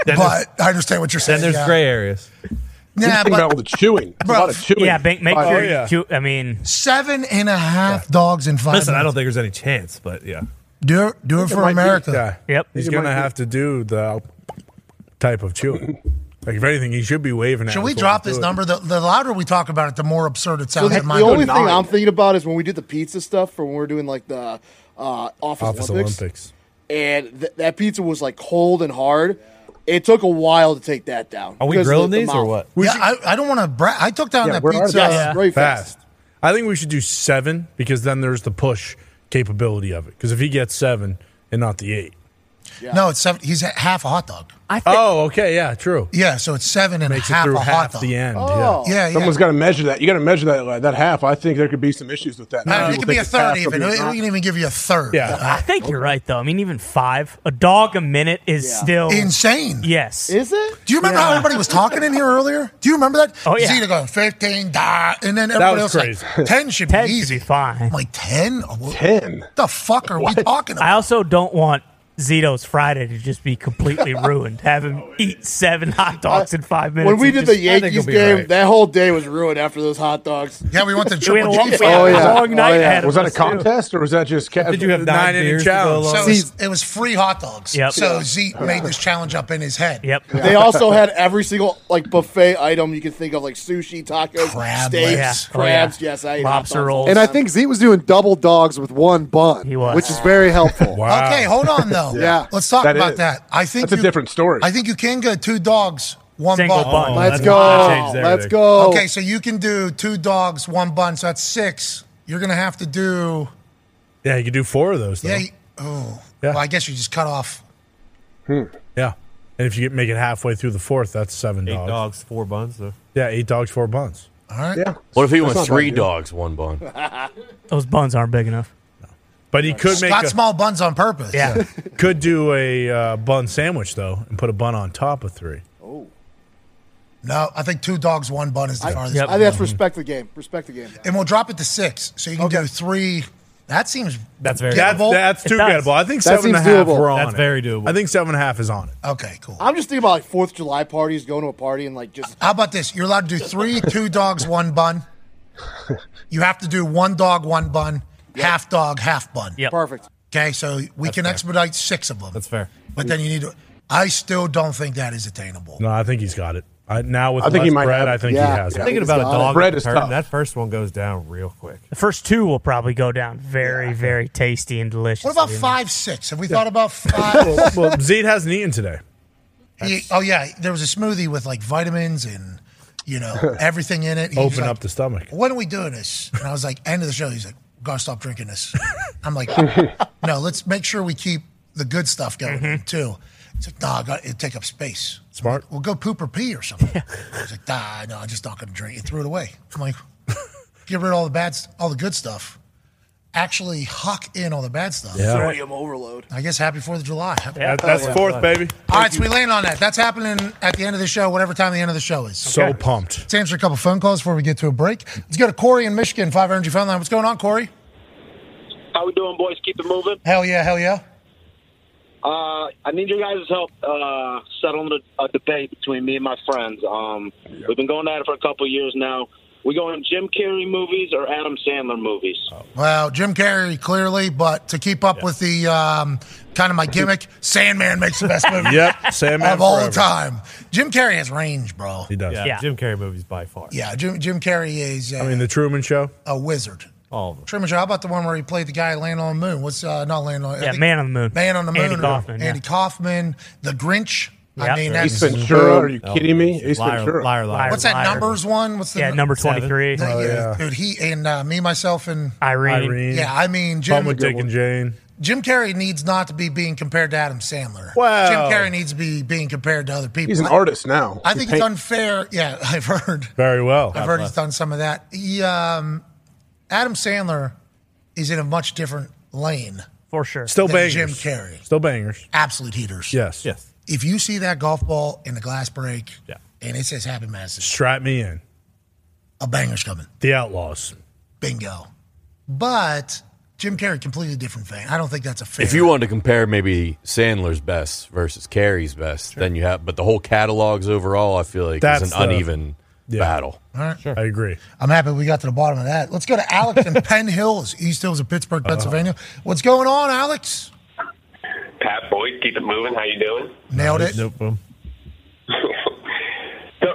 D: then there's,
A: But I understand what you're saying.
D: then there's
A: yeah.
D: gray areas.
A: Nah,
G: Think about all
A: but
G: the chewing. There's
A: Bro,
G: a lot of chewing.
E: Yeah, make, make
G: Oh,
E: your
B: yeah.
E: cu- I mean,
A: seven and a half dogs in five.
D: Listen, I
A: minutes.
D: don't think there's any chance, but yeah.
A: do it, do it for America.
B: Yeah.
E: Yep.
B: He's
E: It
B: going to
G: might be-
B: have to do the type of chewing. Like, if anything, he should be waving at
A: Should
B: us
A: we
B: while
A: drop
B: do
A: this
B: it.
A: number? The, the louder we talk about it, the more absurd it
I: So
A: sounds.
I: the,
A: in my
I: the only
A: opinion.
I: thing I'm thinking about is when we did the pizza stuff for when we were doing like the uh, office,
B: Office
I: Olympics,
B: Olympics.
I: and th- that pizza was like cold and hard. It took a while to take that down.
D: Are we
I: Because
D: grilling
I: the- the
D: these or
I: mouth-
D: what?
A: yeah, I, I don't want to. Bra- I took down
G: Yeah,
A: that
G: where are
A: pizza.
G: they?
I: Yes, very fast.
B: Fast. I think we should do seven because then there's the push capability of it. Because if he gets seven and not the eight.
A: No, it's seven. He's at half a hot dog.
B: Oh, okay. Yeah, true.
A: Yeah, so it's seven and
B: Makes
A: a
B: it
A: half
B: through
A: a
B: half
A: hot dog.
B: the end.
I: Oh.
A: Yeah, yeah.
G: Someone's got to measure that. You got to measure that like, that half. I think there could be some issues with that.
A: Uh, it
G: People
A: could be
G: think
A: a
G: it's
A: third
G: half,
A: even.
G: but
A: We
G: it's not.
A: can even give you a third.
B: Yeah.
E: I think you're right, though. I mean, even five, a dog a minute is
I: Yeah.
E: still.
A: Insane.
E: yes.
I: Is it?
A: Do you remember how everybody was talking in here earlier? Do you remember that?
E: Oh, yeah.
A: Zeta going 15, da, and then everybody
B: was
A: else like, 10 should
E: Ted
A: be
E: should
A: easy.
E: be fine.
A: I'm like, 10? What
G: 10.
A: the fuck are we talking
E: I
A: about?
E: also don't want Zito's Friday to just be
D: (laughs)
E: completely ruined. Have him eat seven hot dogs in five minutes.
I: When we
E: and
I: did the
E: just-
D: I think
I: Yankees
D: you'll be
I: game,
D: right.
I: that whole day was ruined after those hot dogs.
A: Yeah, we went
G: (laughs)
A: to
E: (laughs) we had a
A: Triple
E: long,
A: G.
E: we had
I: Oh,
E: a
I: yeah.
E: long night
I: Oh, yeah.
E: ahead of
G: Was that a
E: us, too.
G: contest or was that just? Ca-
D: Did you have nine,
B: Nine-inning
D: beers
B: challenge.
D: To go
A: So it
D: along?
A: was, it was free hot dogs.
E: Yep.
A: So Zeke made this challenge up in his head.
E: Yep.
I: (laughs) They also had every single like buffet item you could think of, like sushi, tacos,
A: Crab
I: steaks,
A: legs.
E: Yeah. Oh,
I: crabs.
E: yeah.
I: Yes, I ate
E: Lobster
I: hot dogs all
E: rolls.
I: the
C: And I
I: time.
C: think Zeke was doing double dogs with one bun,
E: He was.
C: which is
I: (laughs)
C: very helpful.
B: Wow.
A: Okay, hold on though.
C: Yeah.
A: let's talk
G: That
A: about
G: is.
A: that. I think
G: That's a different story.
A: I think you can go two dogs, one
E: Single
A: bun.
E: bun.
C: Let's
D: That's
C: go.
D: why I changed
C: Let's
D: everything.
C: go.
A: Okay, so you can do two dogs, one bun. So that's six. You're gonna have to do
B: Yeah, you could do four of those. Though.
A: yeah.
B: Yeah.
A: you- Oh,
B: Yeah.
A: well, I guess you just cut off.
B: And if you get, make it halfway through the fourth, that's seven
D: Eight
B: dogs.
D: dogs, four buns. Though.
B: Yeah, eight dogs, four buns.
A: All right.
G: Yeah.
J: What if he
G: That's
J: went
G: not
J: three
G: bad, dude.
J: dogs, one bun?
E: Those buns aren't big enough.
B: But he could make
A: Got
B: a,
A: small buns on purpose.
E: Yeah.
B: (laughs) could do a uh, bun sandwich though, and put a bun on top of three.
A: No, I think two dogs, one bun is the farthest.
I: Oh. I think that's respect the game. Respect the game.
A: And we'll drop it to six. So you can do three. That seems
D: That's very
B: That's,
A: gettable.
B: that's too
E: does.
B: gettable. I think
C: That
B: seven and a
C: seems
B: half.
C: doable.
B: We're on
D: That's
B: it.
D: very doable.
B: I think seven and a half is on it.
A: okay. Cool.
I: I'm just thinking about like Fourth of July parties, going to a party and like just
A: How about this? You're allowed to do
I: (laughs)
A: three, two dogs, one bun. You have to do one dog, one bun, half dog, half bun.
E: Yep.
I: perfect.
A: Okay, so we can expedite six of them.
D: That's fair.
A: But then you need to. I still don't think that is attainable.
B: No, I think he's got it. Uh, now with
G: I think he
B: less
G: might
B: bread,
G: have-
B: I think
C: yeah.
B: he has.
C: I
B: it.
C: think
D: Thinking about a
C: it's not.
D: dog
G: Bread
D: and a
G: is
D: turkey,
G: tough.
D: that first one goes down real quick.
E: The first two will probably go down very, very tasty and delicious.
A: What about five six? Have we
I: (laughs)
A: thought about five?
B: well, Zed hasn't eaten today.
A: He- oh yeah, there was a smoothie with like vitamins and you
I: (laughs)
A: know everything in it. He was
B: Open
A: like,
B: up the stomach.
A: When are we doing this? And I was like, end of the show. He's like, gotta stop drinking this.
B: (laughs)
A: I'm like, no, let's make sure we keep the good stuff going too. He's like, nah, I got it take up space.
B: Mm-hmm. Smart.
A: Well, go poop or pee or something. He's like, nah, no, I'm just not gonna drink. He threw it away. I'm like, get rid of all the bad, st- all the good stuff. Actually, huck in all the bad stuff.
B: Yeah.
I: Sodium overload.
A: I guess happy Fourth of July. Happy-
B: That- that's fourth, baby.
A: all right, so we land on that. That's happening at the end of the show, whatever time the end of the show is.
B: So pumped.
A: Let's answer a couple phone calls before we get to a break. Let's go to Corey in Michigan, Five Energy Phone Line. What's going on, Corey?
J: How we doing, boys? Keep it moving.
A: Hell yeah, hell yeah.
J: Uh, I need your guys' help uh, settling a, a debate between me and my friends. Um, We've been going at it for a couple of years now. We going Jim Carrey movies or Adam Sandler movies?
A: Well, Jim Carrey clearly, but to keep up with the um, kind of my gimmick, Sandman makes the best movie
B: Yep, Sandman
A: of all
B: forever.
A: time. Jim Carrey has range, bro.
B: He does.
D: Yeah,
E: Yeah.
D: Jim Carrey movies by far.
A: Yeah, Jim, Jim Carrey is uh,
B: I mean, the Truman Show.
A: a wizard.
D: All of them.
A: Truman Show. How about the one where he played the guy landing on the moon? What's uh, not landing on? I
E: Yeah,
A: think-
E: Man on the Moon.
A: Man on the Moon.
E: Andy
A: or
E: Kaufman, yeah.
A: Andy Kaufman. The Grinch. I
E: Yeah.
A: mean,
G: Ace
A: that's,
G: Ventura? Are you
D: Oh,
G: kidding me? Ace
D: liar,
G: Ventura.
D: liar, liar.
A: what's that
E: Liar.
A: numbers one? What's the
E: Yeah, number
D: Seven.
E: 23.
A: Yeah,
B: Oh, yeah.
A: dude. He and uh, me, myself, and
E: Irene.
B: Irene.
A: yeah. I mean,
B: Fun
A: Jim,
B: with Dick and Jane.
A: Jim Carrey needs not to be being compared to Adam Sandler.
B: Wow.
A: Jim Carrey needs to be being compared to other people.
G: He's an
A: I-
G: artist now.
A: I
G: He
A: think
G: paint-
A: it's unfair. Yeah, (laughs) I've heard.
B: Very
E: Oh,
B: well.
A: I've heard he's done some of that. He, um, Adam Sandler is in a much different lane
E: For sure.
B: Still
A: than Jim
B: bangers.
A: Carrey.
B: Still bangers.
A: Absolute heaters.
B: Yes.
D: Yes.
A: If you see that golf ball in the glass break,
D: Yeah.
A: and it says Happy Madison,
B: Strap me in.
A: a banger's coming.
B: The Outlaws.
A: Bingo. But Jim Carrey, completely different thing. I don't think that's a fair.
K: If you wanted to compare maybe Sandler's best versus Carey's best, then you have, but the whole catalogs overall, I feel like
B: That's
K: is an
B: the-
K: uneven battle.
A: All right.
B: I agree.
A: I'm happy we got to the bottom of that. Let's go to
D: (laughs)
A: Alex in Penn Hills, East Hills of Pittsburgh,
D: Uh-huh.
A: Pennsylvania. What's going on, Alex?
J: Pat Boyd, keep it moving. How you doing? (laughs)
A: Nailed it.
D: Nope. Boom.
J: So,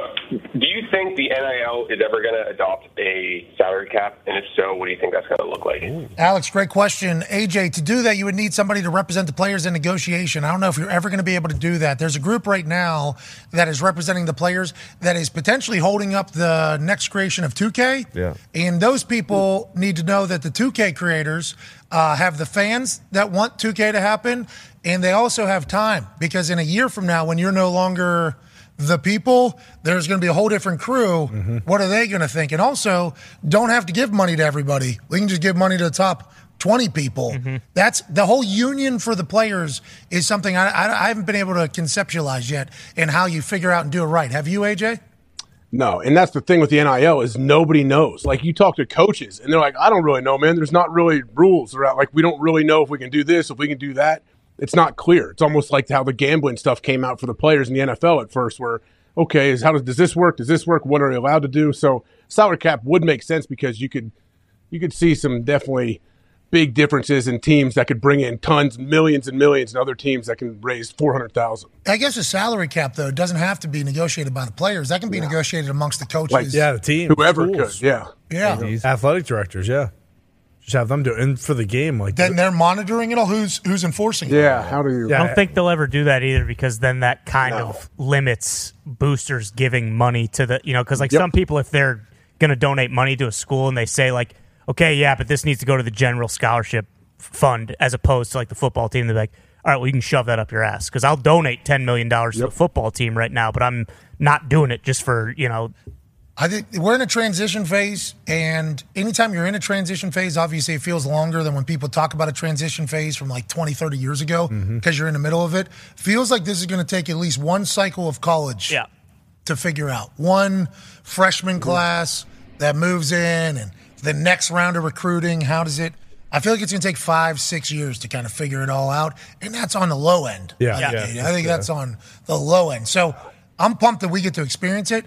J: do you think the NIL is ever going to adopt a salary cap? And if so, what do you think that's going to look like?
A: Alex, great question. AJ, to do that, you would need somebody to represent the players in negotiation. I don't know if you're ever going to be able to do that. There's a group right now that is representing the players that is potentially holding up the next creation of 2K.
D: Yeah.
A: And those people need to know that the 2K creators uh, have the fans that want 2K to happen, and they also have time because in a year from now, when you're no longer the people, there's going to be a whole different crew. What are they going to think? And also, don't have to give money to everybody. We can just give money to the top 20 people. That's the whole union for the players is something I, I, I haven't been able to conceptualize yet and how you figure out and do it right. Have you, AJ?
G: No, and that's the thing with the NIL is nobody knows. Like you talk to coaches and they're like, I don't really know, man. There's not really rules around. Like we don't really know if we can do this, if we can do that. It's not clear. It's almost like how the gambling stuff came out for the players in the NFL at first, where okay, is how does, does this work? Does this work? What are they allowed to do? So salary cap would make sense because you could you could see some definitely big differences in teams that could bring in tons, millions and millions, and other teams that can raise four hundred thousand.
A: I guess a salary cap though doesn't have to be negotiated by the players. That can be negotiated amongst the coaches.
G: Like,
B: Yeah, the team.
G: Whoever
B: schools,
G: could, yeah.
A: yeah.
B: Athletic directors, yeah. Just have them do it. And for the game, like
A: Then they're monitoring it all. Who's who's enforcing it?
G: Yeah, how do you?
E: I don't think they'll ever do that either because then that kind of limits boosters giving money to the, you know, because like some people, if they're going to donate money to a school and they say, like, okay, yeah, but this needs to go to the general scholarship f- fund as opposed to like the football team, they're like, all right, well, you can shove that up your ass because I'll donate $10 million to the football team right now, but I'm not doing it just for, you know,
A: I think we're in a transition phase, and anytime you're in a transition phase, obviously it feels longer than when people talk about a transition phase from like 20, 30 years ago because
B: Mm-hmm.
A: you're in the middle of it. Feels like this is going to take at least one cycle of college
E: yeah.
A: to figure out. One freshman class that moves in, and the next round of recruiting. How does it? I feel like it's going to take five, six years to kind of figure it all out, and that's on the low end.
B: Yeah.
A: I think,
B: Yeah.
A: I think that's on the low end. So I'm pumped that we get to experience it.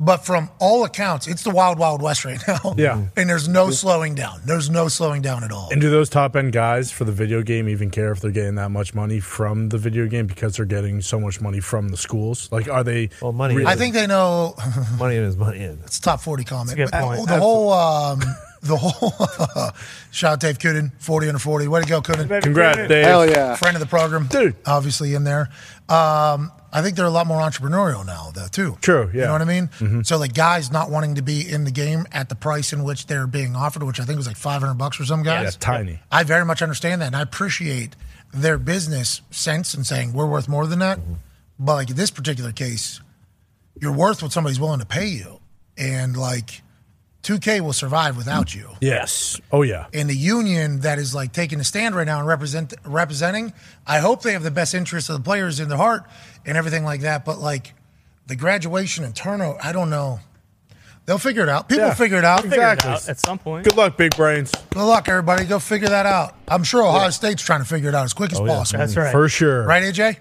A: But from all accounts, it's the wild, wild west right now.
B: (laughs) Yeah.
A: (laughs) and there's no slowing down. There's no slowing down at all.
B: And do those top end guys for the video game even care if they're getting that much money from the video game because they're getting so much money from the schools? Like, are they? Well, money.
A: I (laughs) think they know
D: money in is money in.
A: It's top forty comment.
B: That's a good
A: but uh,
B: point.
A: The whole, um, the whole. (laughs) shout out Dave Kuden, forty under forty. Way to go, Kuden!
B: Congrats, Kuden. Dave. Hell yeah.
A: Friend of the program, dude. Obviously in there. Um, I think they're a lot more entrepreneurial now, though, too.
B: True, yeah. Mm-hmm.
A: You know what I mean? So like guys not wanting to be in the game at the price in which they're being offered, which I think was like five hundred bucks for some
B: Yeah,
A: guys.
B: it's tiny.
A: I very much understand that, and I appreciate their business sense in saying we're worth more than that.
B: Mm-hmm.
A: But like in this particular case, you're worth what somebody's willing to pay you, and like 2K will survive
B: Mm.
A: without you.
B: Yes. Oh yeah.
A: And the union that is like taking a stand right now and represent representing, I hope they have the best interest of the players in their heart and everything like that. But like the graduation and turnover, I don't know. They'll figure it out. People
B: Yeah.
A: figure it out.
B: Exactly. Figure it out
E: at some point.
B: Good luck, big brains.
A: Good luck, everybody. Go figure that out. I'm sure Ohio State's trying to figure it out as quick as
G: Oh, yeah.
A: possible.
G: That's right. For sure.
A: Right, AJ?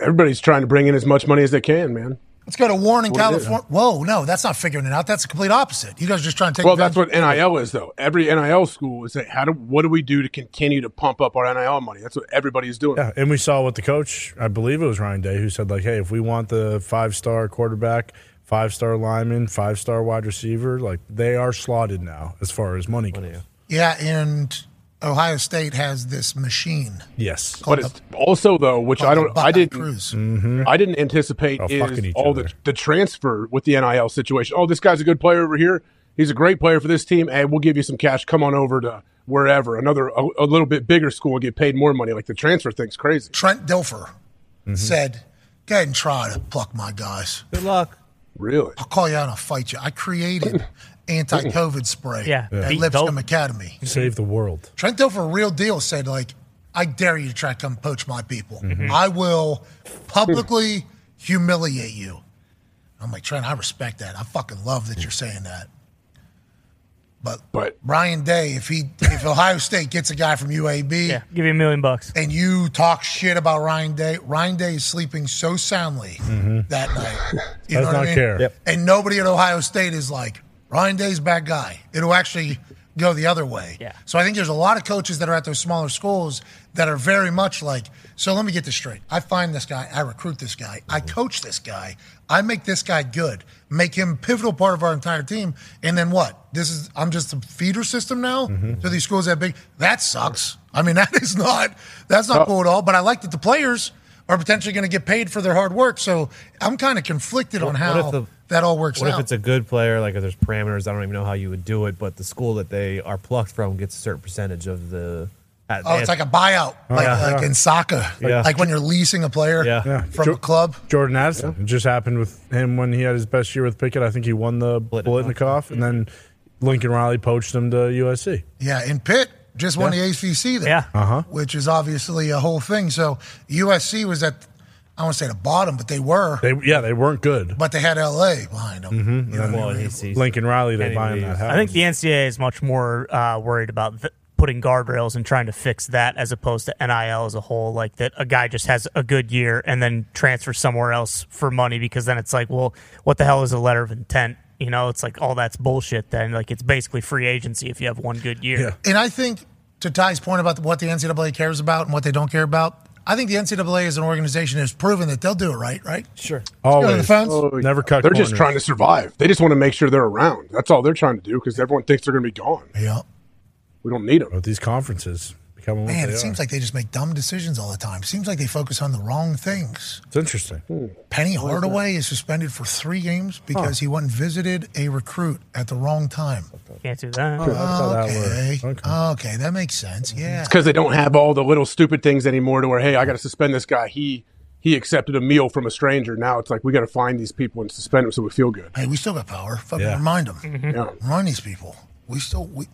G: Everybody's trying to bring in as much money as they can, man.
A: Let's go to Warren in
G: Well, yeah.
A: California. Whoa, no, that's not figuring it out. That's the complete opposite. You guys are just trying to take
G: well,
A: advantage-
G: that's what NIL is, though. Every NIL school is that how do what do we do to continue to pump up our NIL money? That's what everybody's doing.
B: Yeah, and we saw what the coach, I believe it was Ryan Day, who said like, "Hey, if we want the five-star quarterback, five-star lineman, five-star wide receiver, like they are slotted now as far as money goes."
A: Yeah, and Ohio State has this machine.
B: Yes,
G: but it's also though, which I don't, I didn't, I didn't anticipate
B: Oh, Mm-hmm. fucking
G: is
B: each
G: all the, the transfer with the NIL situation. Oh, this guy's a good player over here. He's a great player for this team, and we'll give you some cash. Come on over to wherever another a, a little bit bigger school and get paid more money. Like the transfer thing's crazy.
A: Trent Dilfer
G: mm-hmm.
B: Mm-hmm.
A: said, "Go ahead and try to pluck my guys.
D: Good luck.
G: Really?
A: I'll call you out and I'll fight you. I created anti-COVID spray
B: Yeah. Yeah.
A: at
B: Beat
A: Lipscomb
B: dope.
A: Academy.
B: save the world.
A: Trent Dilfer, real deal, said like, "I dare you to try to come poach my people.
E: Mm-hmm.
A: I will publicly humiliate you." I'm like Trent, I respect that. I fucking love that you're saying that. But
G: but
A: Ryan Day, if he if Ohio State gets a guy from UAB,
E: give you a million bucks,
A: and you talk shit about Ryan Day, Ryan Day is sleeping so soundly
E: Mm-hmm.
I: (laughs)
A: that night. You
B: Does
A: know what
B: not
A: I mean?
B: care. Yep.
A: And nobody at Ohio State is like, Ryan Day's a bad guy. It'll actually go the other way. Yeah. So I think there's a lot of coaches that are at those smaller schools that are very much like, so let me get this straight. I find this guy, I recruit this guy, I coach this guy, I make this guy good, make him pivotal part of our entire team, and then what? This is I'm just a feeder system now.
D: Mm-hmm.
A: So these schools that big that sucks. I mean, (laughs) that is not that's not cool at all. But I like that the players are potentially going to get paid for their hard work. So I'm kind of conflicted on
D: What-
A: how
D: what if the-
A: that all works
D: What
A: out.
D: if it's a good player? Like, if there's parameters, I don't even know how you would do it, but the school that they are plucked from gets a certain percentage of the.
A: oh, it's like a buyout,
D: Oh,
A: like,
D: yeah.
A: like in soccer,
B: Yeah.
A: like when you're leasing a player from a club.
B: Jordan Addison. It just happened with him when he had his best year with Pickett. I think he won the Blitnikoff, and then Lincoln Riley poached him to USC.
A: Yeah, and Pitt just won
B: Yeah.
A: the ACC there,
B: Uh-huh.
A: which is obviously a whole thing. So USC was at, I don't want to say the bottom, but they were,
B: They yeah, they weren't good.
A: but they had LA behind them. Mm-hmm.
B: Lincoln Riley, they buying that house.
E: I think the NCAA is much more uh, worried about th- putting guardrails and trying to fix that as opposed to NIL as a whole. Like that, a guy just has a good year and then transfers somewhere else for money because then it's like, well, what the hell is a letter of intent? You know, it's like all that's bullshit. Then, like, it's basically free agency if you have one good year.
A: And I think to Ty's point about what the NCAA cares about and what they don't care about, I think the NCAA as an organization has proven that they'll do it right, right?
D: Sure.
A: Let's go to the phones.
B: Never cut.
G: Oh, They're
B: corners.
G: just trying to survive. They just want to make sure they're around. That's all they're trying to do because everyone thinks they're going to be gone.
A: Yeah.
G: We don't need them.
B: But these conferences becoming what
A: Man,
B: they
A: it seems
B: are.
A: like they just make dumb decisions all the time. Seems like they focus on the wrong things.
B: it's interesting.
A: Penny Hardaway is suspended for three games because he went and visited a recruit at the wrong time.
E: Can't do that.
A: okay. okay. that makes sense. Yeah.
G: It's because they don't have all the little stupid things anymore. To where, hey, I got to suspend this guy. He he accepted a meal from a stranger. Now it's like we got to find these people and suspend them so we feel good.
A: Hey, we still got power. Fucking
G: Yeah.
A: remind them.
G: Yeah.
A: Remind these people. We still we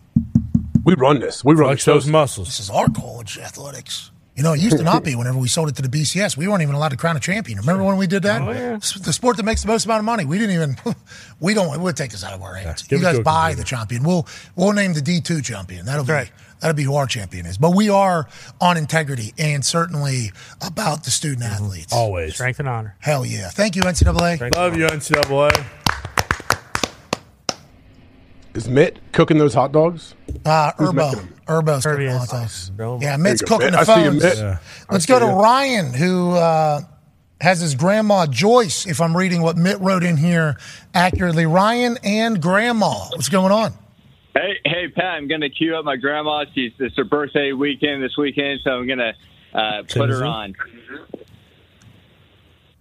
G: We run this. We run
B: Flex
G: this.
B: those muscles.
A: This is our college athletics. You You know, it used to not be whenever we sold it to the BCS. We weren't even allowed to crown a champion. Remember when we did that? S- The sport that makes the most amount of money. We didn't even, (laughs) we don't, it would take us out of our hands.
B: give
A: you
B: it to
A: guys
B: a
A: buy the champion. We'll, we'll name the D2 champion. That'll be, that'll be who our champion is. But we are on integrity and certainly about the student athletes.
B: Always.
E: Strength and honor.
A: Hell yeah. Thank you, NCAA.
B: Love you, NCAA.
G: Is Mitt cooking those hot dogs?
A: Uh,
G: Who's
A: Urbo.
G: making
A: Urbo's cooking hot dogs. Yeah,
G: There
A: Mitt's
G: you go,
A: cooking
G: Mitt.
A: the
G: I see you,
A: phones.
G: Mitt. Yeah.
A: Let's
G: I
A: go to
G: see you.
A: Ryan, who uh, has his grandma Joyce, if I'm reading what Mitt wrote in here accurately. Ryan and grandma. What's going on?
L: Hey, hey, Pat, I'm going to queue up my grandma. She's it's her birthday weekend this weekend, so I'm going to uh, put her on.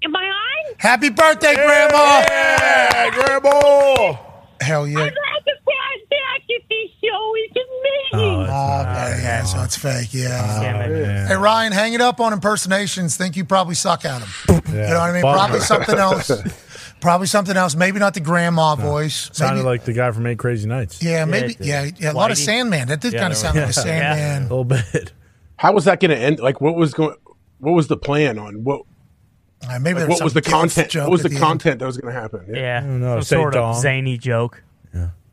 M: Am I on?
A: Happy birthday, Grandma!
B: Yeah, Grandma!
A: Hell yeah.
M: Glad to be back at this show. It's amazing.
A: okay, yeah, so it's fake. Ah, Yeah.
E: Damn it.
A: Hey, Ryan, hang it up on impersonations. Think you probably suck at them. You know what I mean?
B: Bummer.
A: Probably
B: (laughs)
A: something else. Probably something else. Maybe not the grandma voice.
B: Sounded
A: Maybe-
B: like the guy from Eight Crazy Nights.
A: Yeah, maybe. Yeah, yeah, a lot of
B: Whitey.
A: Sandman. That did
B: Yeah,
A: kind of
B: there
A: sound like a
B: was-
A: Sandman.
B: A little bit.
G: How was that going to end? Like, what was going? What was the plan on what?
A: Uh, maybe
G: like,
A: there
G: what was the
A: some guilt
G: content?
A: joke
G: What was
A: at
G: the
A: the end.
G: content that was going to happen?
E: Yeah.
B: know,
E: Some
B: say
E: sort of
B: dong.
E: zany joke.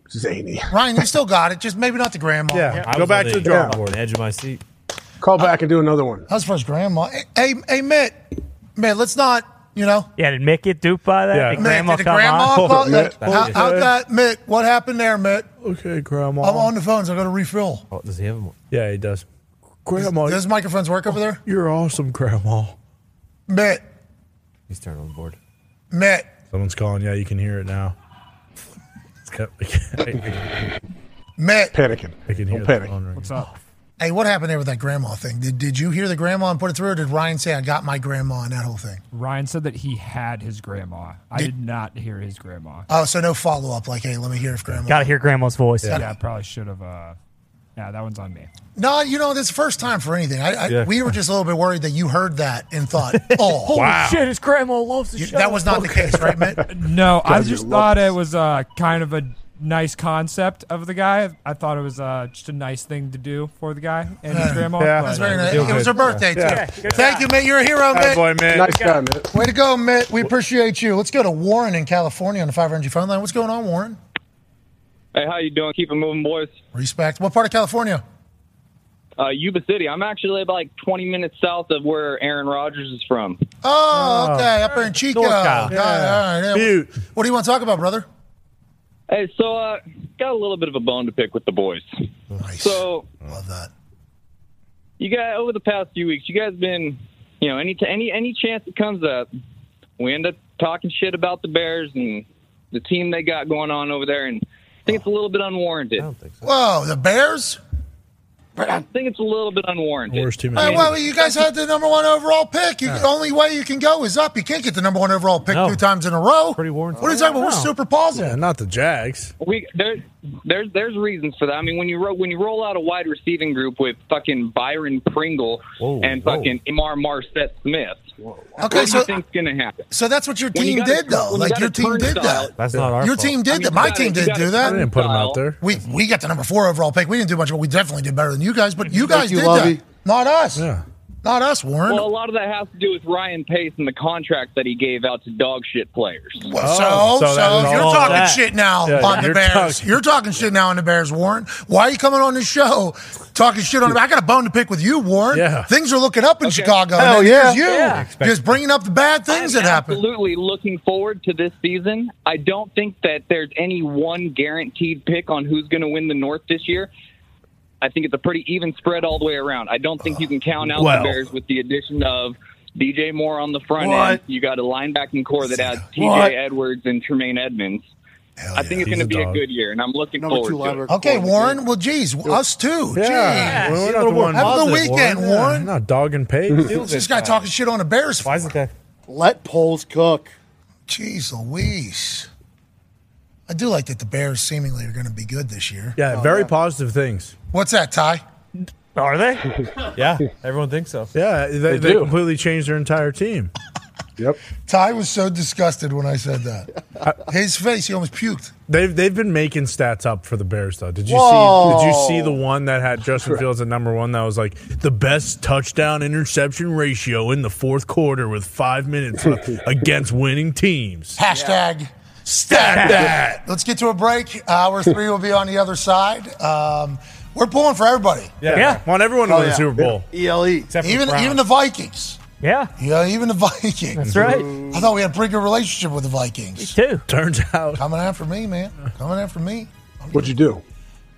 G: Zany.
A: Ryan, you still got it. Just maybe not the grandma.
D: I
B: Go
D: was
B: back
D: on
B: to the drawing
D: on the edge of my seat.
G: Call back and do another one.
A: That's for his grandma. Hey, hey, Mitt, Mitt, let's not, you know.
E: Yeah, did Mick get duped by that?
B: Yeah.
E: Did
A: Mitt,
E: grandma
A: did the
E: come
A: grandma
E: on? (laughs)
A: call?
G: Hold it,
A: How,
G: Mitt.
A: how'd that, Mitt? What happened there, Mitt?
B: Okay, Grandma.
A: I'm on the phones. I got to refill.
D: Oh, does he have one?
B: Yeah, he does. Grandma,
A: Does microphones work over there?
B: you're awesome, Grandma.
A: Mitt,
D: He's turned on board.
A: Mitt.
B: Someone's calling. Yeah, you can hear it now. (laughs) Yep, I can-
A: Mitt,
G: Panicking.
B: I can
G: Don't
B: hear the
G: panic.
B: phone ringing.
A: hey, what happened there with that grandma thing? Did, did you hear the grandma and put it through, or did Ryan say I got my grandma and that whole thing?
N: Ryan said that he had his grandma. I did not hear his grandma.
A: Oh, so no follow up. Like, hey, let me hear if grandma.
E: Gotta hear grandma's voice.
N: Yeah, I probably should have. Uh, yeah, that one's on me.
A: No, you know, this is the first time for anything. I, I,
D: Yeah.
A: We were just a little bit worried that you heard that
B: (laughs)
A: and thought,
E: (laughs)
A: oh,
B: Wow.
E: Shit, his grandma loves the
A: you-
E: show.
A: that was not the
B: (laughs)
A: case, right, Mitt?
N: (laughs) No, I
G: Guys,
N: just
G: you
N: thought
G: love
N: it was uh, kind of a nice concept of the guy. I thought it was uh, just a nice thing to do for the guy and his grandma.
B: Yeah.
N: but-
A: Uh,
N: uh,
A: That's very nice.
B: Feel
A: It was her
B: good.
A: birthday, too.
B: Yeah.
A: Thank you, Mitt. You're a hero,
B: Atta
A: Mitt.
B: boy, man.
G: Nice guy, man.
A: Way to go, Mitt. We appreciate you. Let's go to Warren in California on the 500 phone line. What's going on, Warren?
L: Hey, how you doing? Keep it moving, boys.
A: Respect. What part of California?
L: Uh, Yuba City. I'm actually about like 20 minutes south of where Aaron Rodgers is from.
A: Oh, okay. Up there in Chico.
E: NorCal.
A: Got it. All right. Yeah.
B: Butte.
A: What do you want to talk about, brother?
L: Hey, so uh, got a little bit of a bone to pick with the boys.
A: Nice.
L: So
A: Love that.
L: you guys over the past few weeks, you guys been, you know, any t- any any chance it comes up, we end up talking shit about the Bears and the team they got going on over there, and I think it's a little bit unwarranted.
A: Whoa, the Bears?
L: I think it's a little bit unwarranted.
B: Worst team in
A: Hey,
B: the
A: well, you guys had the number one overall pick. You, The only way you can go is up. You can't get the number one overall pick
D: No.
A: two times in a row.
D: Pretty warranted.
A: What are you talking about? We're super positive.
B: Yeah, not the Jags.
L: We there, there's there's reasons for that. I mean, when you ro- when you roll out a wide receiving group with fucking Byron Pringle
D: Whoa,
L: and
D: whoa.
L: fucking Imar Marset Smith,
A: Okay,
L: what do
A: so
L: you think's gonna happen?
A: so that's what your
L: When you
A: team
L: got a
A: did,
L: tur-
A: though.
L: when you
A: Like
L: got
A: your
L: a
A: team did
L: turnstile-
A: that.
D: That's not our
A: Your
D: fault.
A: team did
L: I mean,
A: that. My
L: you gotta-
A: team
L: you
A: did
L: gotta
A: do
B: I
A: that.
B: didn't put him out
L: Style.
B: there.
A: We we got the number four overall pick. We didn't do much, but we definitely did better than you guys. But you guys
I: you,
A: did
I: Lovey.
A: that. Not us.
B: Yeah.
A: Not us, Warren.
L: Well, a
A: Well,
L: lot of that has to do with Ryan Pace and the contract that he gave out to dog shit players.
B: Oh,
A: so, so,
B: so that is
A: you're
B: all
A: talking
E: that.
A: shit now
B: Yeah,
A: on the
B: you're
A: Bears.
B: talking-
A: You're talking shit now on the Bears, Warren. Why are you coming on this show talking shit on the I got a bone to pick with you, Warren.
B: Yeah.
A: Things are looking up in Chicago.
I: Hell
A: and
I: yeah.
A: it's You. Just bringing up the bad things
L: I'm
A: that happened.
L: Absolutely looking forward to this season. I don't think that there's any one guaranteed pick on who's going to win the North this year. I think it's a pretty even spread all the way around. I don't think you can count out
B: Well.
L: the Bears with the addition of DJ Moore on the front end. You got a linebacking core that has TJ
I: What?
L: Edwards and Tremaine Edmonds.
A: Hell
L: I think it's
B: He's
L: going to
B: a
L: be a
B: dog.
L: good year, and I'm looking
I: Number two
L: forward to it.
I: linebacker.
A: Okay,
I: corner.
A: Warren. Well, geez, us too. Geez.
B: Yeah, we're not the one.
A: Have a good
B: positive,
A: weekend,
B: Yeah,
A: Warren.
B: Not dog and pay.
A: This guy talking shit on the Bears.
D: Why isn't that?
I: Let polls cook.
A: Jeez Louise. I do like that the Bears seemingly are going to be good this year.
B: Yeah, very positive things.
A: What's that, Ty?
E: Are they?
D: Yeah, everyone thinks so.
B: Yeah, they, they,
G: do.
B: completely changed their entire team.
G: Yep.
A: Ty was so disgusted when I said that. His face, he almost puked.
B: They've they've been making stats up for the Bears though. Did you
A: Whoa.
B: see? Did you see the one that had Justin Fields at number one? That was like the best touchdown interception ratio in the fourth quarter with five minutes left against winning teams.
A: Hashtag stat that. Let's get to a break. Hour three will be on the other side. Um, we're pulling for everybody.
B: Yeah. Yeah. Want everyone to win the Super Bowl.
I: ELE.
B: for the
A: even
B: Browns.
A: even the Vikings.
E: Yeah.
A: Yeah, even the Vikings.
E: That's right.
A: I thought we had a pretty good relationship with the Vikings.
E: Me too.
B: Turns out.
A: Coming after me, man. Coming after me.
G: What'd you do?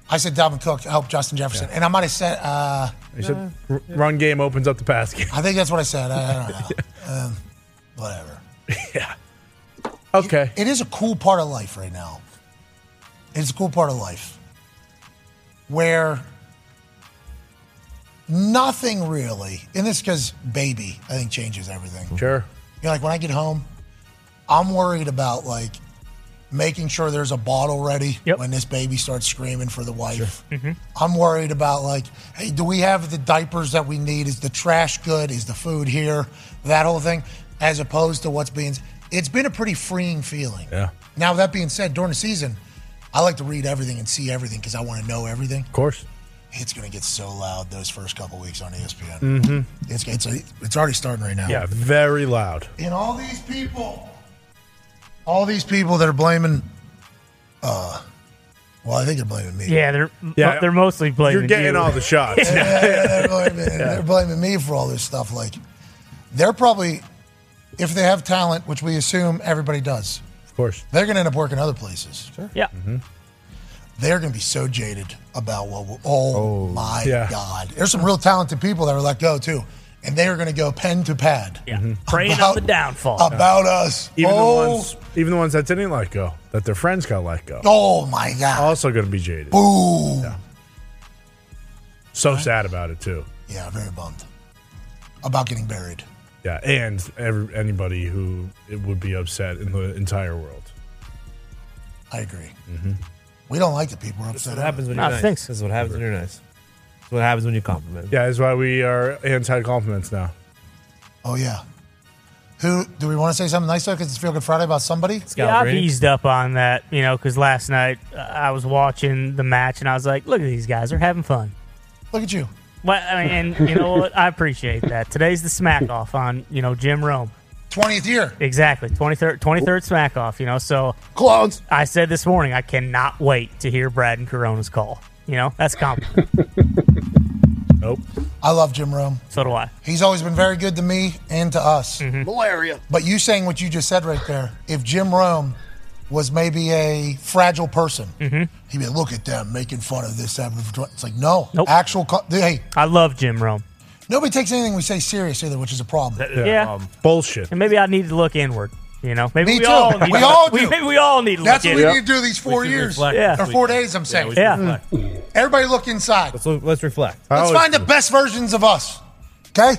A: I said Dalvin Cook helped Justin Jefferson. And I might have said, uh,
B: You said r- run game opens up the pass game.
A: I think that's what I said. I, I don't
B: (laughs)
A: know. Um, whatever.
B: Yeah. Okay.
A: it is a cool part of life right now. It's a cool part of life where nothing really, and this because baby, I think changes everything.
B: Sure.
A: You know, like when I get home, I'm worried about like making sure there's a bottle ready when this baby starts screaming for the wife. I'm worried about like, hey, do we have the diapers that we need? Is the trash good? Is the food here? That whole thing, as opposed to what's being. It's been a pretty freeing feeling.
B: Yeah.
A: Now that being said, during the season, I like to read everything and see everything because I want to know everything. Of
B: course.
A: It's going to get so loud those first couple weeks on E ESPN.
B: Mhm.
A: It's it's it's already starting right now.
B: Yeah. Very loud.
A: And all these people, all these people that are blaming, uh, well, I think they're blaming me.
E: Yeah, they're
A: Yeah.
E: they're mostly blaming.
A: You're getting
E: you.
A: all the (laughs)
E: (laughs)
A: shots. they're, blaming, they're blaming me for all this stuff. Like, they're probably, if they have talent, which we assume everybody does,
B: Of course. Mm-hmm.
A: they're going to end up working other places. Sure.
E: Yeah.
A: They're going to be so jaded about what. will- Oh, my
B: yeah.
A: God! There's some real talented people that were let go too, and they are going to go pen to pad. Yeah.
E: Praying
A: About-
E: on the downfall.
A: about us.
B: Mm-hmm. Even the
A: Oh.
B: ones, even the ones that didn't let go, that their friends got let go.
A: Oh my god!
B: Also going to be jaded.
A: Boom.
B: So sad about it too.
A: Yeah, very bummed about getting buried.
B: Yeah, and every, anybody who it would be upset in the entire world. Mm-hmm.
A: I agree. We don't like the people who are upset.
D: What happens when
A: over it.
D: you're nice. This is what happens when you're nice. This is what happens when you compliment.
B: Yeah, that's why we are anti compliments now.
A: Oh yeah. Who do we want to say something nice though? Because it's Feel Good Friday about somebody.
E: yeah, I've eased up on that, you know, because last night uh, I was watching the match and I was like, look at these guys, they're having fun.
A: Look at you.
E: Well, I mean,
A: (laughs)
E: and you know what? I appreciate that. Today's the smack off on, you know, Jim Rome.
A: 20th year.
E: Exactly. 23rd, 23rd smack off, you know, so.
I: Clones.
E: I said this morning, I cannot wait to hear Brad and Corona's call. You know, that's compliment.
B: nope.
A: I love Jim Rome.
E: So do I.
A: He's always been very good to me and to us.
E: Mm-hmm.
I: Malaria.
A: But you saying what you just said right there, if Jim Rome was maybe a fragile person,
E: Mm-hmm.
A: he'd be like, look at them making fun of this. that, and that." It's like, no. Actual. Co- hey.
E: I love Jim Rome.
A: Nobody takes anything we say serious either, which is a problem.
E: Yeah. Um,
B: Bullshit.
E: And maybe I need to look inward. You know, maybe
A: Me
E: we
A: too.
E: all need
A: We
E: to,
A: all
E: we-
A: do.
E: maybe we all need to
A: That's
E: look
A: what we
E: inward.
A: need to do these four
E: should
A: years
E: reflect Yeah.
A: or
E: this
A: four
E: weekend.
A: days. I'm
E: Yeah,
A: saying.
E: we should Yeah. reflect.
A: Everybody look inside. Let's,
D: let's reflect.
A: Let's find the best versions of us. Okay,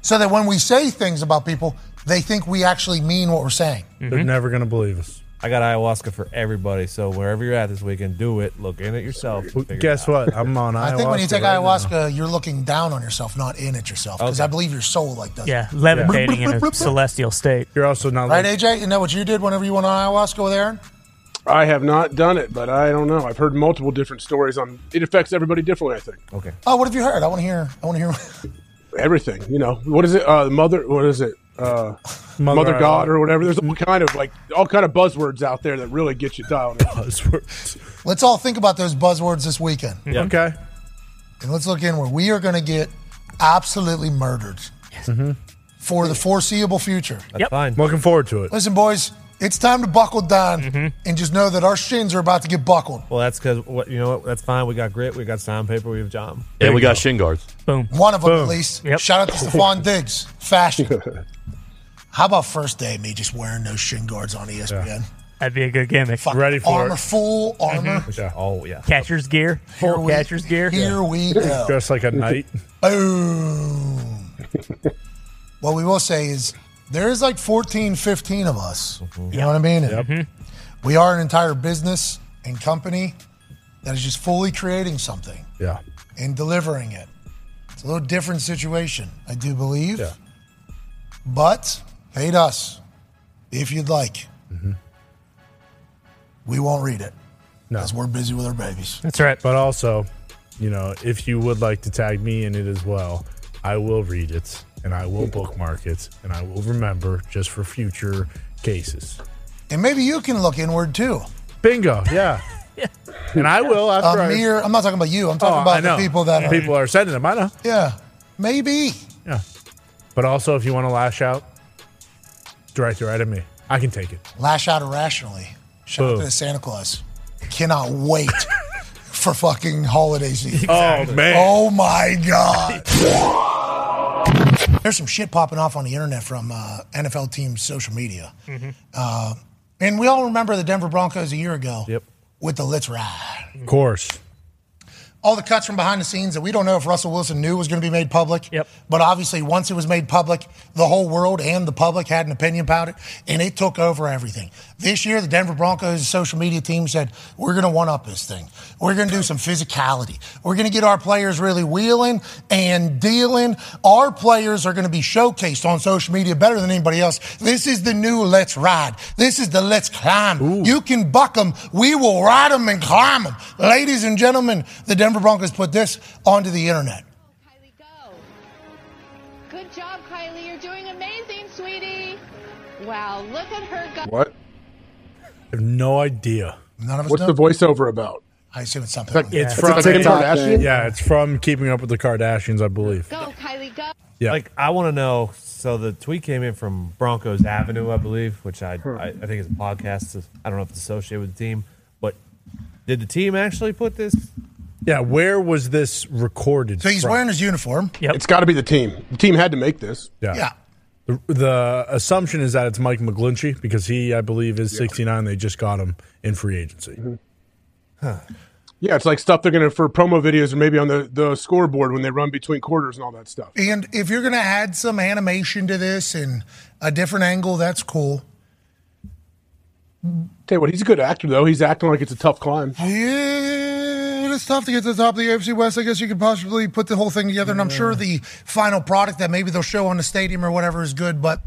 A: so that when we say things about people, they think we actually mean what we're saying.
E: Mm-hmm.
B: They're never going to believe us.
D: I got ayahuasca for everybody, so wherever you're at this weekend, do it. Look in at yourself.
B: Guess what? I'm on
A: I think when you
D: ayahuasca
A: take
D: right
A: ayahuasca, you're looking down on yourself, not in at yourself, because
D: Okay.
A: I believe your soul like does.
E: Yeah,
A: that.
E: levitating
A: (laughs)
E: in a celestial state.
B: You're also not
A: Right, AJ? You know what you did whenever you went on ayahuasca with Aaron?
G: I have not done it, but I don't know. I've heard multiple different stories on it affects everybody differently, I think.
D: Okay.
A: Oh, what have you heard? I want to hear. I want to hear. (laughs)
G: Everything, you know. What is it? Uh mother what is it?
A: (laughs)
G: Uh
B: Mother
G: Mother,
B: I
G: God
B: love.
G: or whatever. There's all kind of like all kind of buzzwords out there that really get you dialed.
B: Buzzwords.
A: Let's all think about those buzzwords this weekend.
B: Okay.
A: And let's look inward. We are going to get absolutely murdered for the foreseeable future.
D: That's fine.
B: Mm-hmm. Looking forward to it.
A: Listen, boys, it's time to buckle down
E: Mm-hmm.
A: and just know that our shins are about to get buckled.
D: Well, that's because what you know. what? That's fine. We got grit. We got sandpaper. We have job.
K: Yeah, we got shin guards.
E: Boom.
A: One of them, at least. Shout out to
B: (laughs)
A: Stephon Diggs. Fashion. How about first day, me just wearing those shin guards on E ESPN?
E: That'd be a good gimmick. Mm-hmm.
B: Ready
A: Armor, full armor.
D: Oh yeah.
E: Catcher's gear.
A: Here
E: Full
A: we-
E: catcher's gear.
A: Here we go.
B: Dressed like a knight.
A: Boom. what we will say is there is like 14, 15 of us. You know what I mean? And We are an entire business and company that is just fully creating something
B: Yeah.
A: and delivering it. It's a little different situation, I do believe. But Hate us if you'd like.
B: Mm-hmm.
A: We won't read it because we're busy with our babies.
E: That's right.
B: But also, you know, if you would like to tag me in it as well, I will read it and I will bookmark it and I will remember just for future cases.
A: And maybe you can look inward too.
B: Bingo. Yeah. And I will after
A: a
B: I-
A: mere. I'm not talking about you. I'm talking
B: Oh, I
A: about
B: know.
A: the people that are.
B: people are sending them. I know.
A: Yeah, maybe.
B: Yeah. But also, if you want to lash out, direct it right at me. I can take it.
A: Lash out irrationally. Shout out
B: Boom.
A: to Santa Claus.
B: (laughs)
A: Cannot wait for fucking holiday season.
B: Oh, man.
A: Oh my god.
B: (laughs)
A: There's some shit popping off on the internet from uh, NFL teams' social media, uh, and we all remember the Denver Broncos a year ago. Yep. With the let's ride.
B: Of course.
A: all the cuts from behind the scenes that we don't know if Russell Wilson knew was going to be made public. Yep. But obviously, once it was made public, the whole world and the public had an opinion about it, and it took over everything. This year, the Denver Broncos social media team said, We're going to one up this thing. We're going to do some physicality. We're going to get our players really wheeling and dealing. Our players are going to be showcased on social media better than anybody else. This is the new let's ride. This is the let's climb. You can buck them. We will ride them and climb them. Ladies and gentlemen, the Denver Broncos put this onto the internet.
O: Good job, Kylie. You're doing amazing, sweetie. Wow, look at her go.
G: What?
B: I have no idea.
A: None of
G: What's the voiceover about?
A: I assume it's something.
G: It's like-
B: It's
G: It's
B: from
G: a TikTok thing.
B: Yeah, it's from Keeping Up with the Kardashians, I believe.
O: Go, Kylie, go.
B: Yeah.
D: Like I want to know. So the tweet came in from Broncos Avenue, I believe, which I I, I think is a podcast. I don't know if it's associated with the team, but did the team actually put this?
B: Yeah, where was this recorded?
D: So he's wearing
A: his uniform.
B: Yep.
G: It's got to be the team. The team had to make this.
B: Yeah. The, the assumption is that it's Mike McGlinchey because he, I believe, is 69. They just got him in free agency.
G: Mm-hmm. Yeah, it's like stuff they're going to for promo videos or maybe on the, the scoreboard when they run between quarters and all that stuff.
A: And if you're going to add some animation to this and a different angle, that's cool.
G: Tell you what, he's a good actor though. He's acting like it's a tough climb.
A: Yeah, it's tough to get to the top of the AFC West. I guess you could possibly put the whole thing together, and I'm sure the final product that maybe they'll show on the stadium or whatever is good. But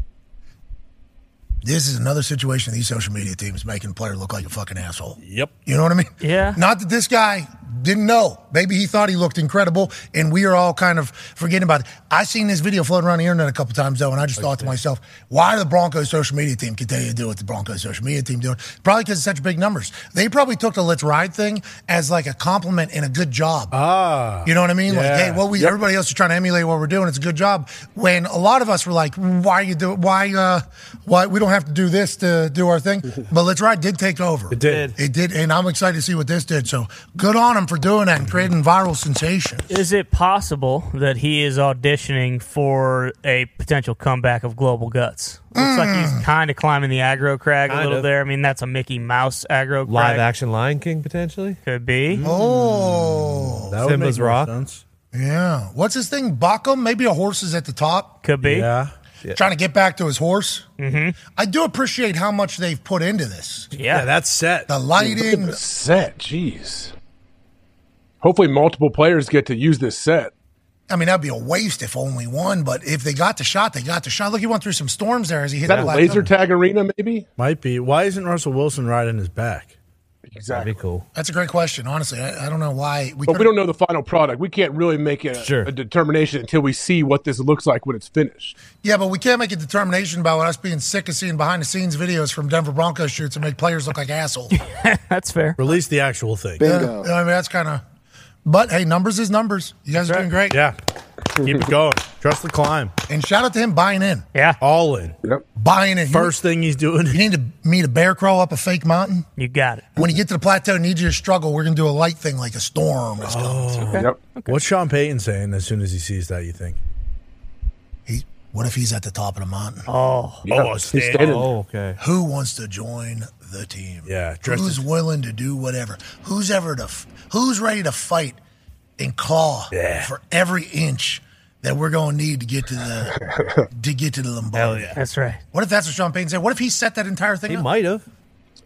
A: this is another situation these social media teams making a player look like a fucking asshole.
B: Yep.
A: You know what I mean? Yeah. Not that this guy didn't know. Maybe he thought he looked incredible, and we are all kind of forgetting about it. I seen this video floating around the internet a couple times though, and I just thought to myself, why do the Broncos social media team continue to do what the Broncos social media team doing? Probably because it's such big numbers. They probably took the "Let's Ride" thing as like a compliment and a good job.
B: Ah,
A: you know what I mean? Like,
B: yeah.
A: hey, what we
B: Yep.
A: everybody else is trying to emulate what we're doing. It's a good job. When a lot of us were like, why you do? Why? Uh, why we don't have to do this to do
B: (laughs)
A: our thing? But "Let's Ride" did take over. It
B: did.
A: It did, and I'm excited to see what this did. So good on them for doing that and creating viral sensation.
E: Is it possible that he is auditioning for a potential comeback of Global Guts? Looks like he's kind of climbing the aggro crag a
D: Hmm. Kind
E: little
D: of.
E: there. I mean, that's a Mickey Mouse aggro crag.
D: Live action Lion King potentially
E: could be.
A: Oh,
D: That would Simba's make more Rock.
A: Yeah. What's his thing? Bakum? Maybe a horse is at the top.
E: Could be.
B: Yeah.
A: Trying to get back to his horse. Mm-hmm. I do appreciate how much they've put into this.
E: Yeah,
B: that's set.
A: The lighting.
G: Look at the set, jeez. Hopefully, multiple players get to use this set.
A: I mean, that'd be a waste if only one, but if they got the shot, they got the shot. Look, he went through some storms there as he hit
G: Is that
A: the
G: a
A: black
G: laser
A: thumb.
G: tag arena, maybe?
B: Might be. Why isn't Russell Wilson riding his back?
G: Exactly.
D: That'd be
A: (laughs)
D: cool.
A: That's a great question, honestly. I, I don't know why.
G: But
A: We
G: we
A: could've-
G: don't know the final product. We can't really make a, a determination until we see what this looks like when it's finished.
A: Yeah, but we can't make a determination about us being sick of seeing behind the scenes videos from Denver Broncos shoots and make players look like assholes. (laughs)
E: That's fair.
B: Release the actual thing.
A: Yeah, I mean, that's kind of. But hey, numbers is numbers. You guys are doing great.
B: Yeah. Keep it going. Trust the climb.
A: And shout out to him buying in.
E: Yeah.
B: All in.
G: Yep.
A: Buying in.
B: First thing he's doing.
A: You need to meet a bear crawl up a fake mountain.
E: You got it.
A: When you get to the plateau and need you to struggle, we're going to do a light thing like a storm. That's
B: Oh.
A: coming through.
G: Yep.
B: What's Sean Payton saying as soon as he sees that, you think?
A: What if he's at the top of the mountain?
E: Oh.
B: oh, stand-
D: Oh, okay.
A: Who wants to join the team?
B: Yeah. Dressed
A: Who's
B: as-
A: willing to do whatever? Who's ever to? F- who's ready to fight and claw for every inch that we're going to need to get to the to get to the Lombardi?
D: yeah.
E: That's right.
A: What if that's what Sean Payton said? What if he set that entire thing
D: He
A: up?
D: might have.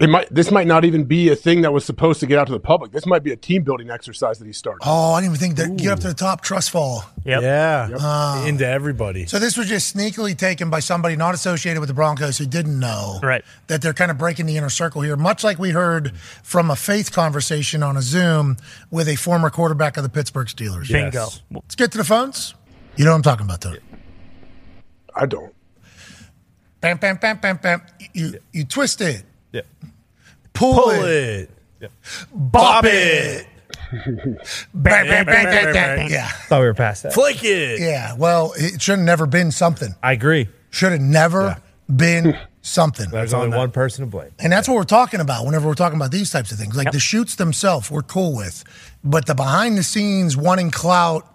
G: It might. This might not even be a thing that was supposed to get out to the public. This might be a team building exercise that he started.
A: Oh, I didn't even think that get up to the top trust fall.
B: Yeah.
A: Ah.
B: Into everybody.
A: So this was just sneakily taken by somebody not associated with the Broncos who didn't know
E: Right.
A: that they're kind of breaking the inner circle here, much like we heard from a faith conversation on a Zoom with a former quarterback of the Pittsburgh Steelers.
E: Bingo.
A: Let's get to the phones. You know what I'm talking about, though.
G: I don't.
A: Bam, bam, bam, bam, bam. You you twist it.
D: Yeah.
A: Pull, it. (laughs) Bop it. Bam, bam, bam, bam, bam. Yeah.
D: Thought we were past that.
B: Flake it.
A: Yeah. Well, it should have never been something.
D: I agree.
A: Should have never been something.
D: There's only one person to blame.
A: And that's what we're talking about whenever we're talking about these types of things. Like the shoots themselves, we're cool with, but the behind the scenes wanting clout,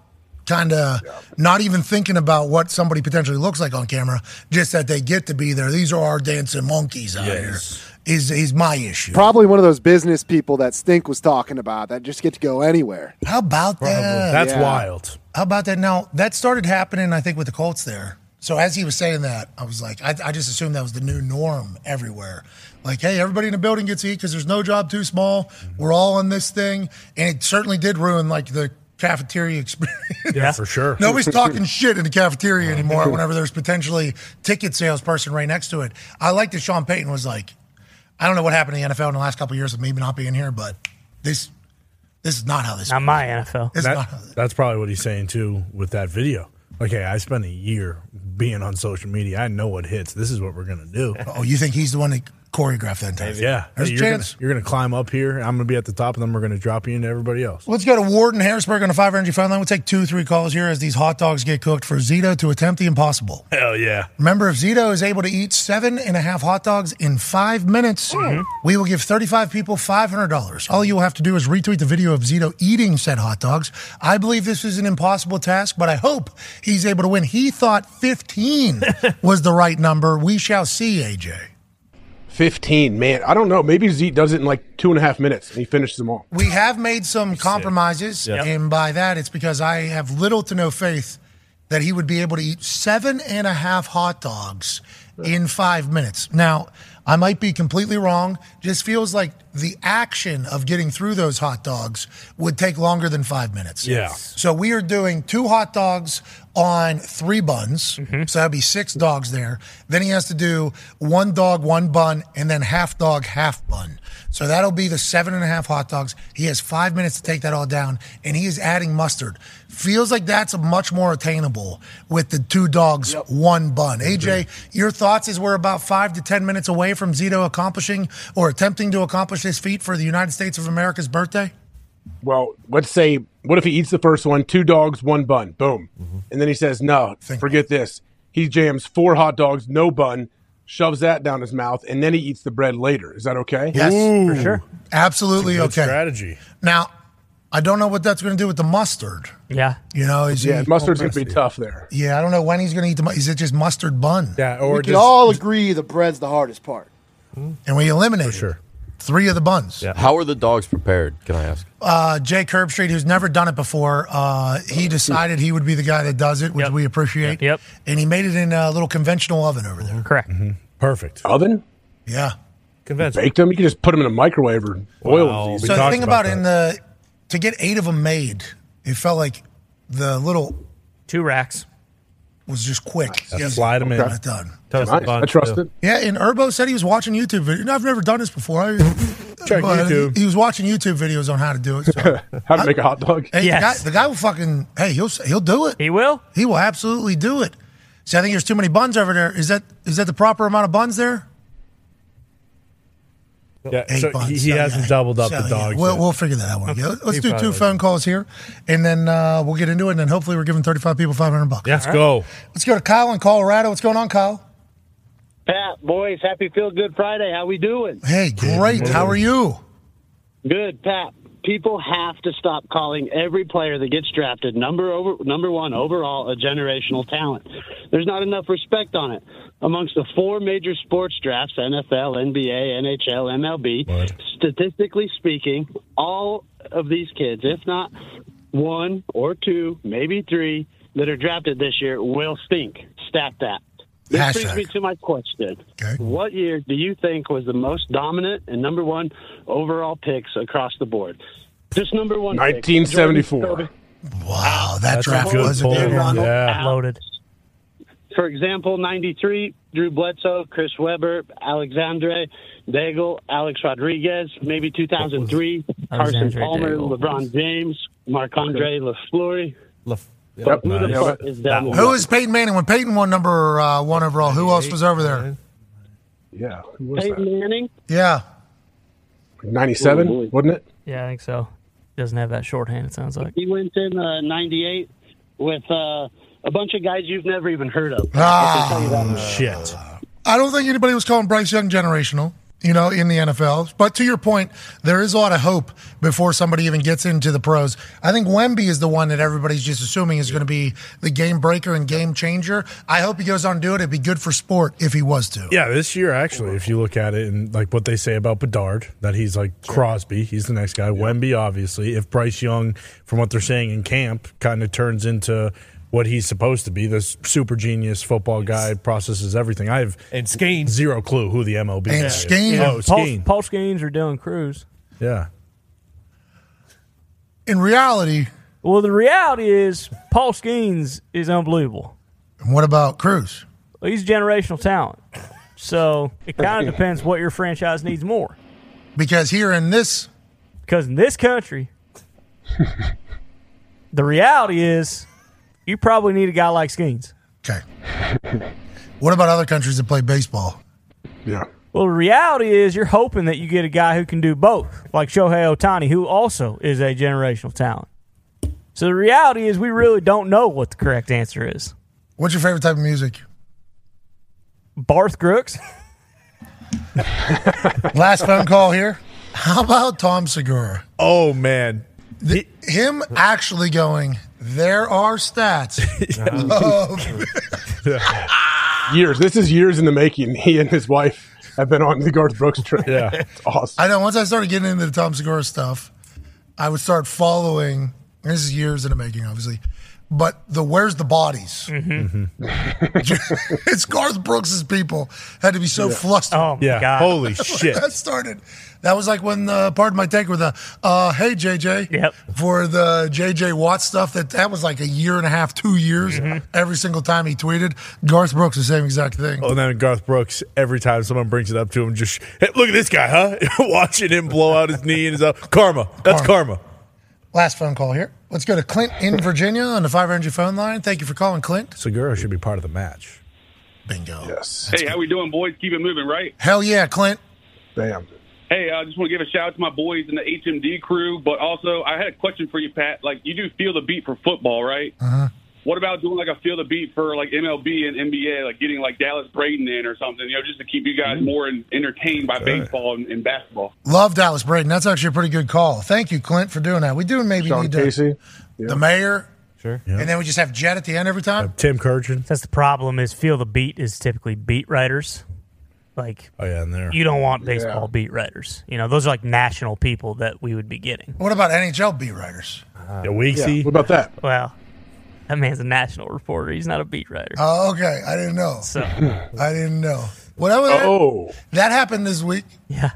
A: kind of not even thinking about what somebody potentially looks like on camera, just that they get to be there. These are our dancing monkeys out here. Is is my issue?
C: Probably one of those business people that Stink was talking about that just get to go anywhere.
A: How about that?
C: That's Yeah.
I: (laughs)
C: wild.
A: How about that? Now that started happening, I think, with the Colts there. So as he was saying that, I was like, I, I just assumed that was the new norm everywhere. Like, hey, everybody in the building gets to eat because there's no job too small. We're all in this thing, and it certainly did ruin like the cafeteria experience.
B: (laughs)
A: (laughs)
B: Yeah, for sure.
A: Nobody's talking shit in the cafeteria anymore. Whenever there's potentially ticket salesperson right next to it, I like that Sean Payton was like, I don't know what happened in the NFL in the last couple of years with me not being here, but this this is not how this.
E: Not my NFL.
A: It's
B: That-
A: not
B: that's probably what he's saying too with that video. Like, hey, I spent a year being on social media. I know what hits. This is what we're gonna do.
A: Oh, you think he's the one that choreographed that entire thing?
B: Yeah,
A: There's
B: Hey,
A: a
B: you're
A: chance.
B: Gonna, you're gonna climb up here. I'm gonna be at the top, and then we're gonna drop you into everybody else.
A: Let's go to Ward and Harrisburg on the Five Energy phone line. We'll take two, three calls here as these hot dogs get cooked for Zito to attempt the impossible.
B: Hell yeah!
A: Remember, if Zito is able to eat seven and a half hot dogs in five minutes, we will give 35 people $500. All you will have to do is retweet the video of Zito eating said hot dogs. I believe this is an impossible task, but I hope he's able to win. He
B: (laughs)
A: thought 15 was the right number. We shall see, AJ.
G: Fifteen, man. I don't know. Maybe Zeke does it in like two and a half minutes, and he finishes them all.
A: We have made some compromises,
G: Yeah.
A: and by that, it's because I have little to no faith that he would be able to eat seven and a half hot dogs in five minutes. Now, I might be completely wrong. Just feels like the action of getting through those hot dogs would take longer than five minutes.
B: Yeah.
A: So we are doing two hot dogs on three buns.
G: Mm-hmm.
A: So that'd be six dogs there. Then he has to do one dog, one bun, and then half dog, half bun. So that'll be the seven and a half hot dogs. He has five minutes to take that all down, and he is adding mustard. Feels like that's much more attainable with the two dogs, one bun. AJ, your thoughts as we're about five to 10 minutes away from Zito accomplishing or attempting to accomplish this feat for the United States of America's birthday?
G: Well, let's say, what if he eats the first one, two dogs, one bun, boom,
A: Mm-hmm.
G: and then he says, "No, forget this." He jams four hot dogs, no bun, shoves that down his mouth, and then he eats the bread later. Is that okay?
A: Yes, for sure. Absolutely
G: It's a good
A: okay.
B: Strategy.
A: Now, I don't know what that's going to do with the mustard.
E: Yeah.
A: You know, is
G: yeah,
A: he-
G: mustard's gonna be tough there.
A: Yeah, I don't know when he's going to eat the. mu- Is it just mustard bun?
B: Yeah,
I: we can all agree the bread's the hardest part.
A: and we eliminated sure. three of the buns.
K: How are the dogs prepared? Can I ask?
A: Uh, Jay Curbstreet, who's never done it before, uh, he decided he would be the guy that does it, which we appreciate. Yep. And he made it in a little conventional oven over there.
E: Correct.
B: Perfect.
G: Oven?
A: Yeah.
G: Conventional. Baked them? You can just put them in a microwave or boil them.
A: So the thing about, in the to get eight of them made, it felt like the little
E: two racks
A: was just quick. Yeah.
B: Slide them in.
A: Got it done.
D: Toast the bun, too.
A: Yeah, and Erbo said he was watching YouTube videos. No, I've never done this before. I,
G: Check
A: but
G: YouTube.
A: He, was watching YouTube videos on how to do it. So.
G: (laughs) (laughs) How to make a hot dog?
A: Hey, the, guy, the guy will fucking hey, he'll he'll do it.
E: He will.
A: He will absolutely do it. See, I think there's too many buns over there. Is that is that the proper amount of buns there?
B: Yeah,
A: Eight
B: so
A: buns.
B: he, he
A: So,
B: hasn't
A: yeah.
B: doubled up
A: So,
B: the
A: yeah.
B: dogs.
A: We'll,
B: yet.
A: we'll figure that out. when we get- Let's
B: He
A: do
B: probably
A: two phone calls here, and then uh, we'll get into it. And then hopefully we're giving 35 people 500 bucks.
B: Yeah, let's go.
A: Let's go to Kyle in Colorado. What's going on, Kyle?
P: Pat, boys, happy Feel Good Friday. How we doing?
A: Hey, great. How are you?
P: Good, Pat. People have to stop calling every player that gets drafted number over number one overall a generational talent. There's not enough respect on it amongst the four major sports drafts: NFL, NBA, NHL, MLB. Statistically speaking, all of these kids, if not one or two, maybe three, that are drafted this year will stink. Stat that. This
A: Hashtag.
P: brings me to my question. What year do you think was the most dominant and number one overall picks across the board? Just number one. pick.
G: 1974.
P: Jordan Scotus-
A: Wow, Oh, that
P: That's
A: draft
P: a good
A: was a good
P: poll.
A: one.
P: Yeah.
E: Loaded.
P: For example, 93, Drew Bledsoe, Chris Webber, Alexandre Daigle, Alex Rodriguez, maybe 2003, Carson
E: Alexandre
P: Palmer,
E: Daigle.
P: LeBron James, Marc-Andre LaFleur. But who the fuck is that one?
A: Who is Peyton Manning? When Peyton won number uh, one overall, who else was over there?
G: Yeah.
P: Peyton Manning?
A: Yeah.
G: 97, wasn't it?
E: Yeah, I think so. Doesn't have that shorthand. It sounds like.
P: He went in uh, 98 with uh, a bunch of guys you've never even heard of.
A: Ah.
B: Oh, shit.
A: I don't think anybody was calling Bryce Young generational, you know, in the NFL. But to your point, there is a lot of hope before somebody even gets into the pros. I think Wemby is the one that everybody's just assuming is going to be the game breaker and game changer. I hope he goes on to do it. It'd be good for sport if he
B: (laughs)
A: was to.
B: Yeah, this year actually, if you look at it and like what they say about Bedard, that he's like Crosby, he's the next guy. Wemby, obviously. If Bryce Young, from what they're saying in camp, kind of turns into what he's supposed to be, this super genius football guy processes everything. I have
D: and Skeen.
B: zero clue who the MLB guy is. Oh,
E: Paul,
B: Skeen.
E: Paul Skeens or Dylan Cruz.
B: Yeah.
A: In reality.
E: Well, the reality is Paul Skeens is unbelievable.
A: And what about Cruz?
E: Well, he's generational talent. So it
A: (laughs)
E: kind of depends what your franchise needs more.
A: Because here in this.
E: Because in this
A: (laughs)
E: country, the reality is you probably need a guy like Skeens.
A: Okay. What about other countries that play baseball?
G: Yeah.
E: Well, the reality is you're hoping that you get a guy who can do both, like Shohei Otani, who also is a generational talent. So the reality is we really don't know what the correct answer is.
A: What's your favorite type of music?
E: Barth Crooks?
A: (laughs) Last phone call here. How about Tom Segura?
B: Oh man,
A: The, him actually going. There
B: (laughs)
A: are stats. of-
G: Years. This is years in the making. (laughs) He and his wife have been on the Garth Brooks train.
B: Yeah.
G: (laughs) It's awesome.
A: I know. Once I started getting into the Tom Segura stuff, I would start following. This is years in the making, obviously. But the where's the bodies?
B: Mm-hmm. (laughs)
A: it's Garth Brooks's people had to be so
B: Yeah.
A: flustered.
B: Oh, my Yeah. God.
A: (laughs)
B: Holy shit.
A: that started. That was like when the pardon my take with the uh, hey JJ for the JJ Watt stuff. That that was like a year and a half, two years.
B: Mm-hmm.
A: Every single time he tweeted, Garth Brooks the same exact thing.
B: Oh, and then Garth Brooks, every time someone brings it up to him, just hey, look at this guy, huh? (laughs) Watching him blow out his knee and his karma. That's karma.
A: Last phone call here. Let's go to Clint
B: (laughs)
A: in Virginia on the 500 phone line. Thank you for calling, Clint.
B: Segura should be part of the match.
A: Bingo.
G: Yes.
Q: Hey, how we doing, boys? Keep it moving, right?
A: Hell yeah, Clint.
G: Bam.
Q: Hey, I just want to give a shout out to my boys in the HMD crew, but also I had a question for you, Pat. Like, you do feel the beat for football, right? What about doing like a feel the beat for like MLB and NBA, like getting like Dallas Braden in or something, you know, just to keep you guys more in, entertained by baseball and, and basketball?
A: Love Dallas Braden. That's actually a pretty good call. Thank you, Clint, for doing that. We do maybe
G: Sean
A: need to,
G: Casey.
A: the mayor,
B: Sure.
A: and then we just have Jet at the end every time.
B: Tim Kirchin.
E: That's the problem is feel the beat is typically beat writers. Like
B: oh yeah, and there
E: you don't want baseball beat writers. You know those are like national people that we would be getting.
A: What about NHL beat writers?
B: Yeah, Weeksy.
G: What about that?
E: Well, that man's a national reporter. He's not a beat writer.
A: Oh, okay. I didn't know.
E: So-
A: (laughs) I didn't know. Whatever. that-
G: Oh.
A: that happened this week.
E: Yeah.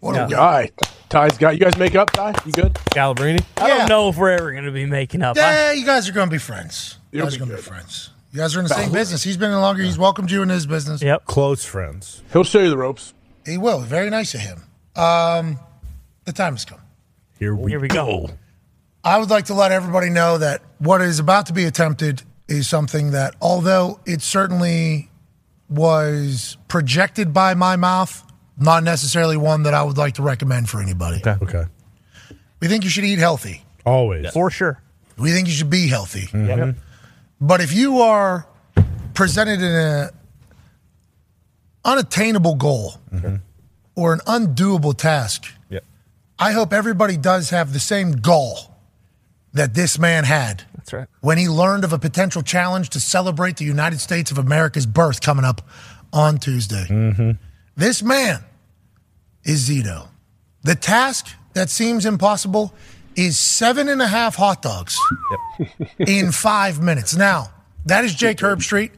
A: What
G: yeah.
A: a
G: guy. Ty's got you guys make up, Ty? You good?
D: Calabrini?
E: I don't know if we're ever going to be making up. I-
A: Yeah, you guys are going to be friends. You
E: You'll
A: guys
E: be
A: are going to be friends. You guys are in the same business. He's been in longer. He's welcomed you in his business.
E: Yep.
B: Close friends.
G: He'll show you the ropes.
A: He will. Very nice of him. Um, the time has come.
B: Here we,
E: Here we go.
A: I would like to let everybody know that what is about to be attempted is something that, although it certainly was projected by my mouth, not necessarily one that I would like to recommend for anybody. Okay.
B: Okay.
A: We think you should eat healthy.
B: Always.
E: For sure.
A: We think you should be healthy.
B: Yep.
A: But if you are presented in an unattainable goal
E: Mm-hmm.
A: or an undoable task,
D: Yep.
A: I hope everybody does have the same goal that this man had
E: That's right.
A: when he learned of a potential challenge to celebrate the United States of America's birth coming up on Tuesday. This man is Zito. The task that seems impossible is seven and a half hot dogs in five minutes. Now, that is Jake Herbstreit.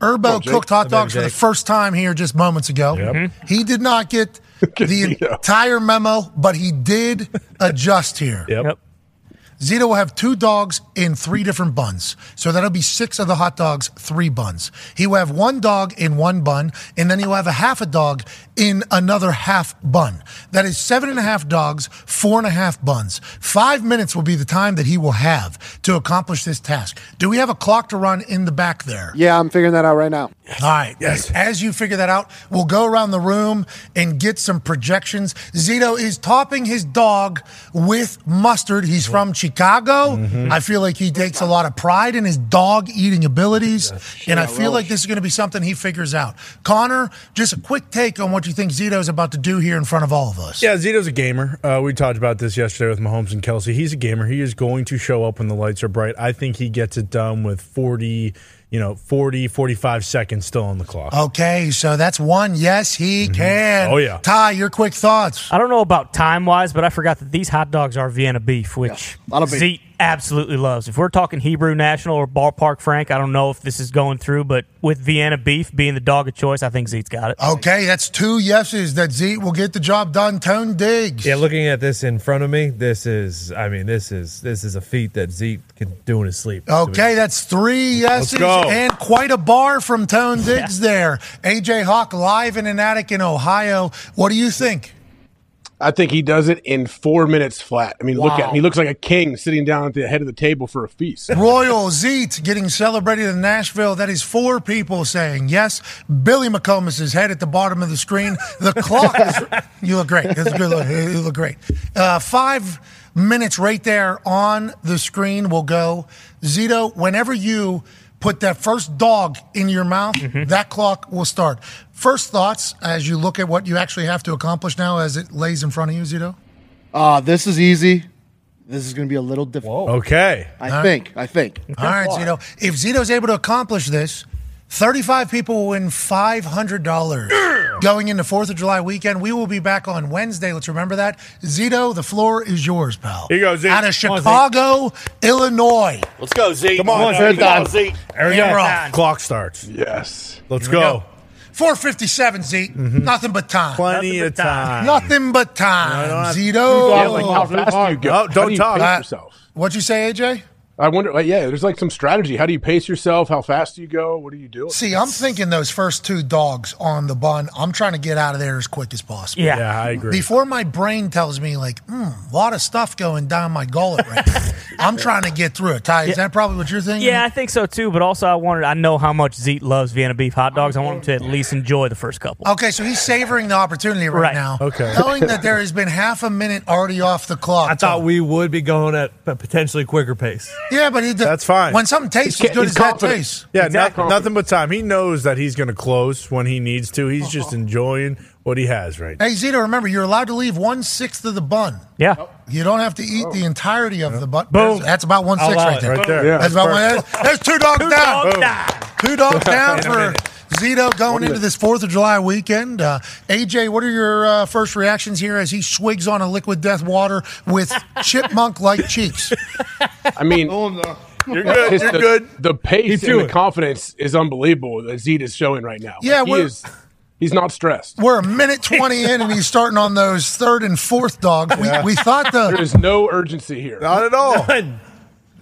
A: Erbo cooked hot
D: Come on,
A: dogs for the
D: Jake.
A: first time here just moments ago. He did not get the entire memo, but he did adjust here. Yep. Zito will have two dogs in three different buns. So that'll be six of the hot dogs, three buns. He will have one dog in one bun, and then he'll have a half a dog in another half bun. That is seven and a half dogs, four and a half buns. Five minutes will be the time that he will have to accomplish this task. Do we have a clock to run in the back there?
C: Yeah, I'm figuring that out right now.
A: All right. As you figure that out, we'll go around the room and get some projections. Zito is topping his dog with mustard. He's from Chicago.
B: Mm-hmm.
A: I feel like he takes a lot of pride in his dog eating abilities. And I feel like this is going to be something he figures out. Connor, just a quick take on what you think Zito's about to do here in front of all of us.
B: Yeah, Zito's a gamer. Uh, we talked about this yesterday with Mahomes and Kelsey. He's a gamer. He is going to show up when the lights are bright. I think he gets it done with 40, you know, 40, 45 seconds still on the clock.
A: Okay, so that's one. Yes, he can.
B: Oh, yeah.
A: Ty, your quick thoughts.
E: I don't know about time wise, but I forgot that these hot dogs are Vienna beef, which
I: lot of beef.
E: Zeke absolutely loves. If we're talking Hebrew National or Ballpark Frank, I don't know if this is going through, but with Vienna beef being the dog of choice, I think Zeke's got it.
A: Okay, that's two yeses that Zeke will get the job done. Tone Diggs.
D: Yeah, looking at this in front of me, this is I mean, this is this is a feat that Zeke can do in his sleep.
A: Okay, that's three
D: Let's
A: yeses
D: go.
A: and quite a bar from Tone Diggs there. AJ Hawk live in an attic in Ohio. What do you think?
G: I think he does it in four minutes flat. I mean, look at
A: Wow.
G: him. He looks like a king sitting down at the head of the table for a feast.
A: Royal Zeet getting celebrated in Nashville. That is four people saying yes. Billy McComas' head at the bottom of the screen. The clock is. You look great. That's a good look. You look great. Uh, five minutes right there on the screen will go. Zito, whenever you put that first dog in your mouth, that clock will start. First thoughts as you look at what you actually have to accomplish now as it lays in front of you, Zito?
I: Uh, this is easy. This is going to be a little difficult.
B: Okay.
I: I
A: All right.
I: think. I think.
A: All right, Zito. If Zito's able to accomplish this, 35 people will win $500 going into 4th of July weekend. We will be back on Wednesday. Let's remember that. Zito, the floor is yours, pal.
B: Here goes Zeke.
A: Out of Chicago, Illinois.
K: Let's go, Z.
A: Come on, Come on, Zeke. Come on,
K: Z.
A: Zeke. There we go. We're off.
B: Clock starts.
G: Yes.
B: Let's
A: Here we
B: go.
A: go. 457, Zeke.
G: Mm-hmm.
A: Nothing but time.
B: Plenty of time.
A: Nothing but time.
G: No, I don't have-
A: Zito.
G: Yeah, like how fast do you go?
B: No,
G: How
B: don't
G: do you
B: talk.
G: pace
B: Uh,
G: yourself?
A: What'd you say, AJ?
G: I wonder. Like, yeah, there's like some strategy. How do you pace yourself? How fast do you go? What do you do?
A: See, I'm thinking those first two dogs on the bun. I'm trying to get out of there as quick as possible.
B: Yeah. Yeah, I agree.
A: Before my brain tells me, like, hmm, a lot of stuff going down my gullet right now. I'm trying to get through it. Ty, is that probably what you're thinking?
E: Yeah, I think so too. But also, I wanted I know how much Zeke loves Vienna beef hot dogs. I want him to at least enjoy the first couple.
A: Okay, so he's savoring the opportunity right,
E: Right.
A: now.
E: Okay.
A: Knowing that there has been half a minute already off the clock.
D: I thought we would be going at a potentially quicker pace.
A: yeah, but he
B: That's fine.
A: When something tastes as good as that tastes.
B: Yeah,
A: Exactly.
B: no- nothing but time. He knows that he's going to close when he needs to. He's
A: (laughs)
B: just enjoying what he has right now.
A: Hey, Zito, remember, you're allowed to leave one sixth of the bun.
E: Yeah.
A: You don't have to eat the entirety of the bun.
B: Boom.
A: That's about one
B: I'll
A: sixth
B: allow
A: right
B: it.
A: there.
B: Right there. Oh. Yeah.
A: That's about one. That's, that's two dogs
E: Two
A: down.
E: dogs down.
B: (laughs)
A: Two dogs down
B: In a
A: for
B: minute.
A: Zito going into this Fourth of July weekend. Uh, AJ, what are your uh, first reactions here as he swigs on a liquid death water
B: (laughs)
A: with chipmunk-like cheeks?
G: I mean,
B: You're good.
G: Just
B: You're
G: the,
B: good.
G: The
B: Keep
G: pace and
B: doing
G: the
B: it.
G: confidence is unbelievable that Zeke is showing right now.
A: Yeah,
G: Like, he
A: we're-
G: is. He's not stressed.
A: We're a minute twenty in, and he's starting on those third and fourth dogs. We, we thought
G: There
A: the
G: is no urgency here.
B: Not at all.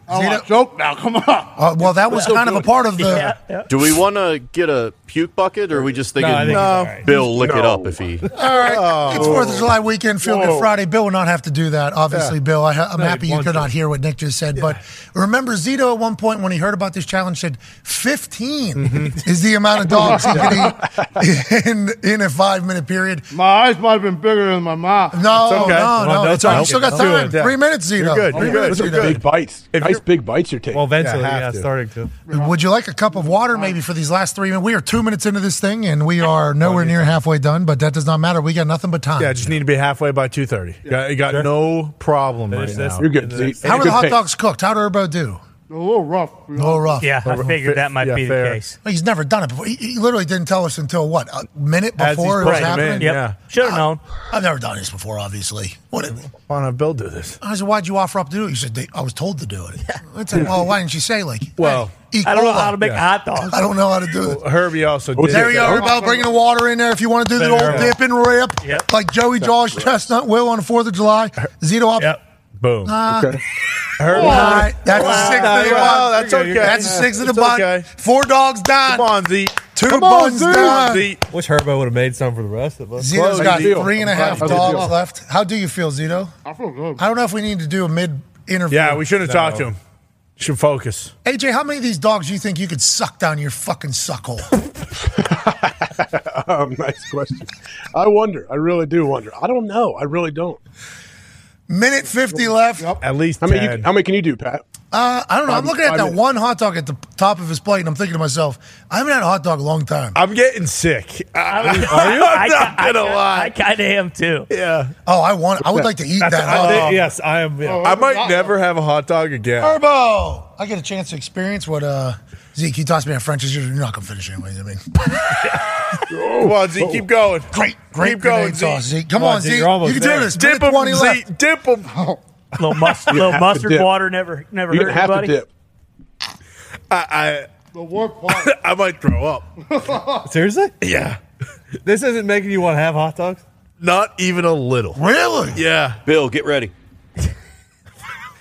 A: Zito,
I: joke now. Come on.
A: uh, well, that was kind of a part of the.
K: Do we want to get a puke bucket, or are we just thinking
D: No, I think it's all right.
K: Bill lick it up if he?
A: All right. It's Fourth of July weekend, Feel Good
G: Whoa.
A: Friday. Bill will not have to do that, obviously. Bill, I, I'm
D: No, he
A: happy you
D: wants
A: could
D: to.
A: not hear what Nick just said. But remember, Zito at one point when he heard about this challenge said 15 is the amount of dogs he could eat in, in a five minute period.
I: My eyes might have been bigger than my mouth.
A: No,
B: It's okay.
A: no,
B: Come on,
A: no.
B: no,
A: That's all right. You
B: it's
A: still got
B: okay. Let's do
A: time.
B: it. Yeah.
A: Three minutes, Zito.
B: You're good.
A: Three
B: You're good.
A: minutes,
B: You're
A: Zito.
G: Big bites.
B: If
G: nice
B: you're-
G: big bites you're taking.
D: Well, eventually,
B: Yeah, have
D: yeah,
B: to.
D: starting
A: (laughs)
D: to.
A: Would you like a cup of water maybe for these last three minutes? We are two minutes into this thing and we are nowhere near halfway done, but that does not matter. We got nothing but time.
B: Yeah, I just need to be halfway by 2.30. Got, you got no problem right
D: Finish this.
B: now.
G: You're good. Zeke.
A: How are
G: Good
A: the hot
G: pace.
A: dogs cooked? How did Herbo do?
I: A little rough.
A: A little rough.
E: Yeah, I figured that might
B: Yeah,
E: be
B: fair.
E: the case.
A: Well, He's never done it before. He, he literally didn't tell us until what a minute
B: As he's
A: before it was
B: putting them in,
A: happening.
E: Yep.
B: Yeah.
E: Should have known.
A: I've never done this before, obviously. What?
B: Why not Bill do this?
A: I said, "Why'd you offer up to do it?" You said, "They- "I was told to do it." I said, "Well, why didn't you say like?"
B: (laughs) Well,
E: I don't know how to make a hot dog.
A: I don't know how to do it.
B: Herbie also.
A: Well,
B: did
A: there you
B: that.
A: go, about bringing the water in there. If you want to do the
B: There you go.
A: old dip and rip, like Joey Jaws Chestnut Will on the Fourth of July, Zito up.
B: Boom.
A: Nah. (laughs)
B: Okay.
A: All right, that's a six
B: Nah,
A: to the
B: well,
A: bun.
B: that's okay.
A: That's a six to the
B: It's
A: bun.
B: okay.
A: Four dogs down.
B: Come on, Z.
A: Two
D: Come on,
A: buns
D: Z.
A: down.
D: Wish Herbo would have made some for the rest of us.
A: Zito's got three and a half
D: How's it feel?
A: dogs left. How do you feel, Zito? I feel good. I don't know if we need to do a mid interview.
B: Yeah, we shouldn't have talked to him. Should focus.
A: AJ, how many of these dogs do you think you could suck down your fucking suckhole? (laughs)
G: um, nice question. I wonder. I really do wonder. I don't know. I really don't.
A: Minute fifty left.
B: At least
G: how many? You,
A: 10.
G: how many can you do, Pat?
A: Uh, I don't know. I'm
G: Five-
A: looking at
G: five
A: that
G: minutes.
A: one hot dog at the top of his plate, and I'm thinking to myself, I haven't had a hot dog in a long time.
B: I'm getting sick.
E: Are you?
B: (laughs) I'm not
E: I,
B: gonna lie.
E: I kind of am too.
B: Yeah.
A: Oh, I want. I would like to eat
B: That's-
A: that.
B: I
A: hot
B: think-
A: dog.
B: yes, I am. yeah.
A: Oh,
B: I might
A: hot dog.
B: never have a hot dog again.
A: Herbo. I get a chance to experience what uh, Zeke. You toss me a French. You're you're not gonna finish anyways. I mean,
B: Come on, Z, keep going.
A: Great, great
B: keep going,
A: grenade sauce, Z. Come on, Z.
B: you're almost
A: You can do
B: there.
A: this.
B: Dip
A: Minute 20
B: them, Z.
A: left. Oh.
B: Dip them.
E: little mustard,
B: You
E: little
B: have to
E: mustard
B: dip.
E: water never never
B: You
E: hurt
B: have to
E: anybody.
B: dip. I, I, (laughs) I might throw up.
D: Seriously?
B: Yeah.
D: This isn't making you want to have hot dogs?
B: Not even a little.
A: Really?
B: Yeah.
K: Bill, get ready.
B: (laughs)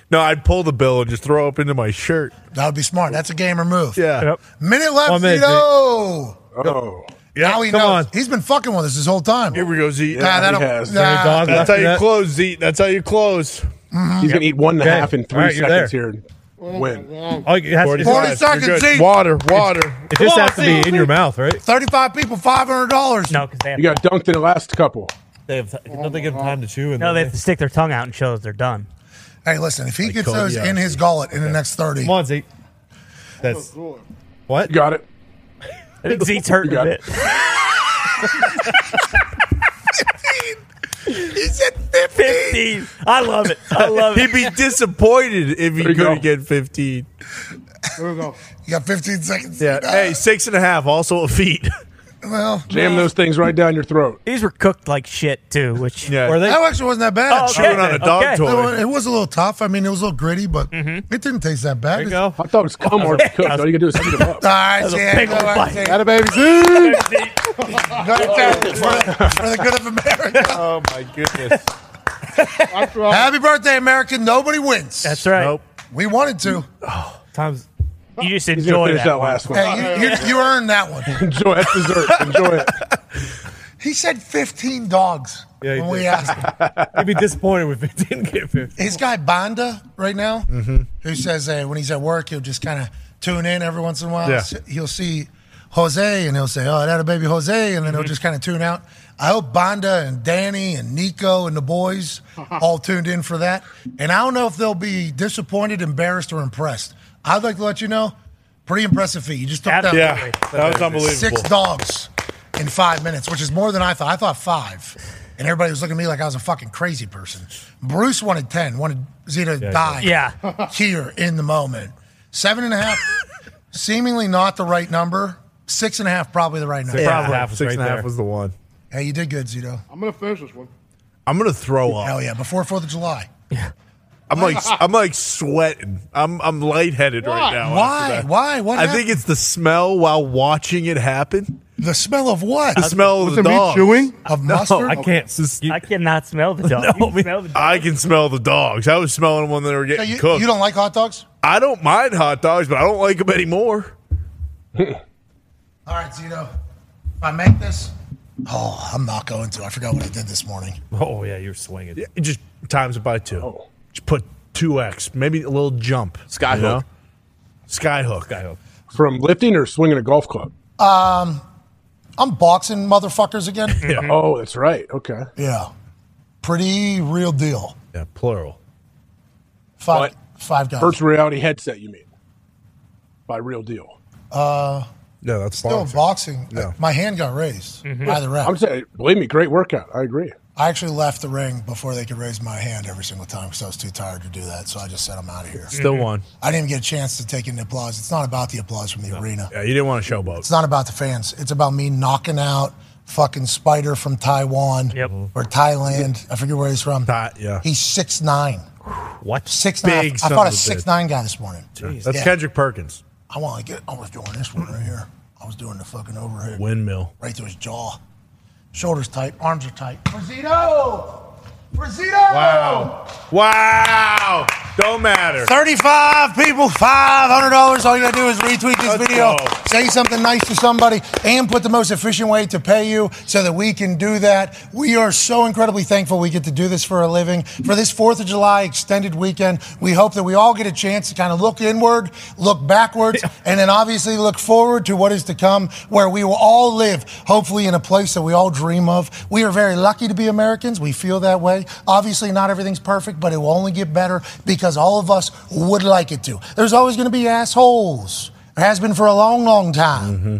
B: No, I'd pull the bill and just throw up into my shirt.
A: That would be smart. That's a gamer move.
B: Yeah. Yep.
A: Minute left.
B: One minute,
A: Zito.
G: Oh.
A: now he
B: come
A: knows.
B: on.
A: He's been fucking with us this whole time. Here
B: we go, Z.
A: Nah, that'll, nah.
B: That's how you close, Z. That's how you close.
A: Mm-hmm.
G: He's gonna eat one and a
B: Okay.
G: half in three
B: All right, you're
G: seconds
B: there.
G: here. and Win.
D: Oh, it has to be-
A: 40 seconds,
D: You're good.
A: Z.
B: Water, water.
D: It just has to be in your mouth, right?
A: 35 people, $500.
E: No, because they have
G: You got dunked in the last couple.
D: They have, don't they give them time to chew? And
E: no, they have to stick their tongue out and show that they're done.
A: Hey, listen, if he gets
E: cold,
A: those
E: yeah.
A: in his gullet in the next 30.
D: Come on, Zeke. That's what?
G: Got
E: (laughs)
G: it.
E: I think Zeke's hurting a bit.
A: He's at 15.
E: I love it. I love it.
B: He'd be disappointed if he
G: There you
B: couldn't
G: go.
B: get 15.
A: There we go. You got 15 seconds.
B: Yeah. Hey, six and a half, also a feat.
A: Well,
G: Jam those things right down your throat.
E: These were cooked like shit too, which
B: Yeah.
D: Were they?
A: that actually wasn't that bad.
E: Oh, okay. Chewing on a dog Okay. Mm-hmm. toy.
A: It wa- It was a little tough. I mean, it was a little gritty, but it didn't taste that bad. It's-
D: go.
G: Hot dogs come already cooked. All you gotta do is heat them up.
A: (laughs) All right,
E: was a
A: Jam.
E: big
A: Go
E: old
A: right,
E: bite.
A: Jam.
C: Had a
A: (laughs)
C: baby zoo.
A: Go right there. For for the good
G: (laughs)
A: of America.
B: Oh, my
E: (laughs)
B: goodness.
A: Happy birthday, America. Nobody wins.
E: That's right.
B: Nope.
A: We wanted to.
D: Oh, Times.
E: You just
G: He's gonna
E: enjoy
G: finish
E: that.
G: that,
E: one.
G: last one.
A: Hey, you, you, you earned that one.
G: (laughs) Enjoy that dessert. Enjoy it.
A: He said 15 dogs
D: Yeah, he
A: when we
D: did.
A: asked
B: (laughs)
A: him.
D: You'd be disappointed if it didn't get 50.
A: His guy Bonda right now,
G: Mm-hmm.
A: who says uh, when he's at work, he'll just kind of tune in every once in a while.
B: Yeah.
A: S- He'll see Jose and he'll say, "Oh, that a baby Jose," and then
B: Mm-hmm.
A: he'll just kind of tune out. I hope Bonda and Danny and Nico and
B: (laughs)
A: the boys all tuned in for that. And I don't know if they'll be disappointed, embarrassed, or impressed. I'd like to let you know, pretty impressive feat. You just took that
B: Yeah. That was unbelievable.
A: six dogs in five minutes, which is more than I thought. I thought five, and everybody was looking at me like I was a fucking crazy person. Bruce wanted ten, wanted Zeta to die
E: Yeah.
A: (laughs) here in the moment. Seven and a half, seemingly not the right number. Six and a half, probably the right number.
B: Yeah,
D: Probably. Half was
B: six
D: right
B: and a half
D: there.
B: was the one.
A: Hey, you did good, Zito.
I: I'm gonna finish this one.
B: I'm gonna throw up.
A: Hell yeah! Before Fourth of July.
B: I'm like I'm like sweating. I'm I'm lightheaded right
I: Why?
B: now. after
A: Why?
B: that.
A: Why? What?
B: I think it's the smell while watching it happen.
A: it's the smell of what?
B: The smell of the
I: the meat
B: dogs.
I: chewing?
A: of mustard.
D: I can't. You,
E: I cannot smell
B: (laughs)
E: the dog. You can smell the dog.
B: I can smell the dogs. I was smelling them when they were
A: So
B: getting
A: you,
B: cooked.
A: you don't like hot dogs?
B: I don't mind hot dogs, but I don't like them anymore.
A: All right, Zito. If I make this, (laughs) oh, I'm not going to. I forgot what I did this morning.
D: oh, yeah, you're swinging. Oh.
B: Yeah, Just times it by two. Just put two X, maybe a little jump.
K: Skyhook.
B: Skyhook.
D: Skyhook.
G: From lifting or swinging a golf club.
A: Um, I'm boxing
G: (laughs)
A: motherfuckers again.
B: Yeah.
G: Oh, that's right. Okay.
A: yeah. Pretty real deal.
B: Yeah, plural.
A: Five five guys.
G: Virtual reality headset, you mean? By real deal.
B: No, that's
A: Uh, Still
B: boxing.
A: boxing. Uh,
B: Yeah.
A: My hand got raised
G: Mm-hmm.
A: by the ref.
G: I'm saying, believe me, great workout. I agree.
A: I actually left the ring before they could raise my hand every single time because I was too tired to do that. So I just said, I'm out of here.
B: Still
G: Mm-hmm.
B: one.
A: I didn't even get a chance to take in the applause. It's not about the applause from the arena.
B: Yeah, you didn't want to
A: It's
B: showboat.
A: not about the fans. It's about me knocking out fucking Spider from Taiwan
E: Yep.
A: or Thailand. I forget where he's from.
B: Thai- yeah.
A: He's 6'9.
D: What?
A: Six nine.
B: Big
A: I
B: son
A: fought a
B: of a
A: six nine guy this morning.
B: That's
A: Yeah.
B: Kendrick Perkins.
A: I want to get. I was doing this one right here. I was doing the fucking overhead.
B: Windmill.
A: Right through his jaw. Shoulders tight. Arms are tight. Brazito! Brazito!
B: Wow. Wow. Don't matter.
A: 35 people, $500. All you gotta do is retweet this video,
B: go.
A: say something nice to somebody, and put the most efficient way to pay you so that we can do that. We are so incredibly thankful we get to do this for a living. For this 4th of July extended weekend, we hope that we all get a chance to kind of look inward, look backwards, and then obviously look forward to what is to come, where we will all live, hopefully, in a place that we all dream of. We are very lucky to be Americans. We feel that way. Obviously, not everything's perfect, but it will only get better because all of us would like it to. There's always going to be assholes. There has been for a long, long time.
B: Mm-hmm.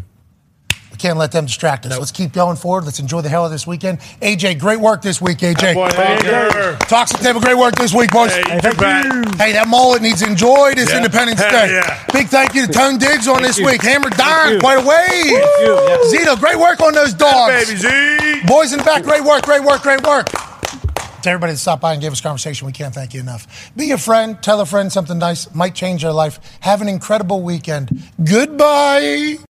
A: We can't let them distract us. Let's keep going forward. Let's enjoy the hell of this weekend. AJ, great work this week, AJ.
B: That boy, Thank AJ. you.
A: Toxic table, great work this week, boys.
B: Hey, you too, Pat.
A: Hey, that mullet needs enjoyed this
B: Yeah.
A: Independence
B: Hell
A: Day.
B: yeah.
A: Big thank you to Tone Diggs on
B: Thank
A: this
B: you.
A: week. Hammer
B: Thank you.
A: Dime, quite a wave.
B: Thank
A: Zito, great work on those dogs.
B: baby, Z.
A: Boys in the back, great work, great work, great work to everybody that stopped by and gave us conversation. We can't thank you enough. Be a friend. Tell a friend something nice. Might change their life. Have an incredible weekend. Goodbye.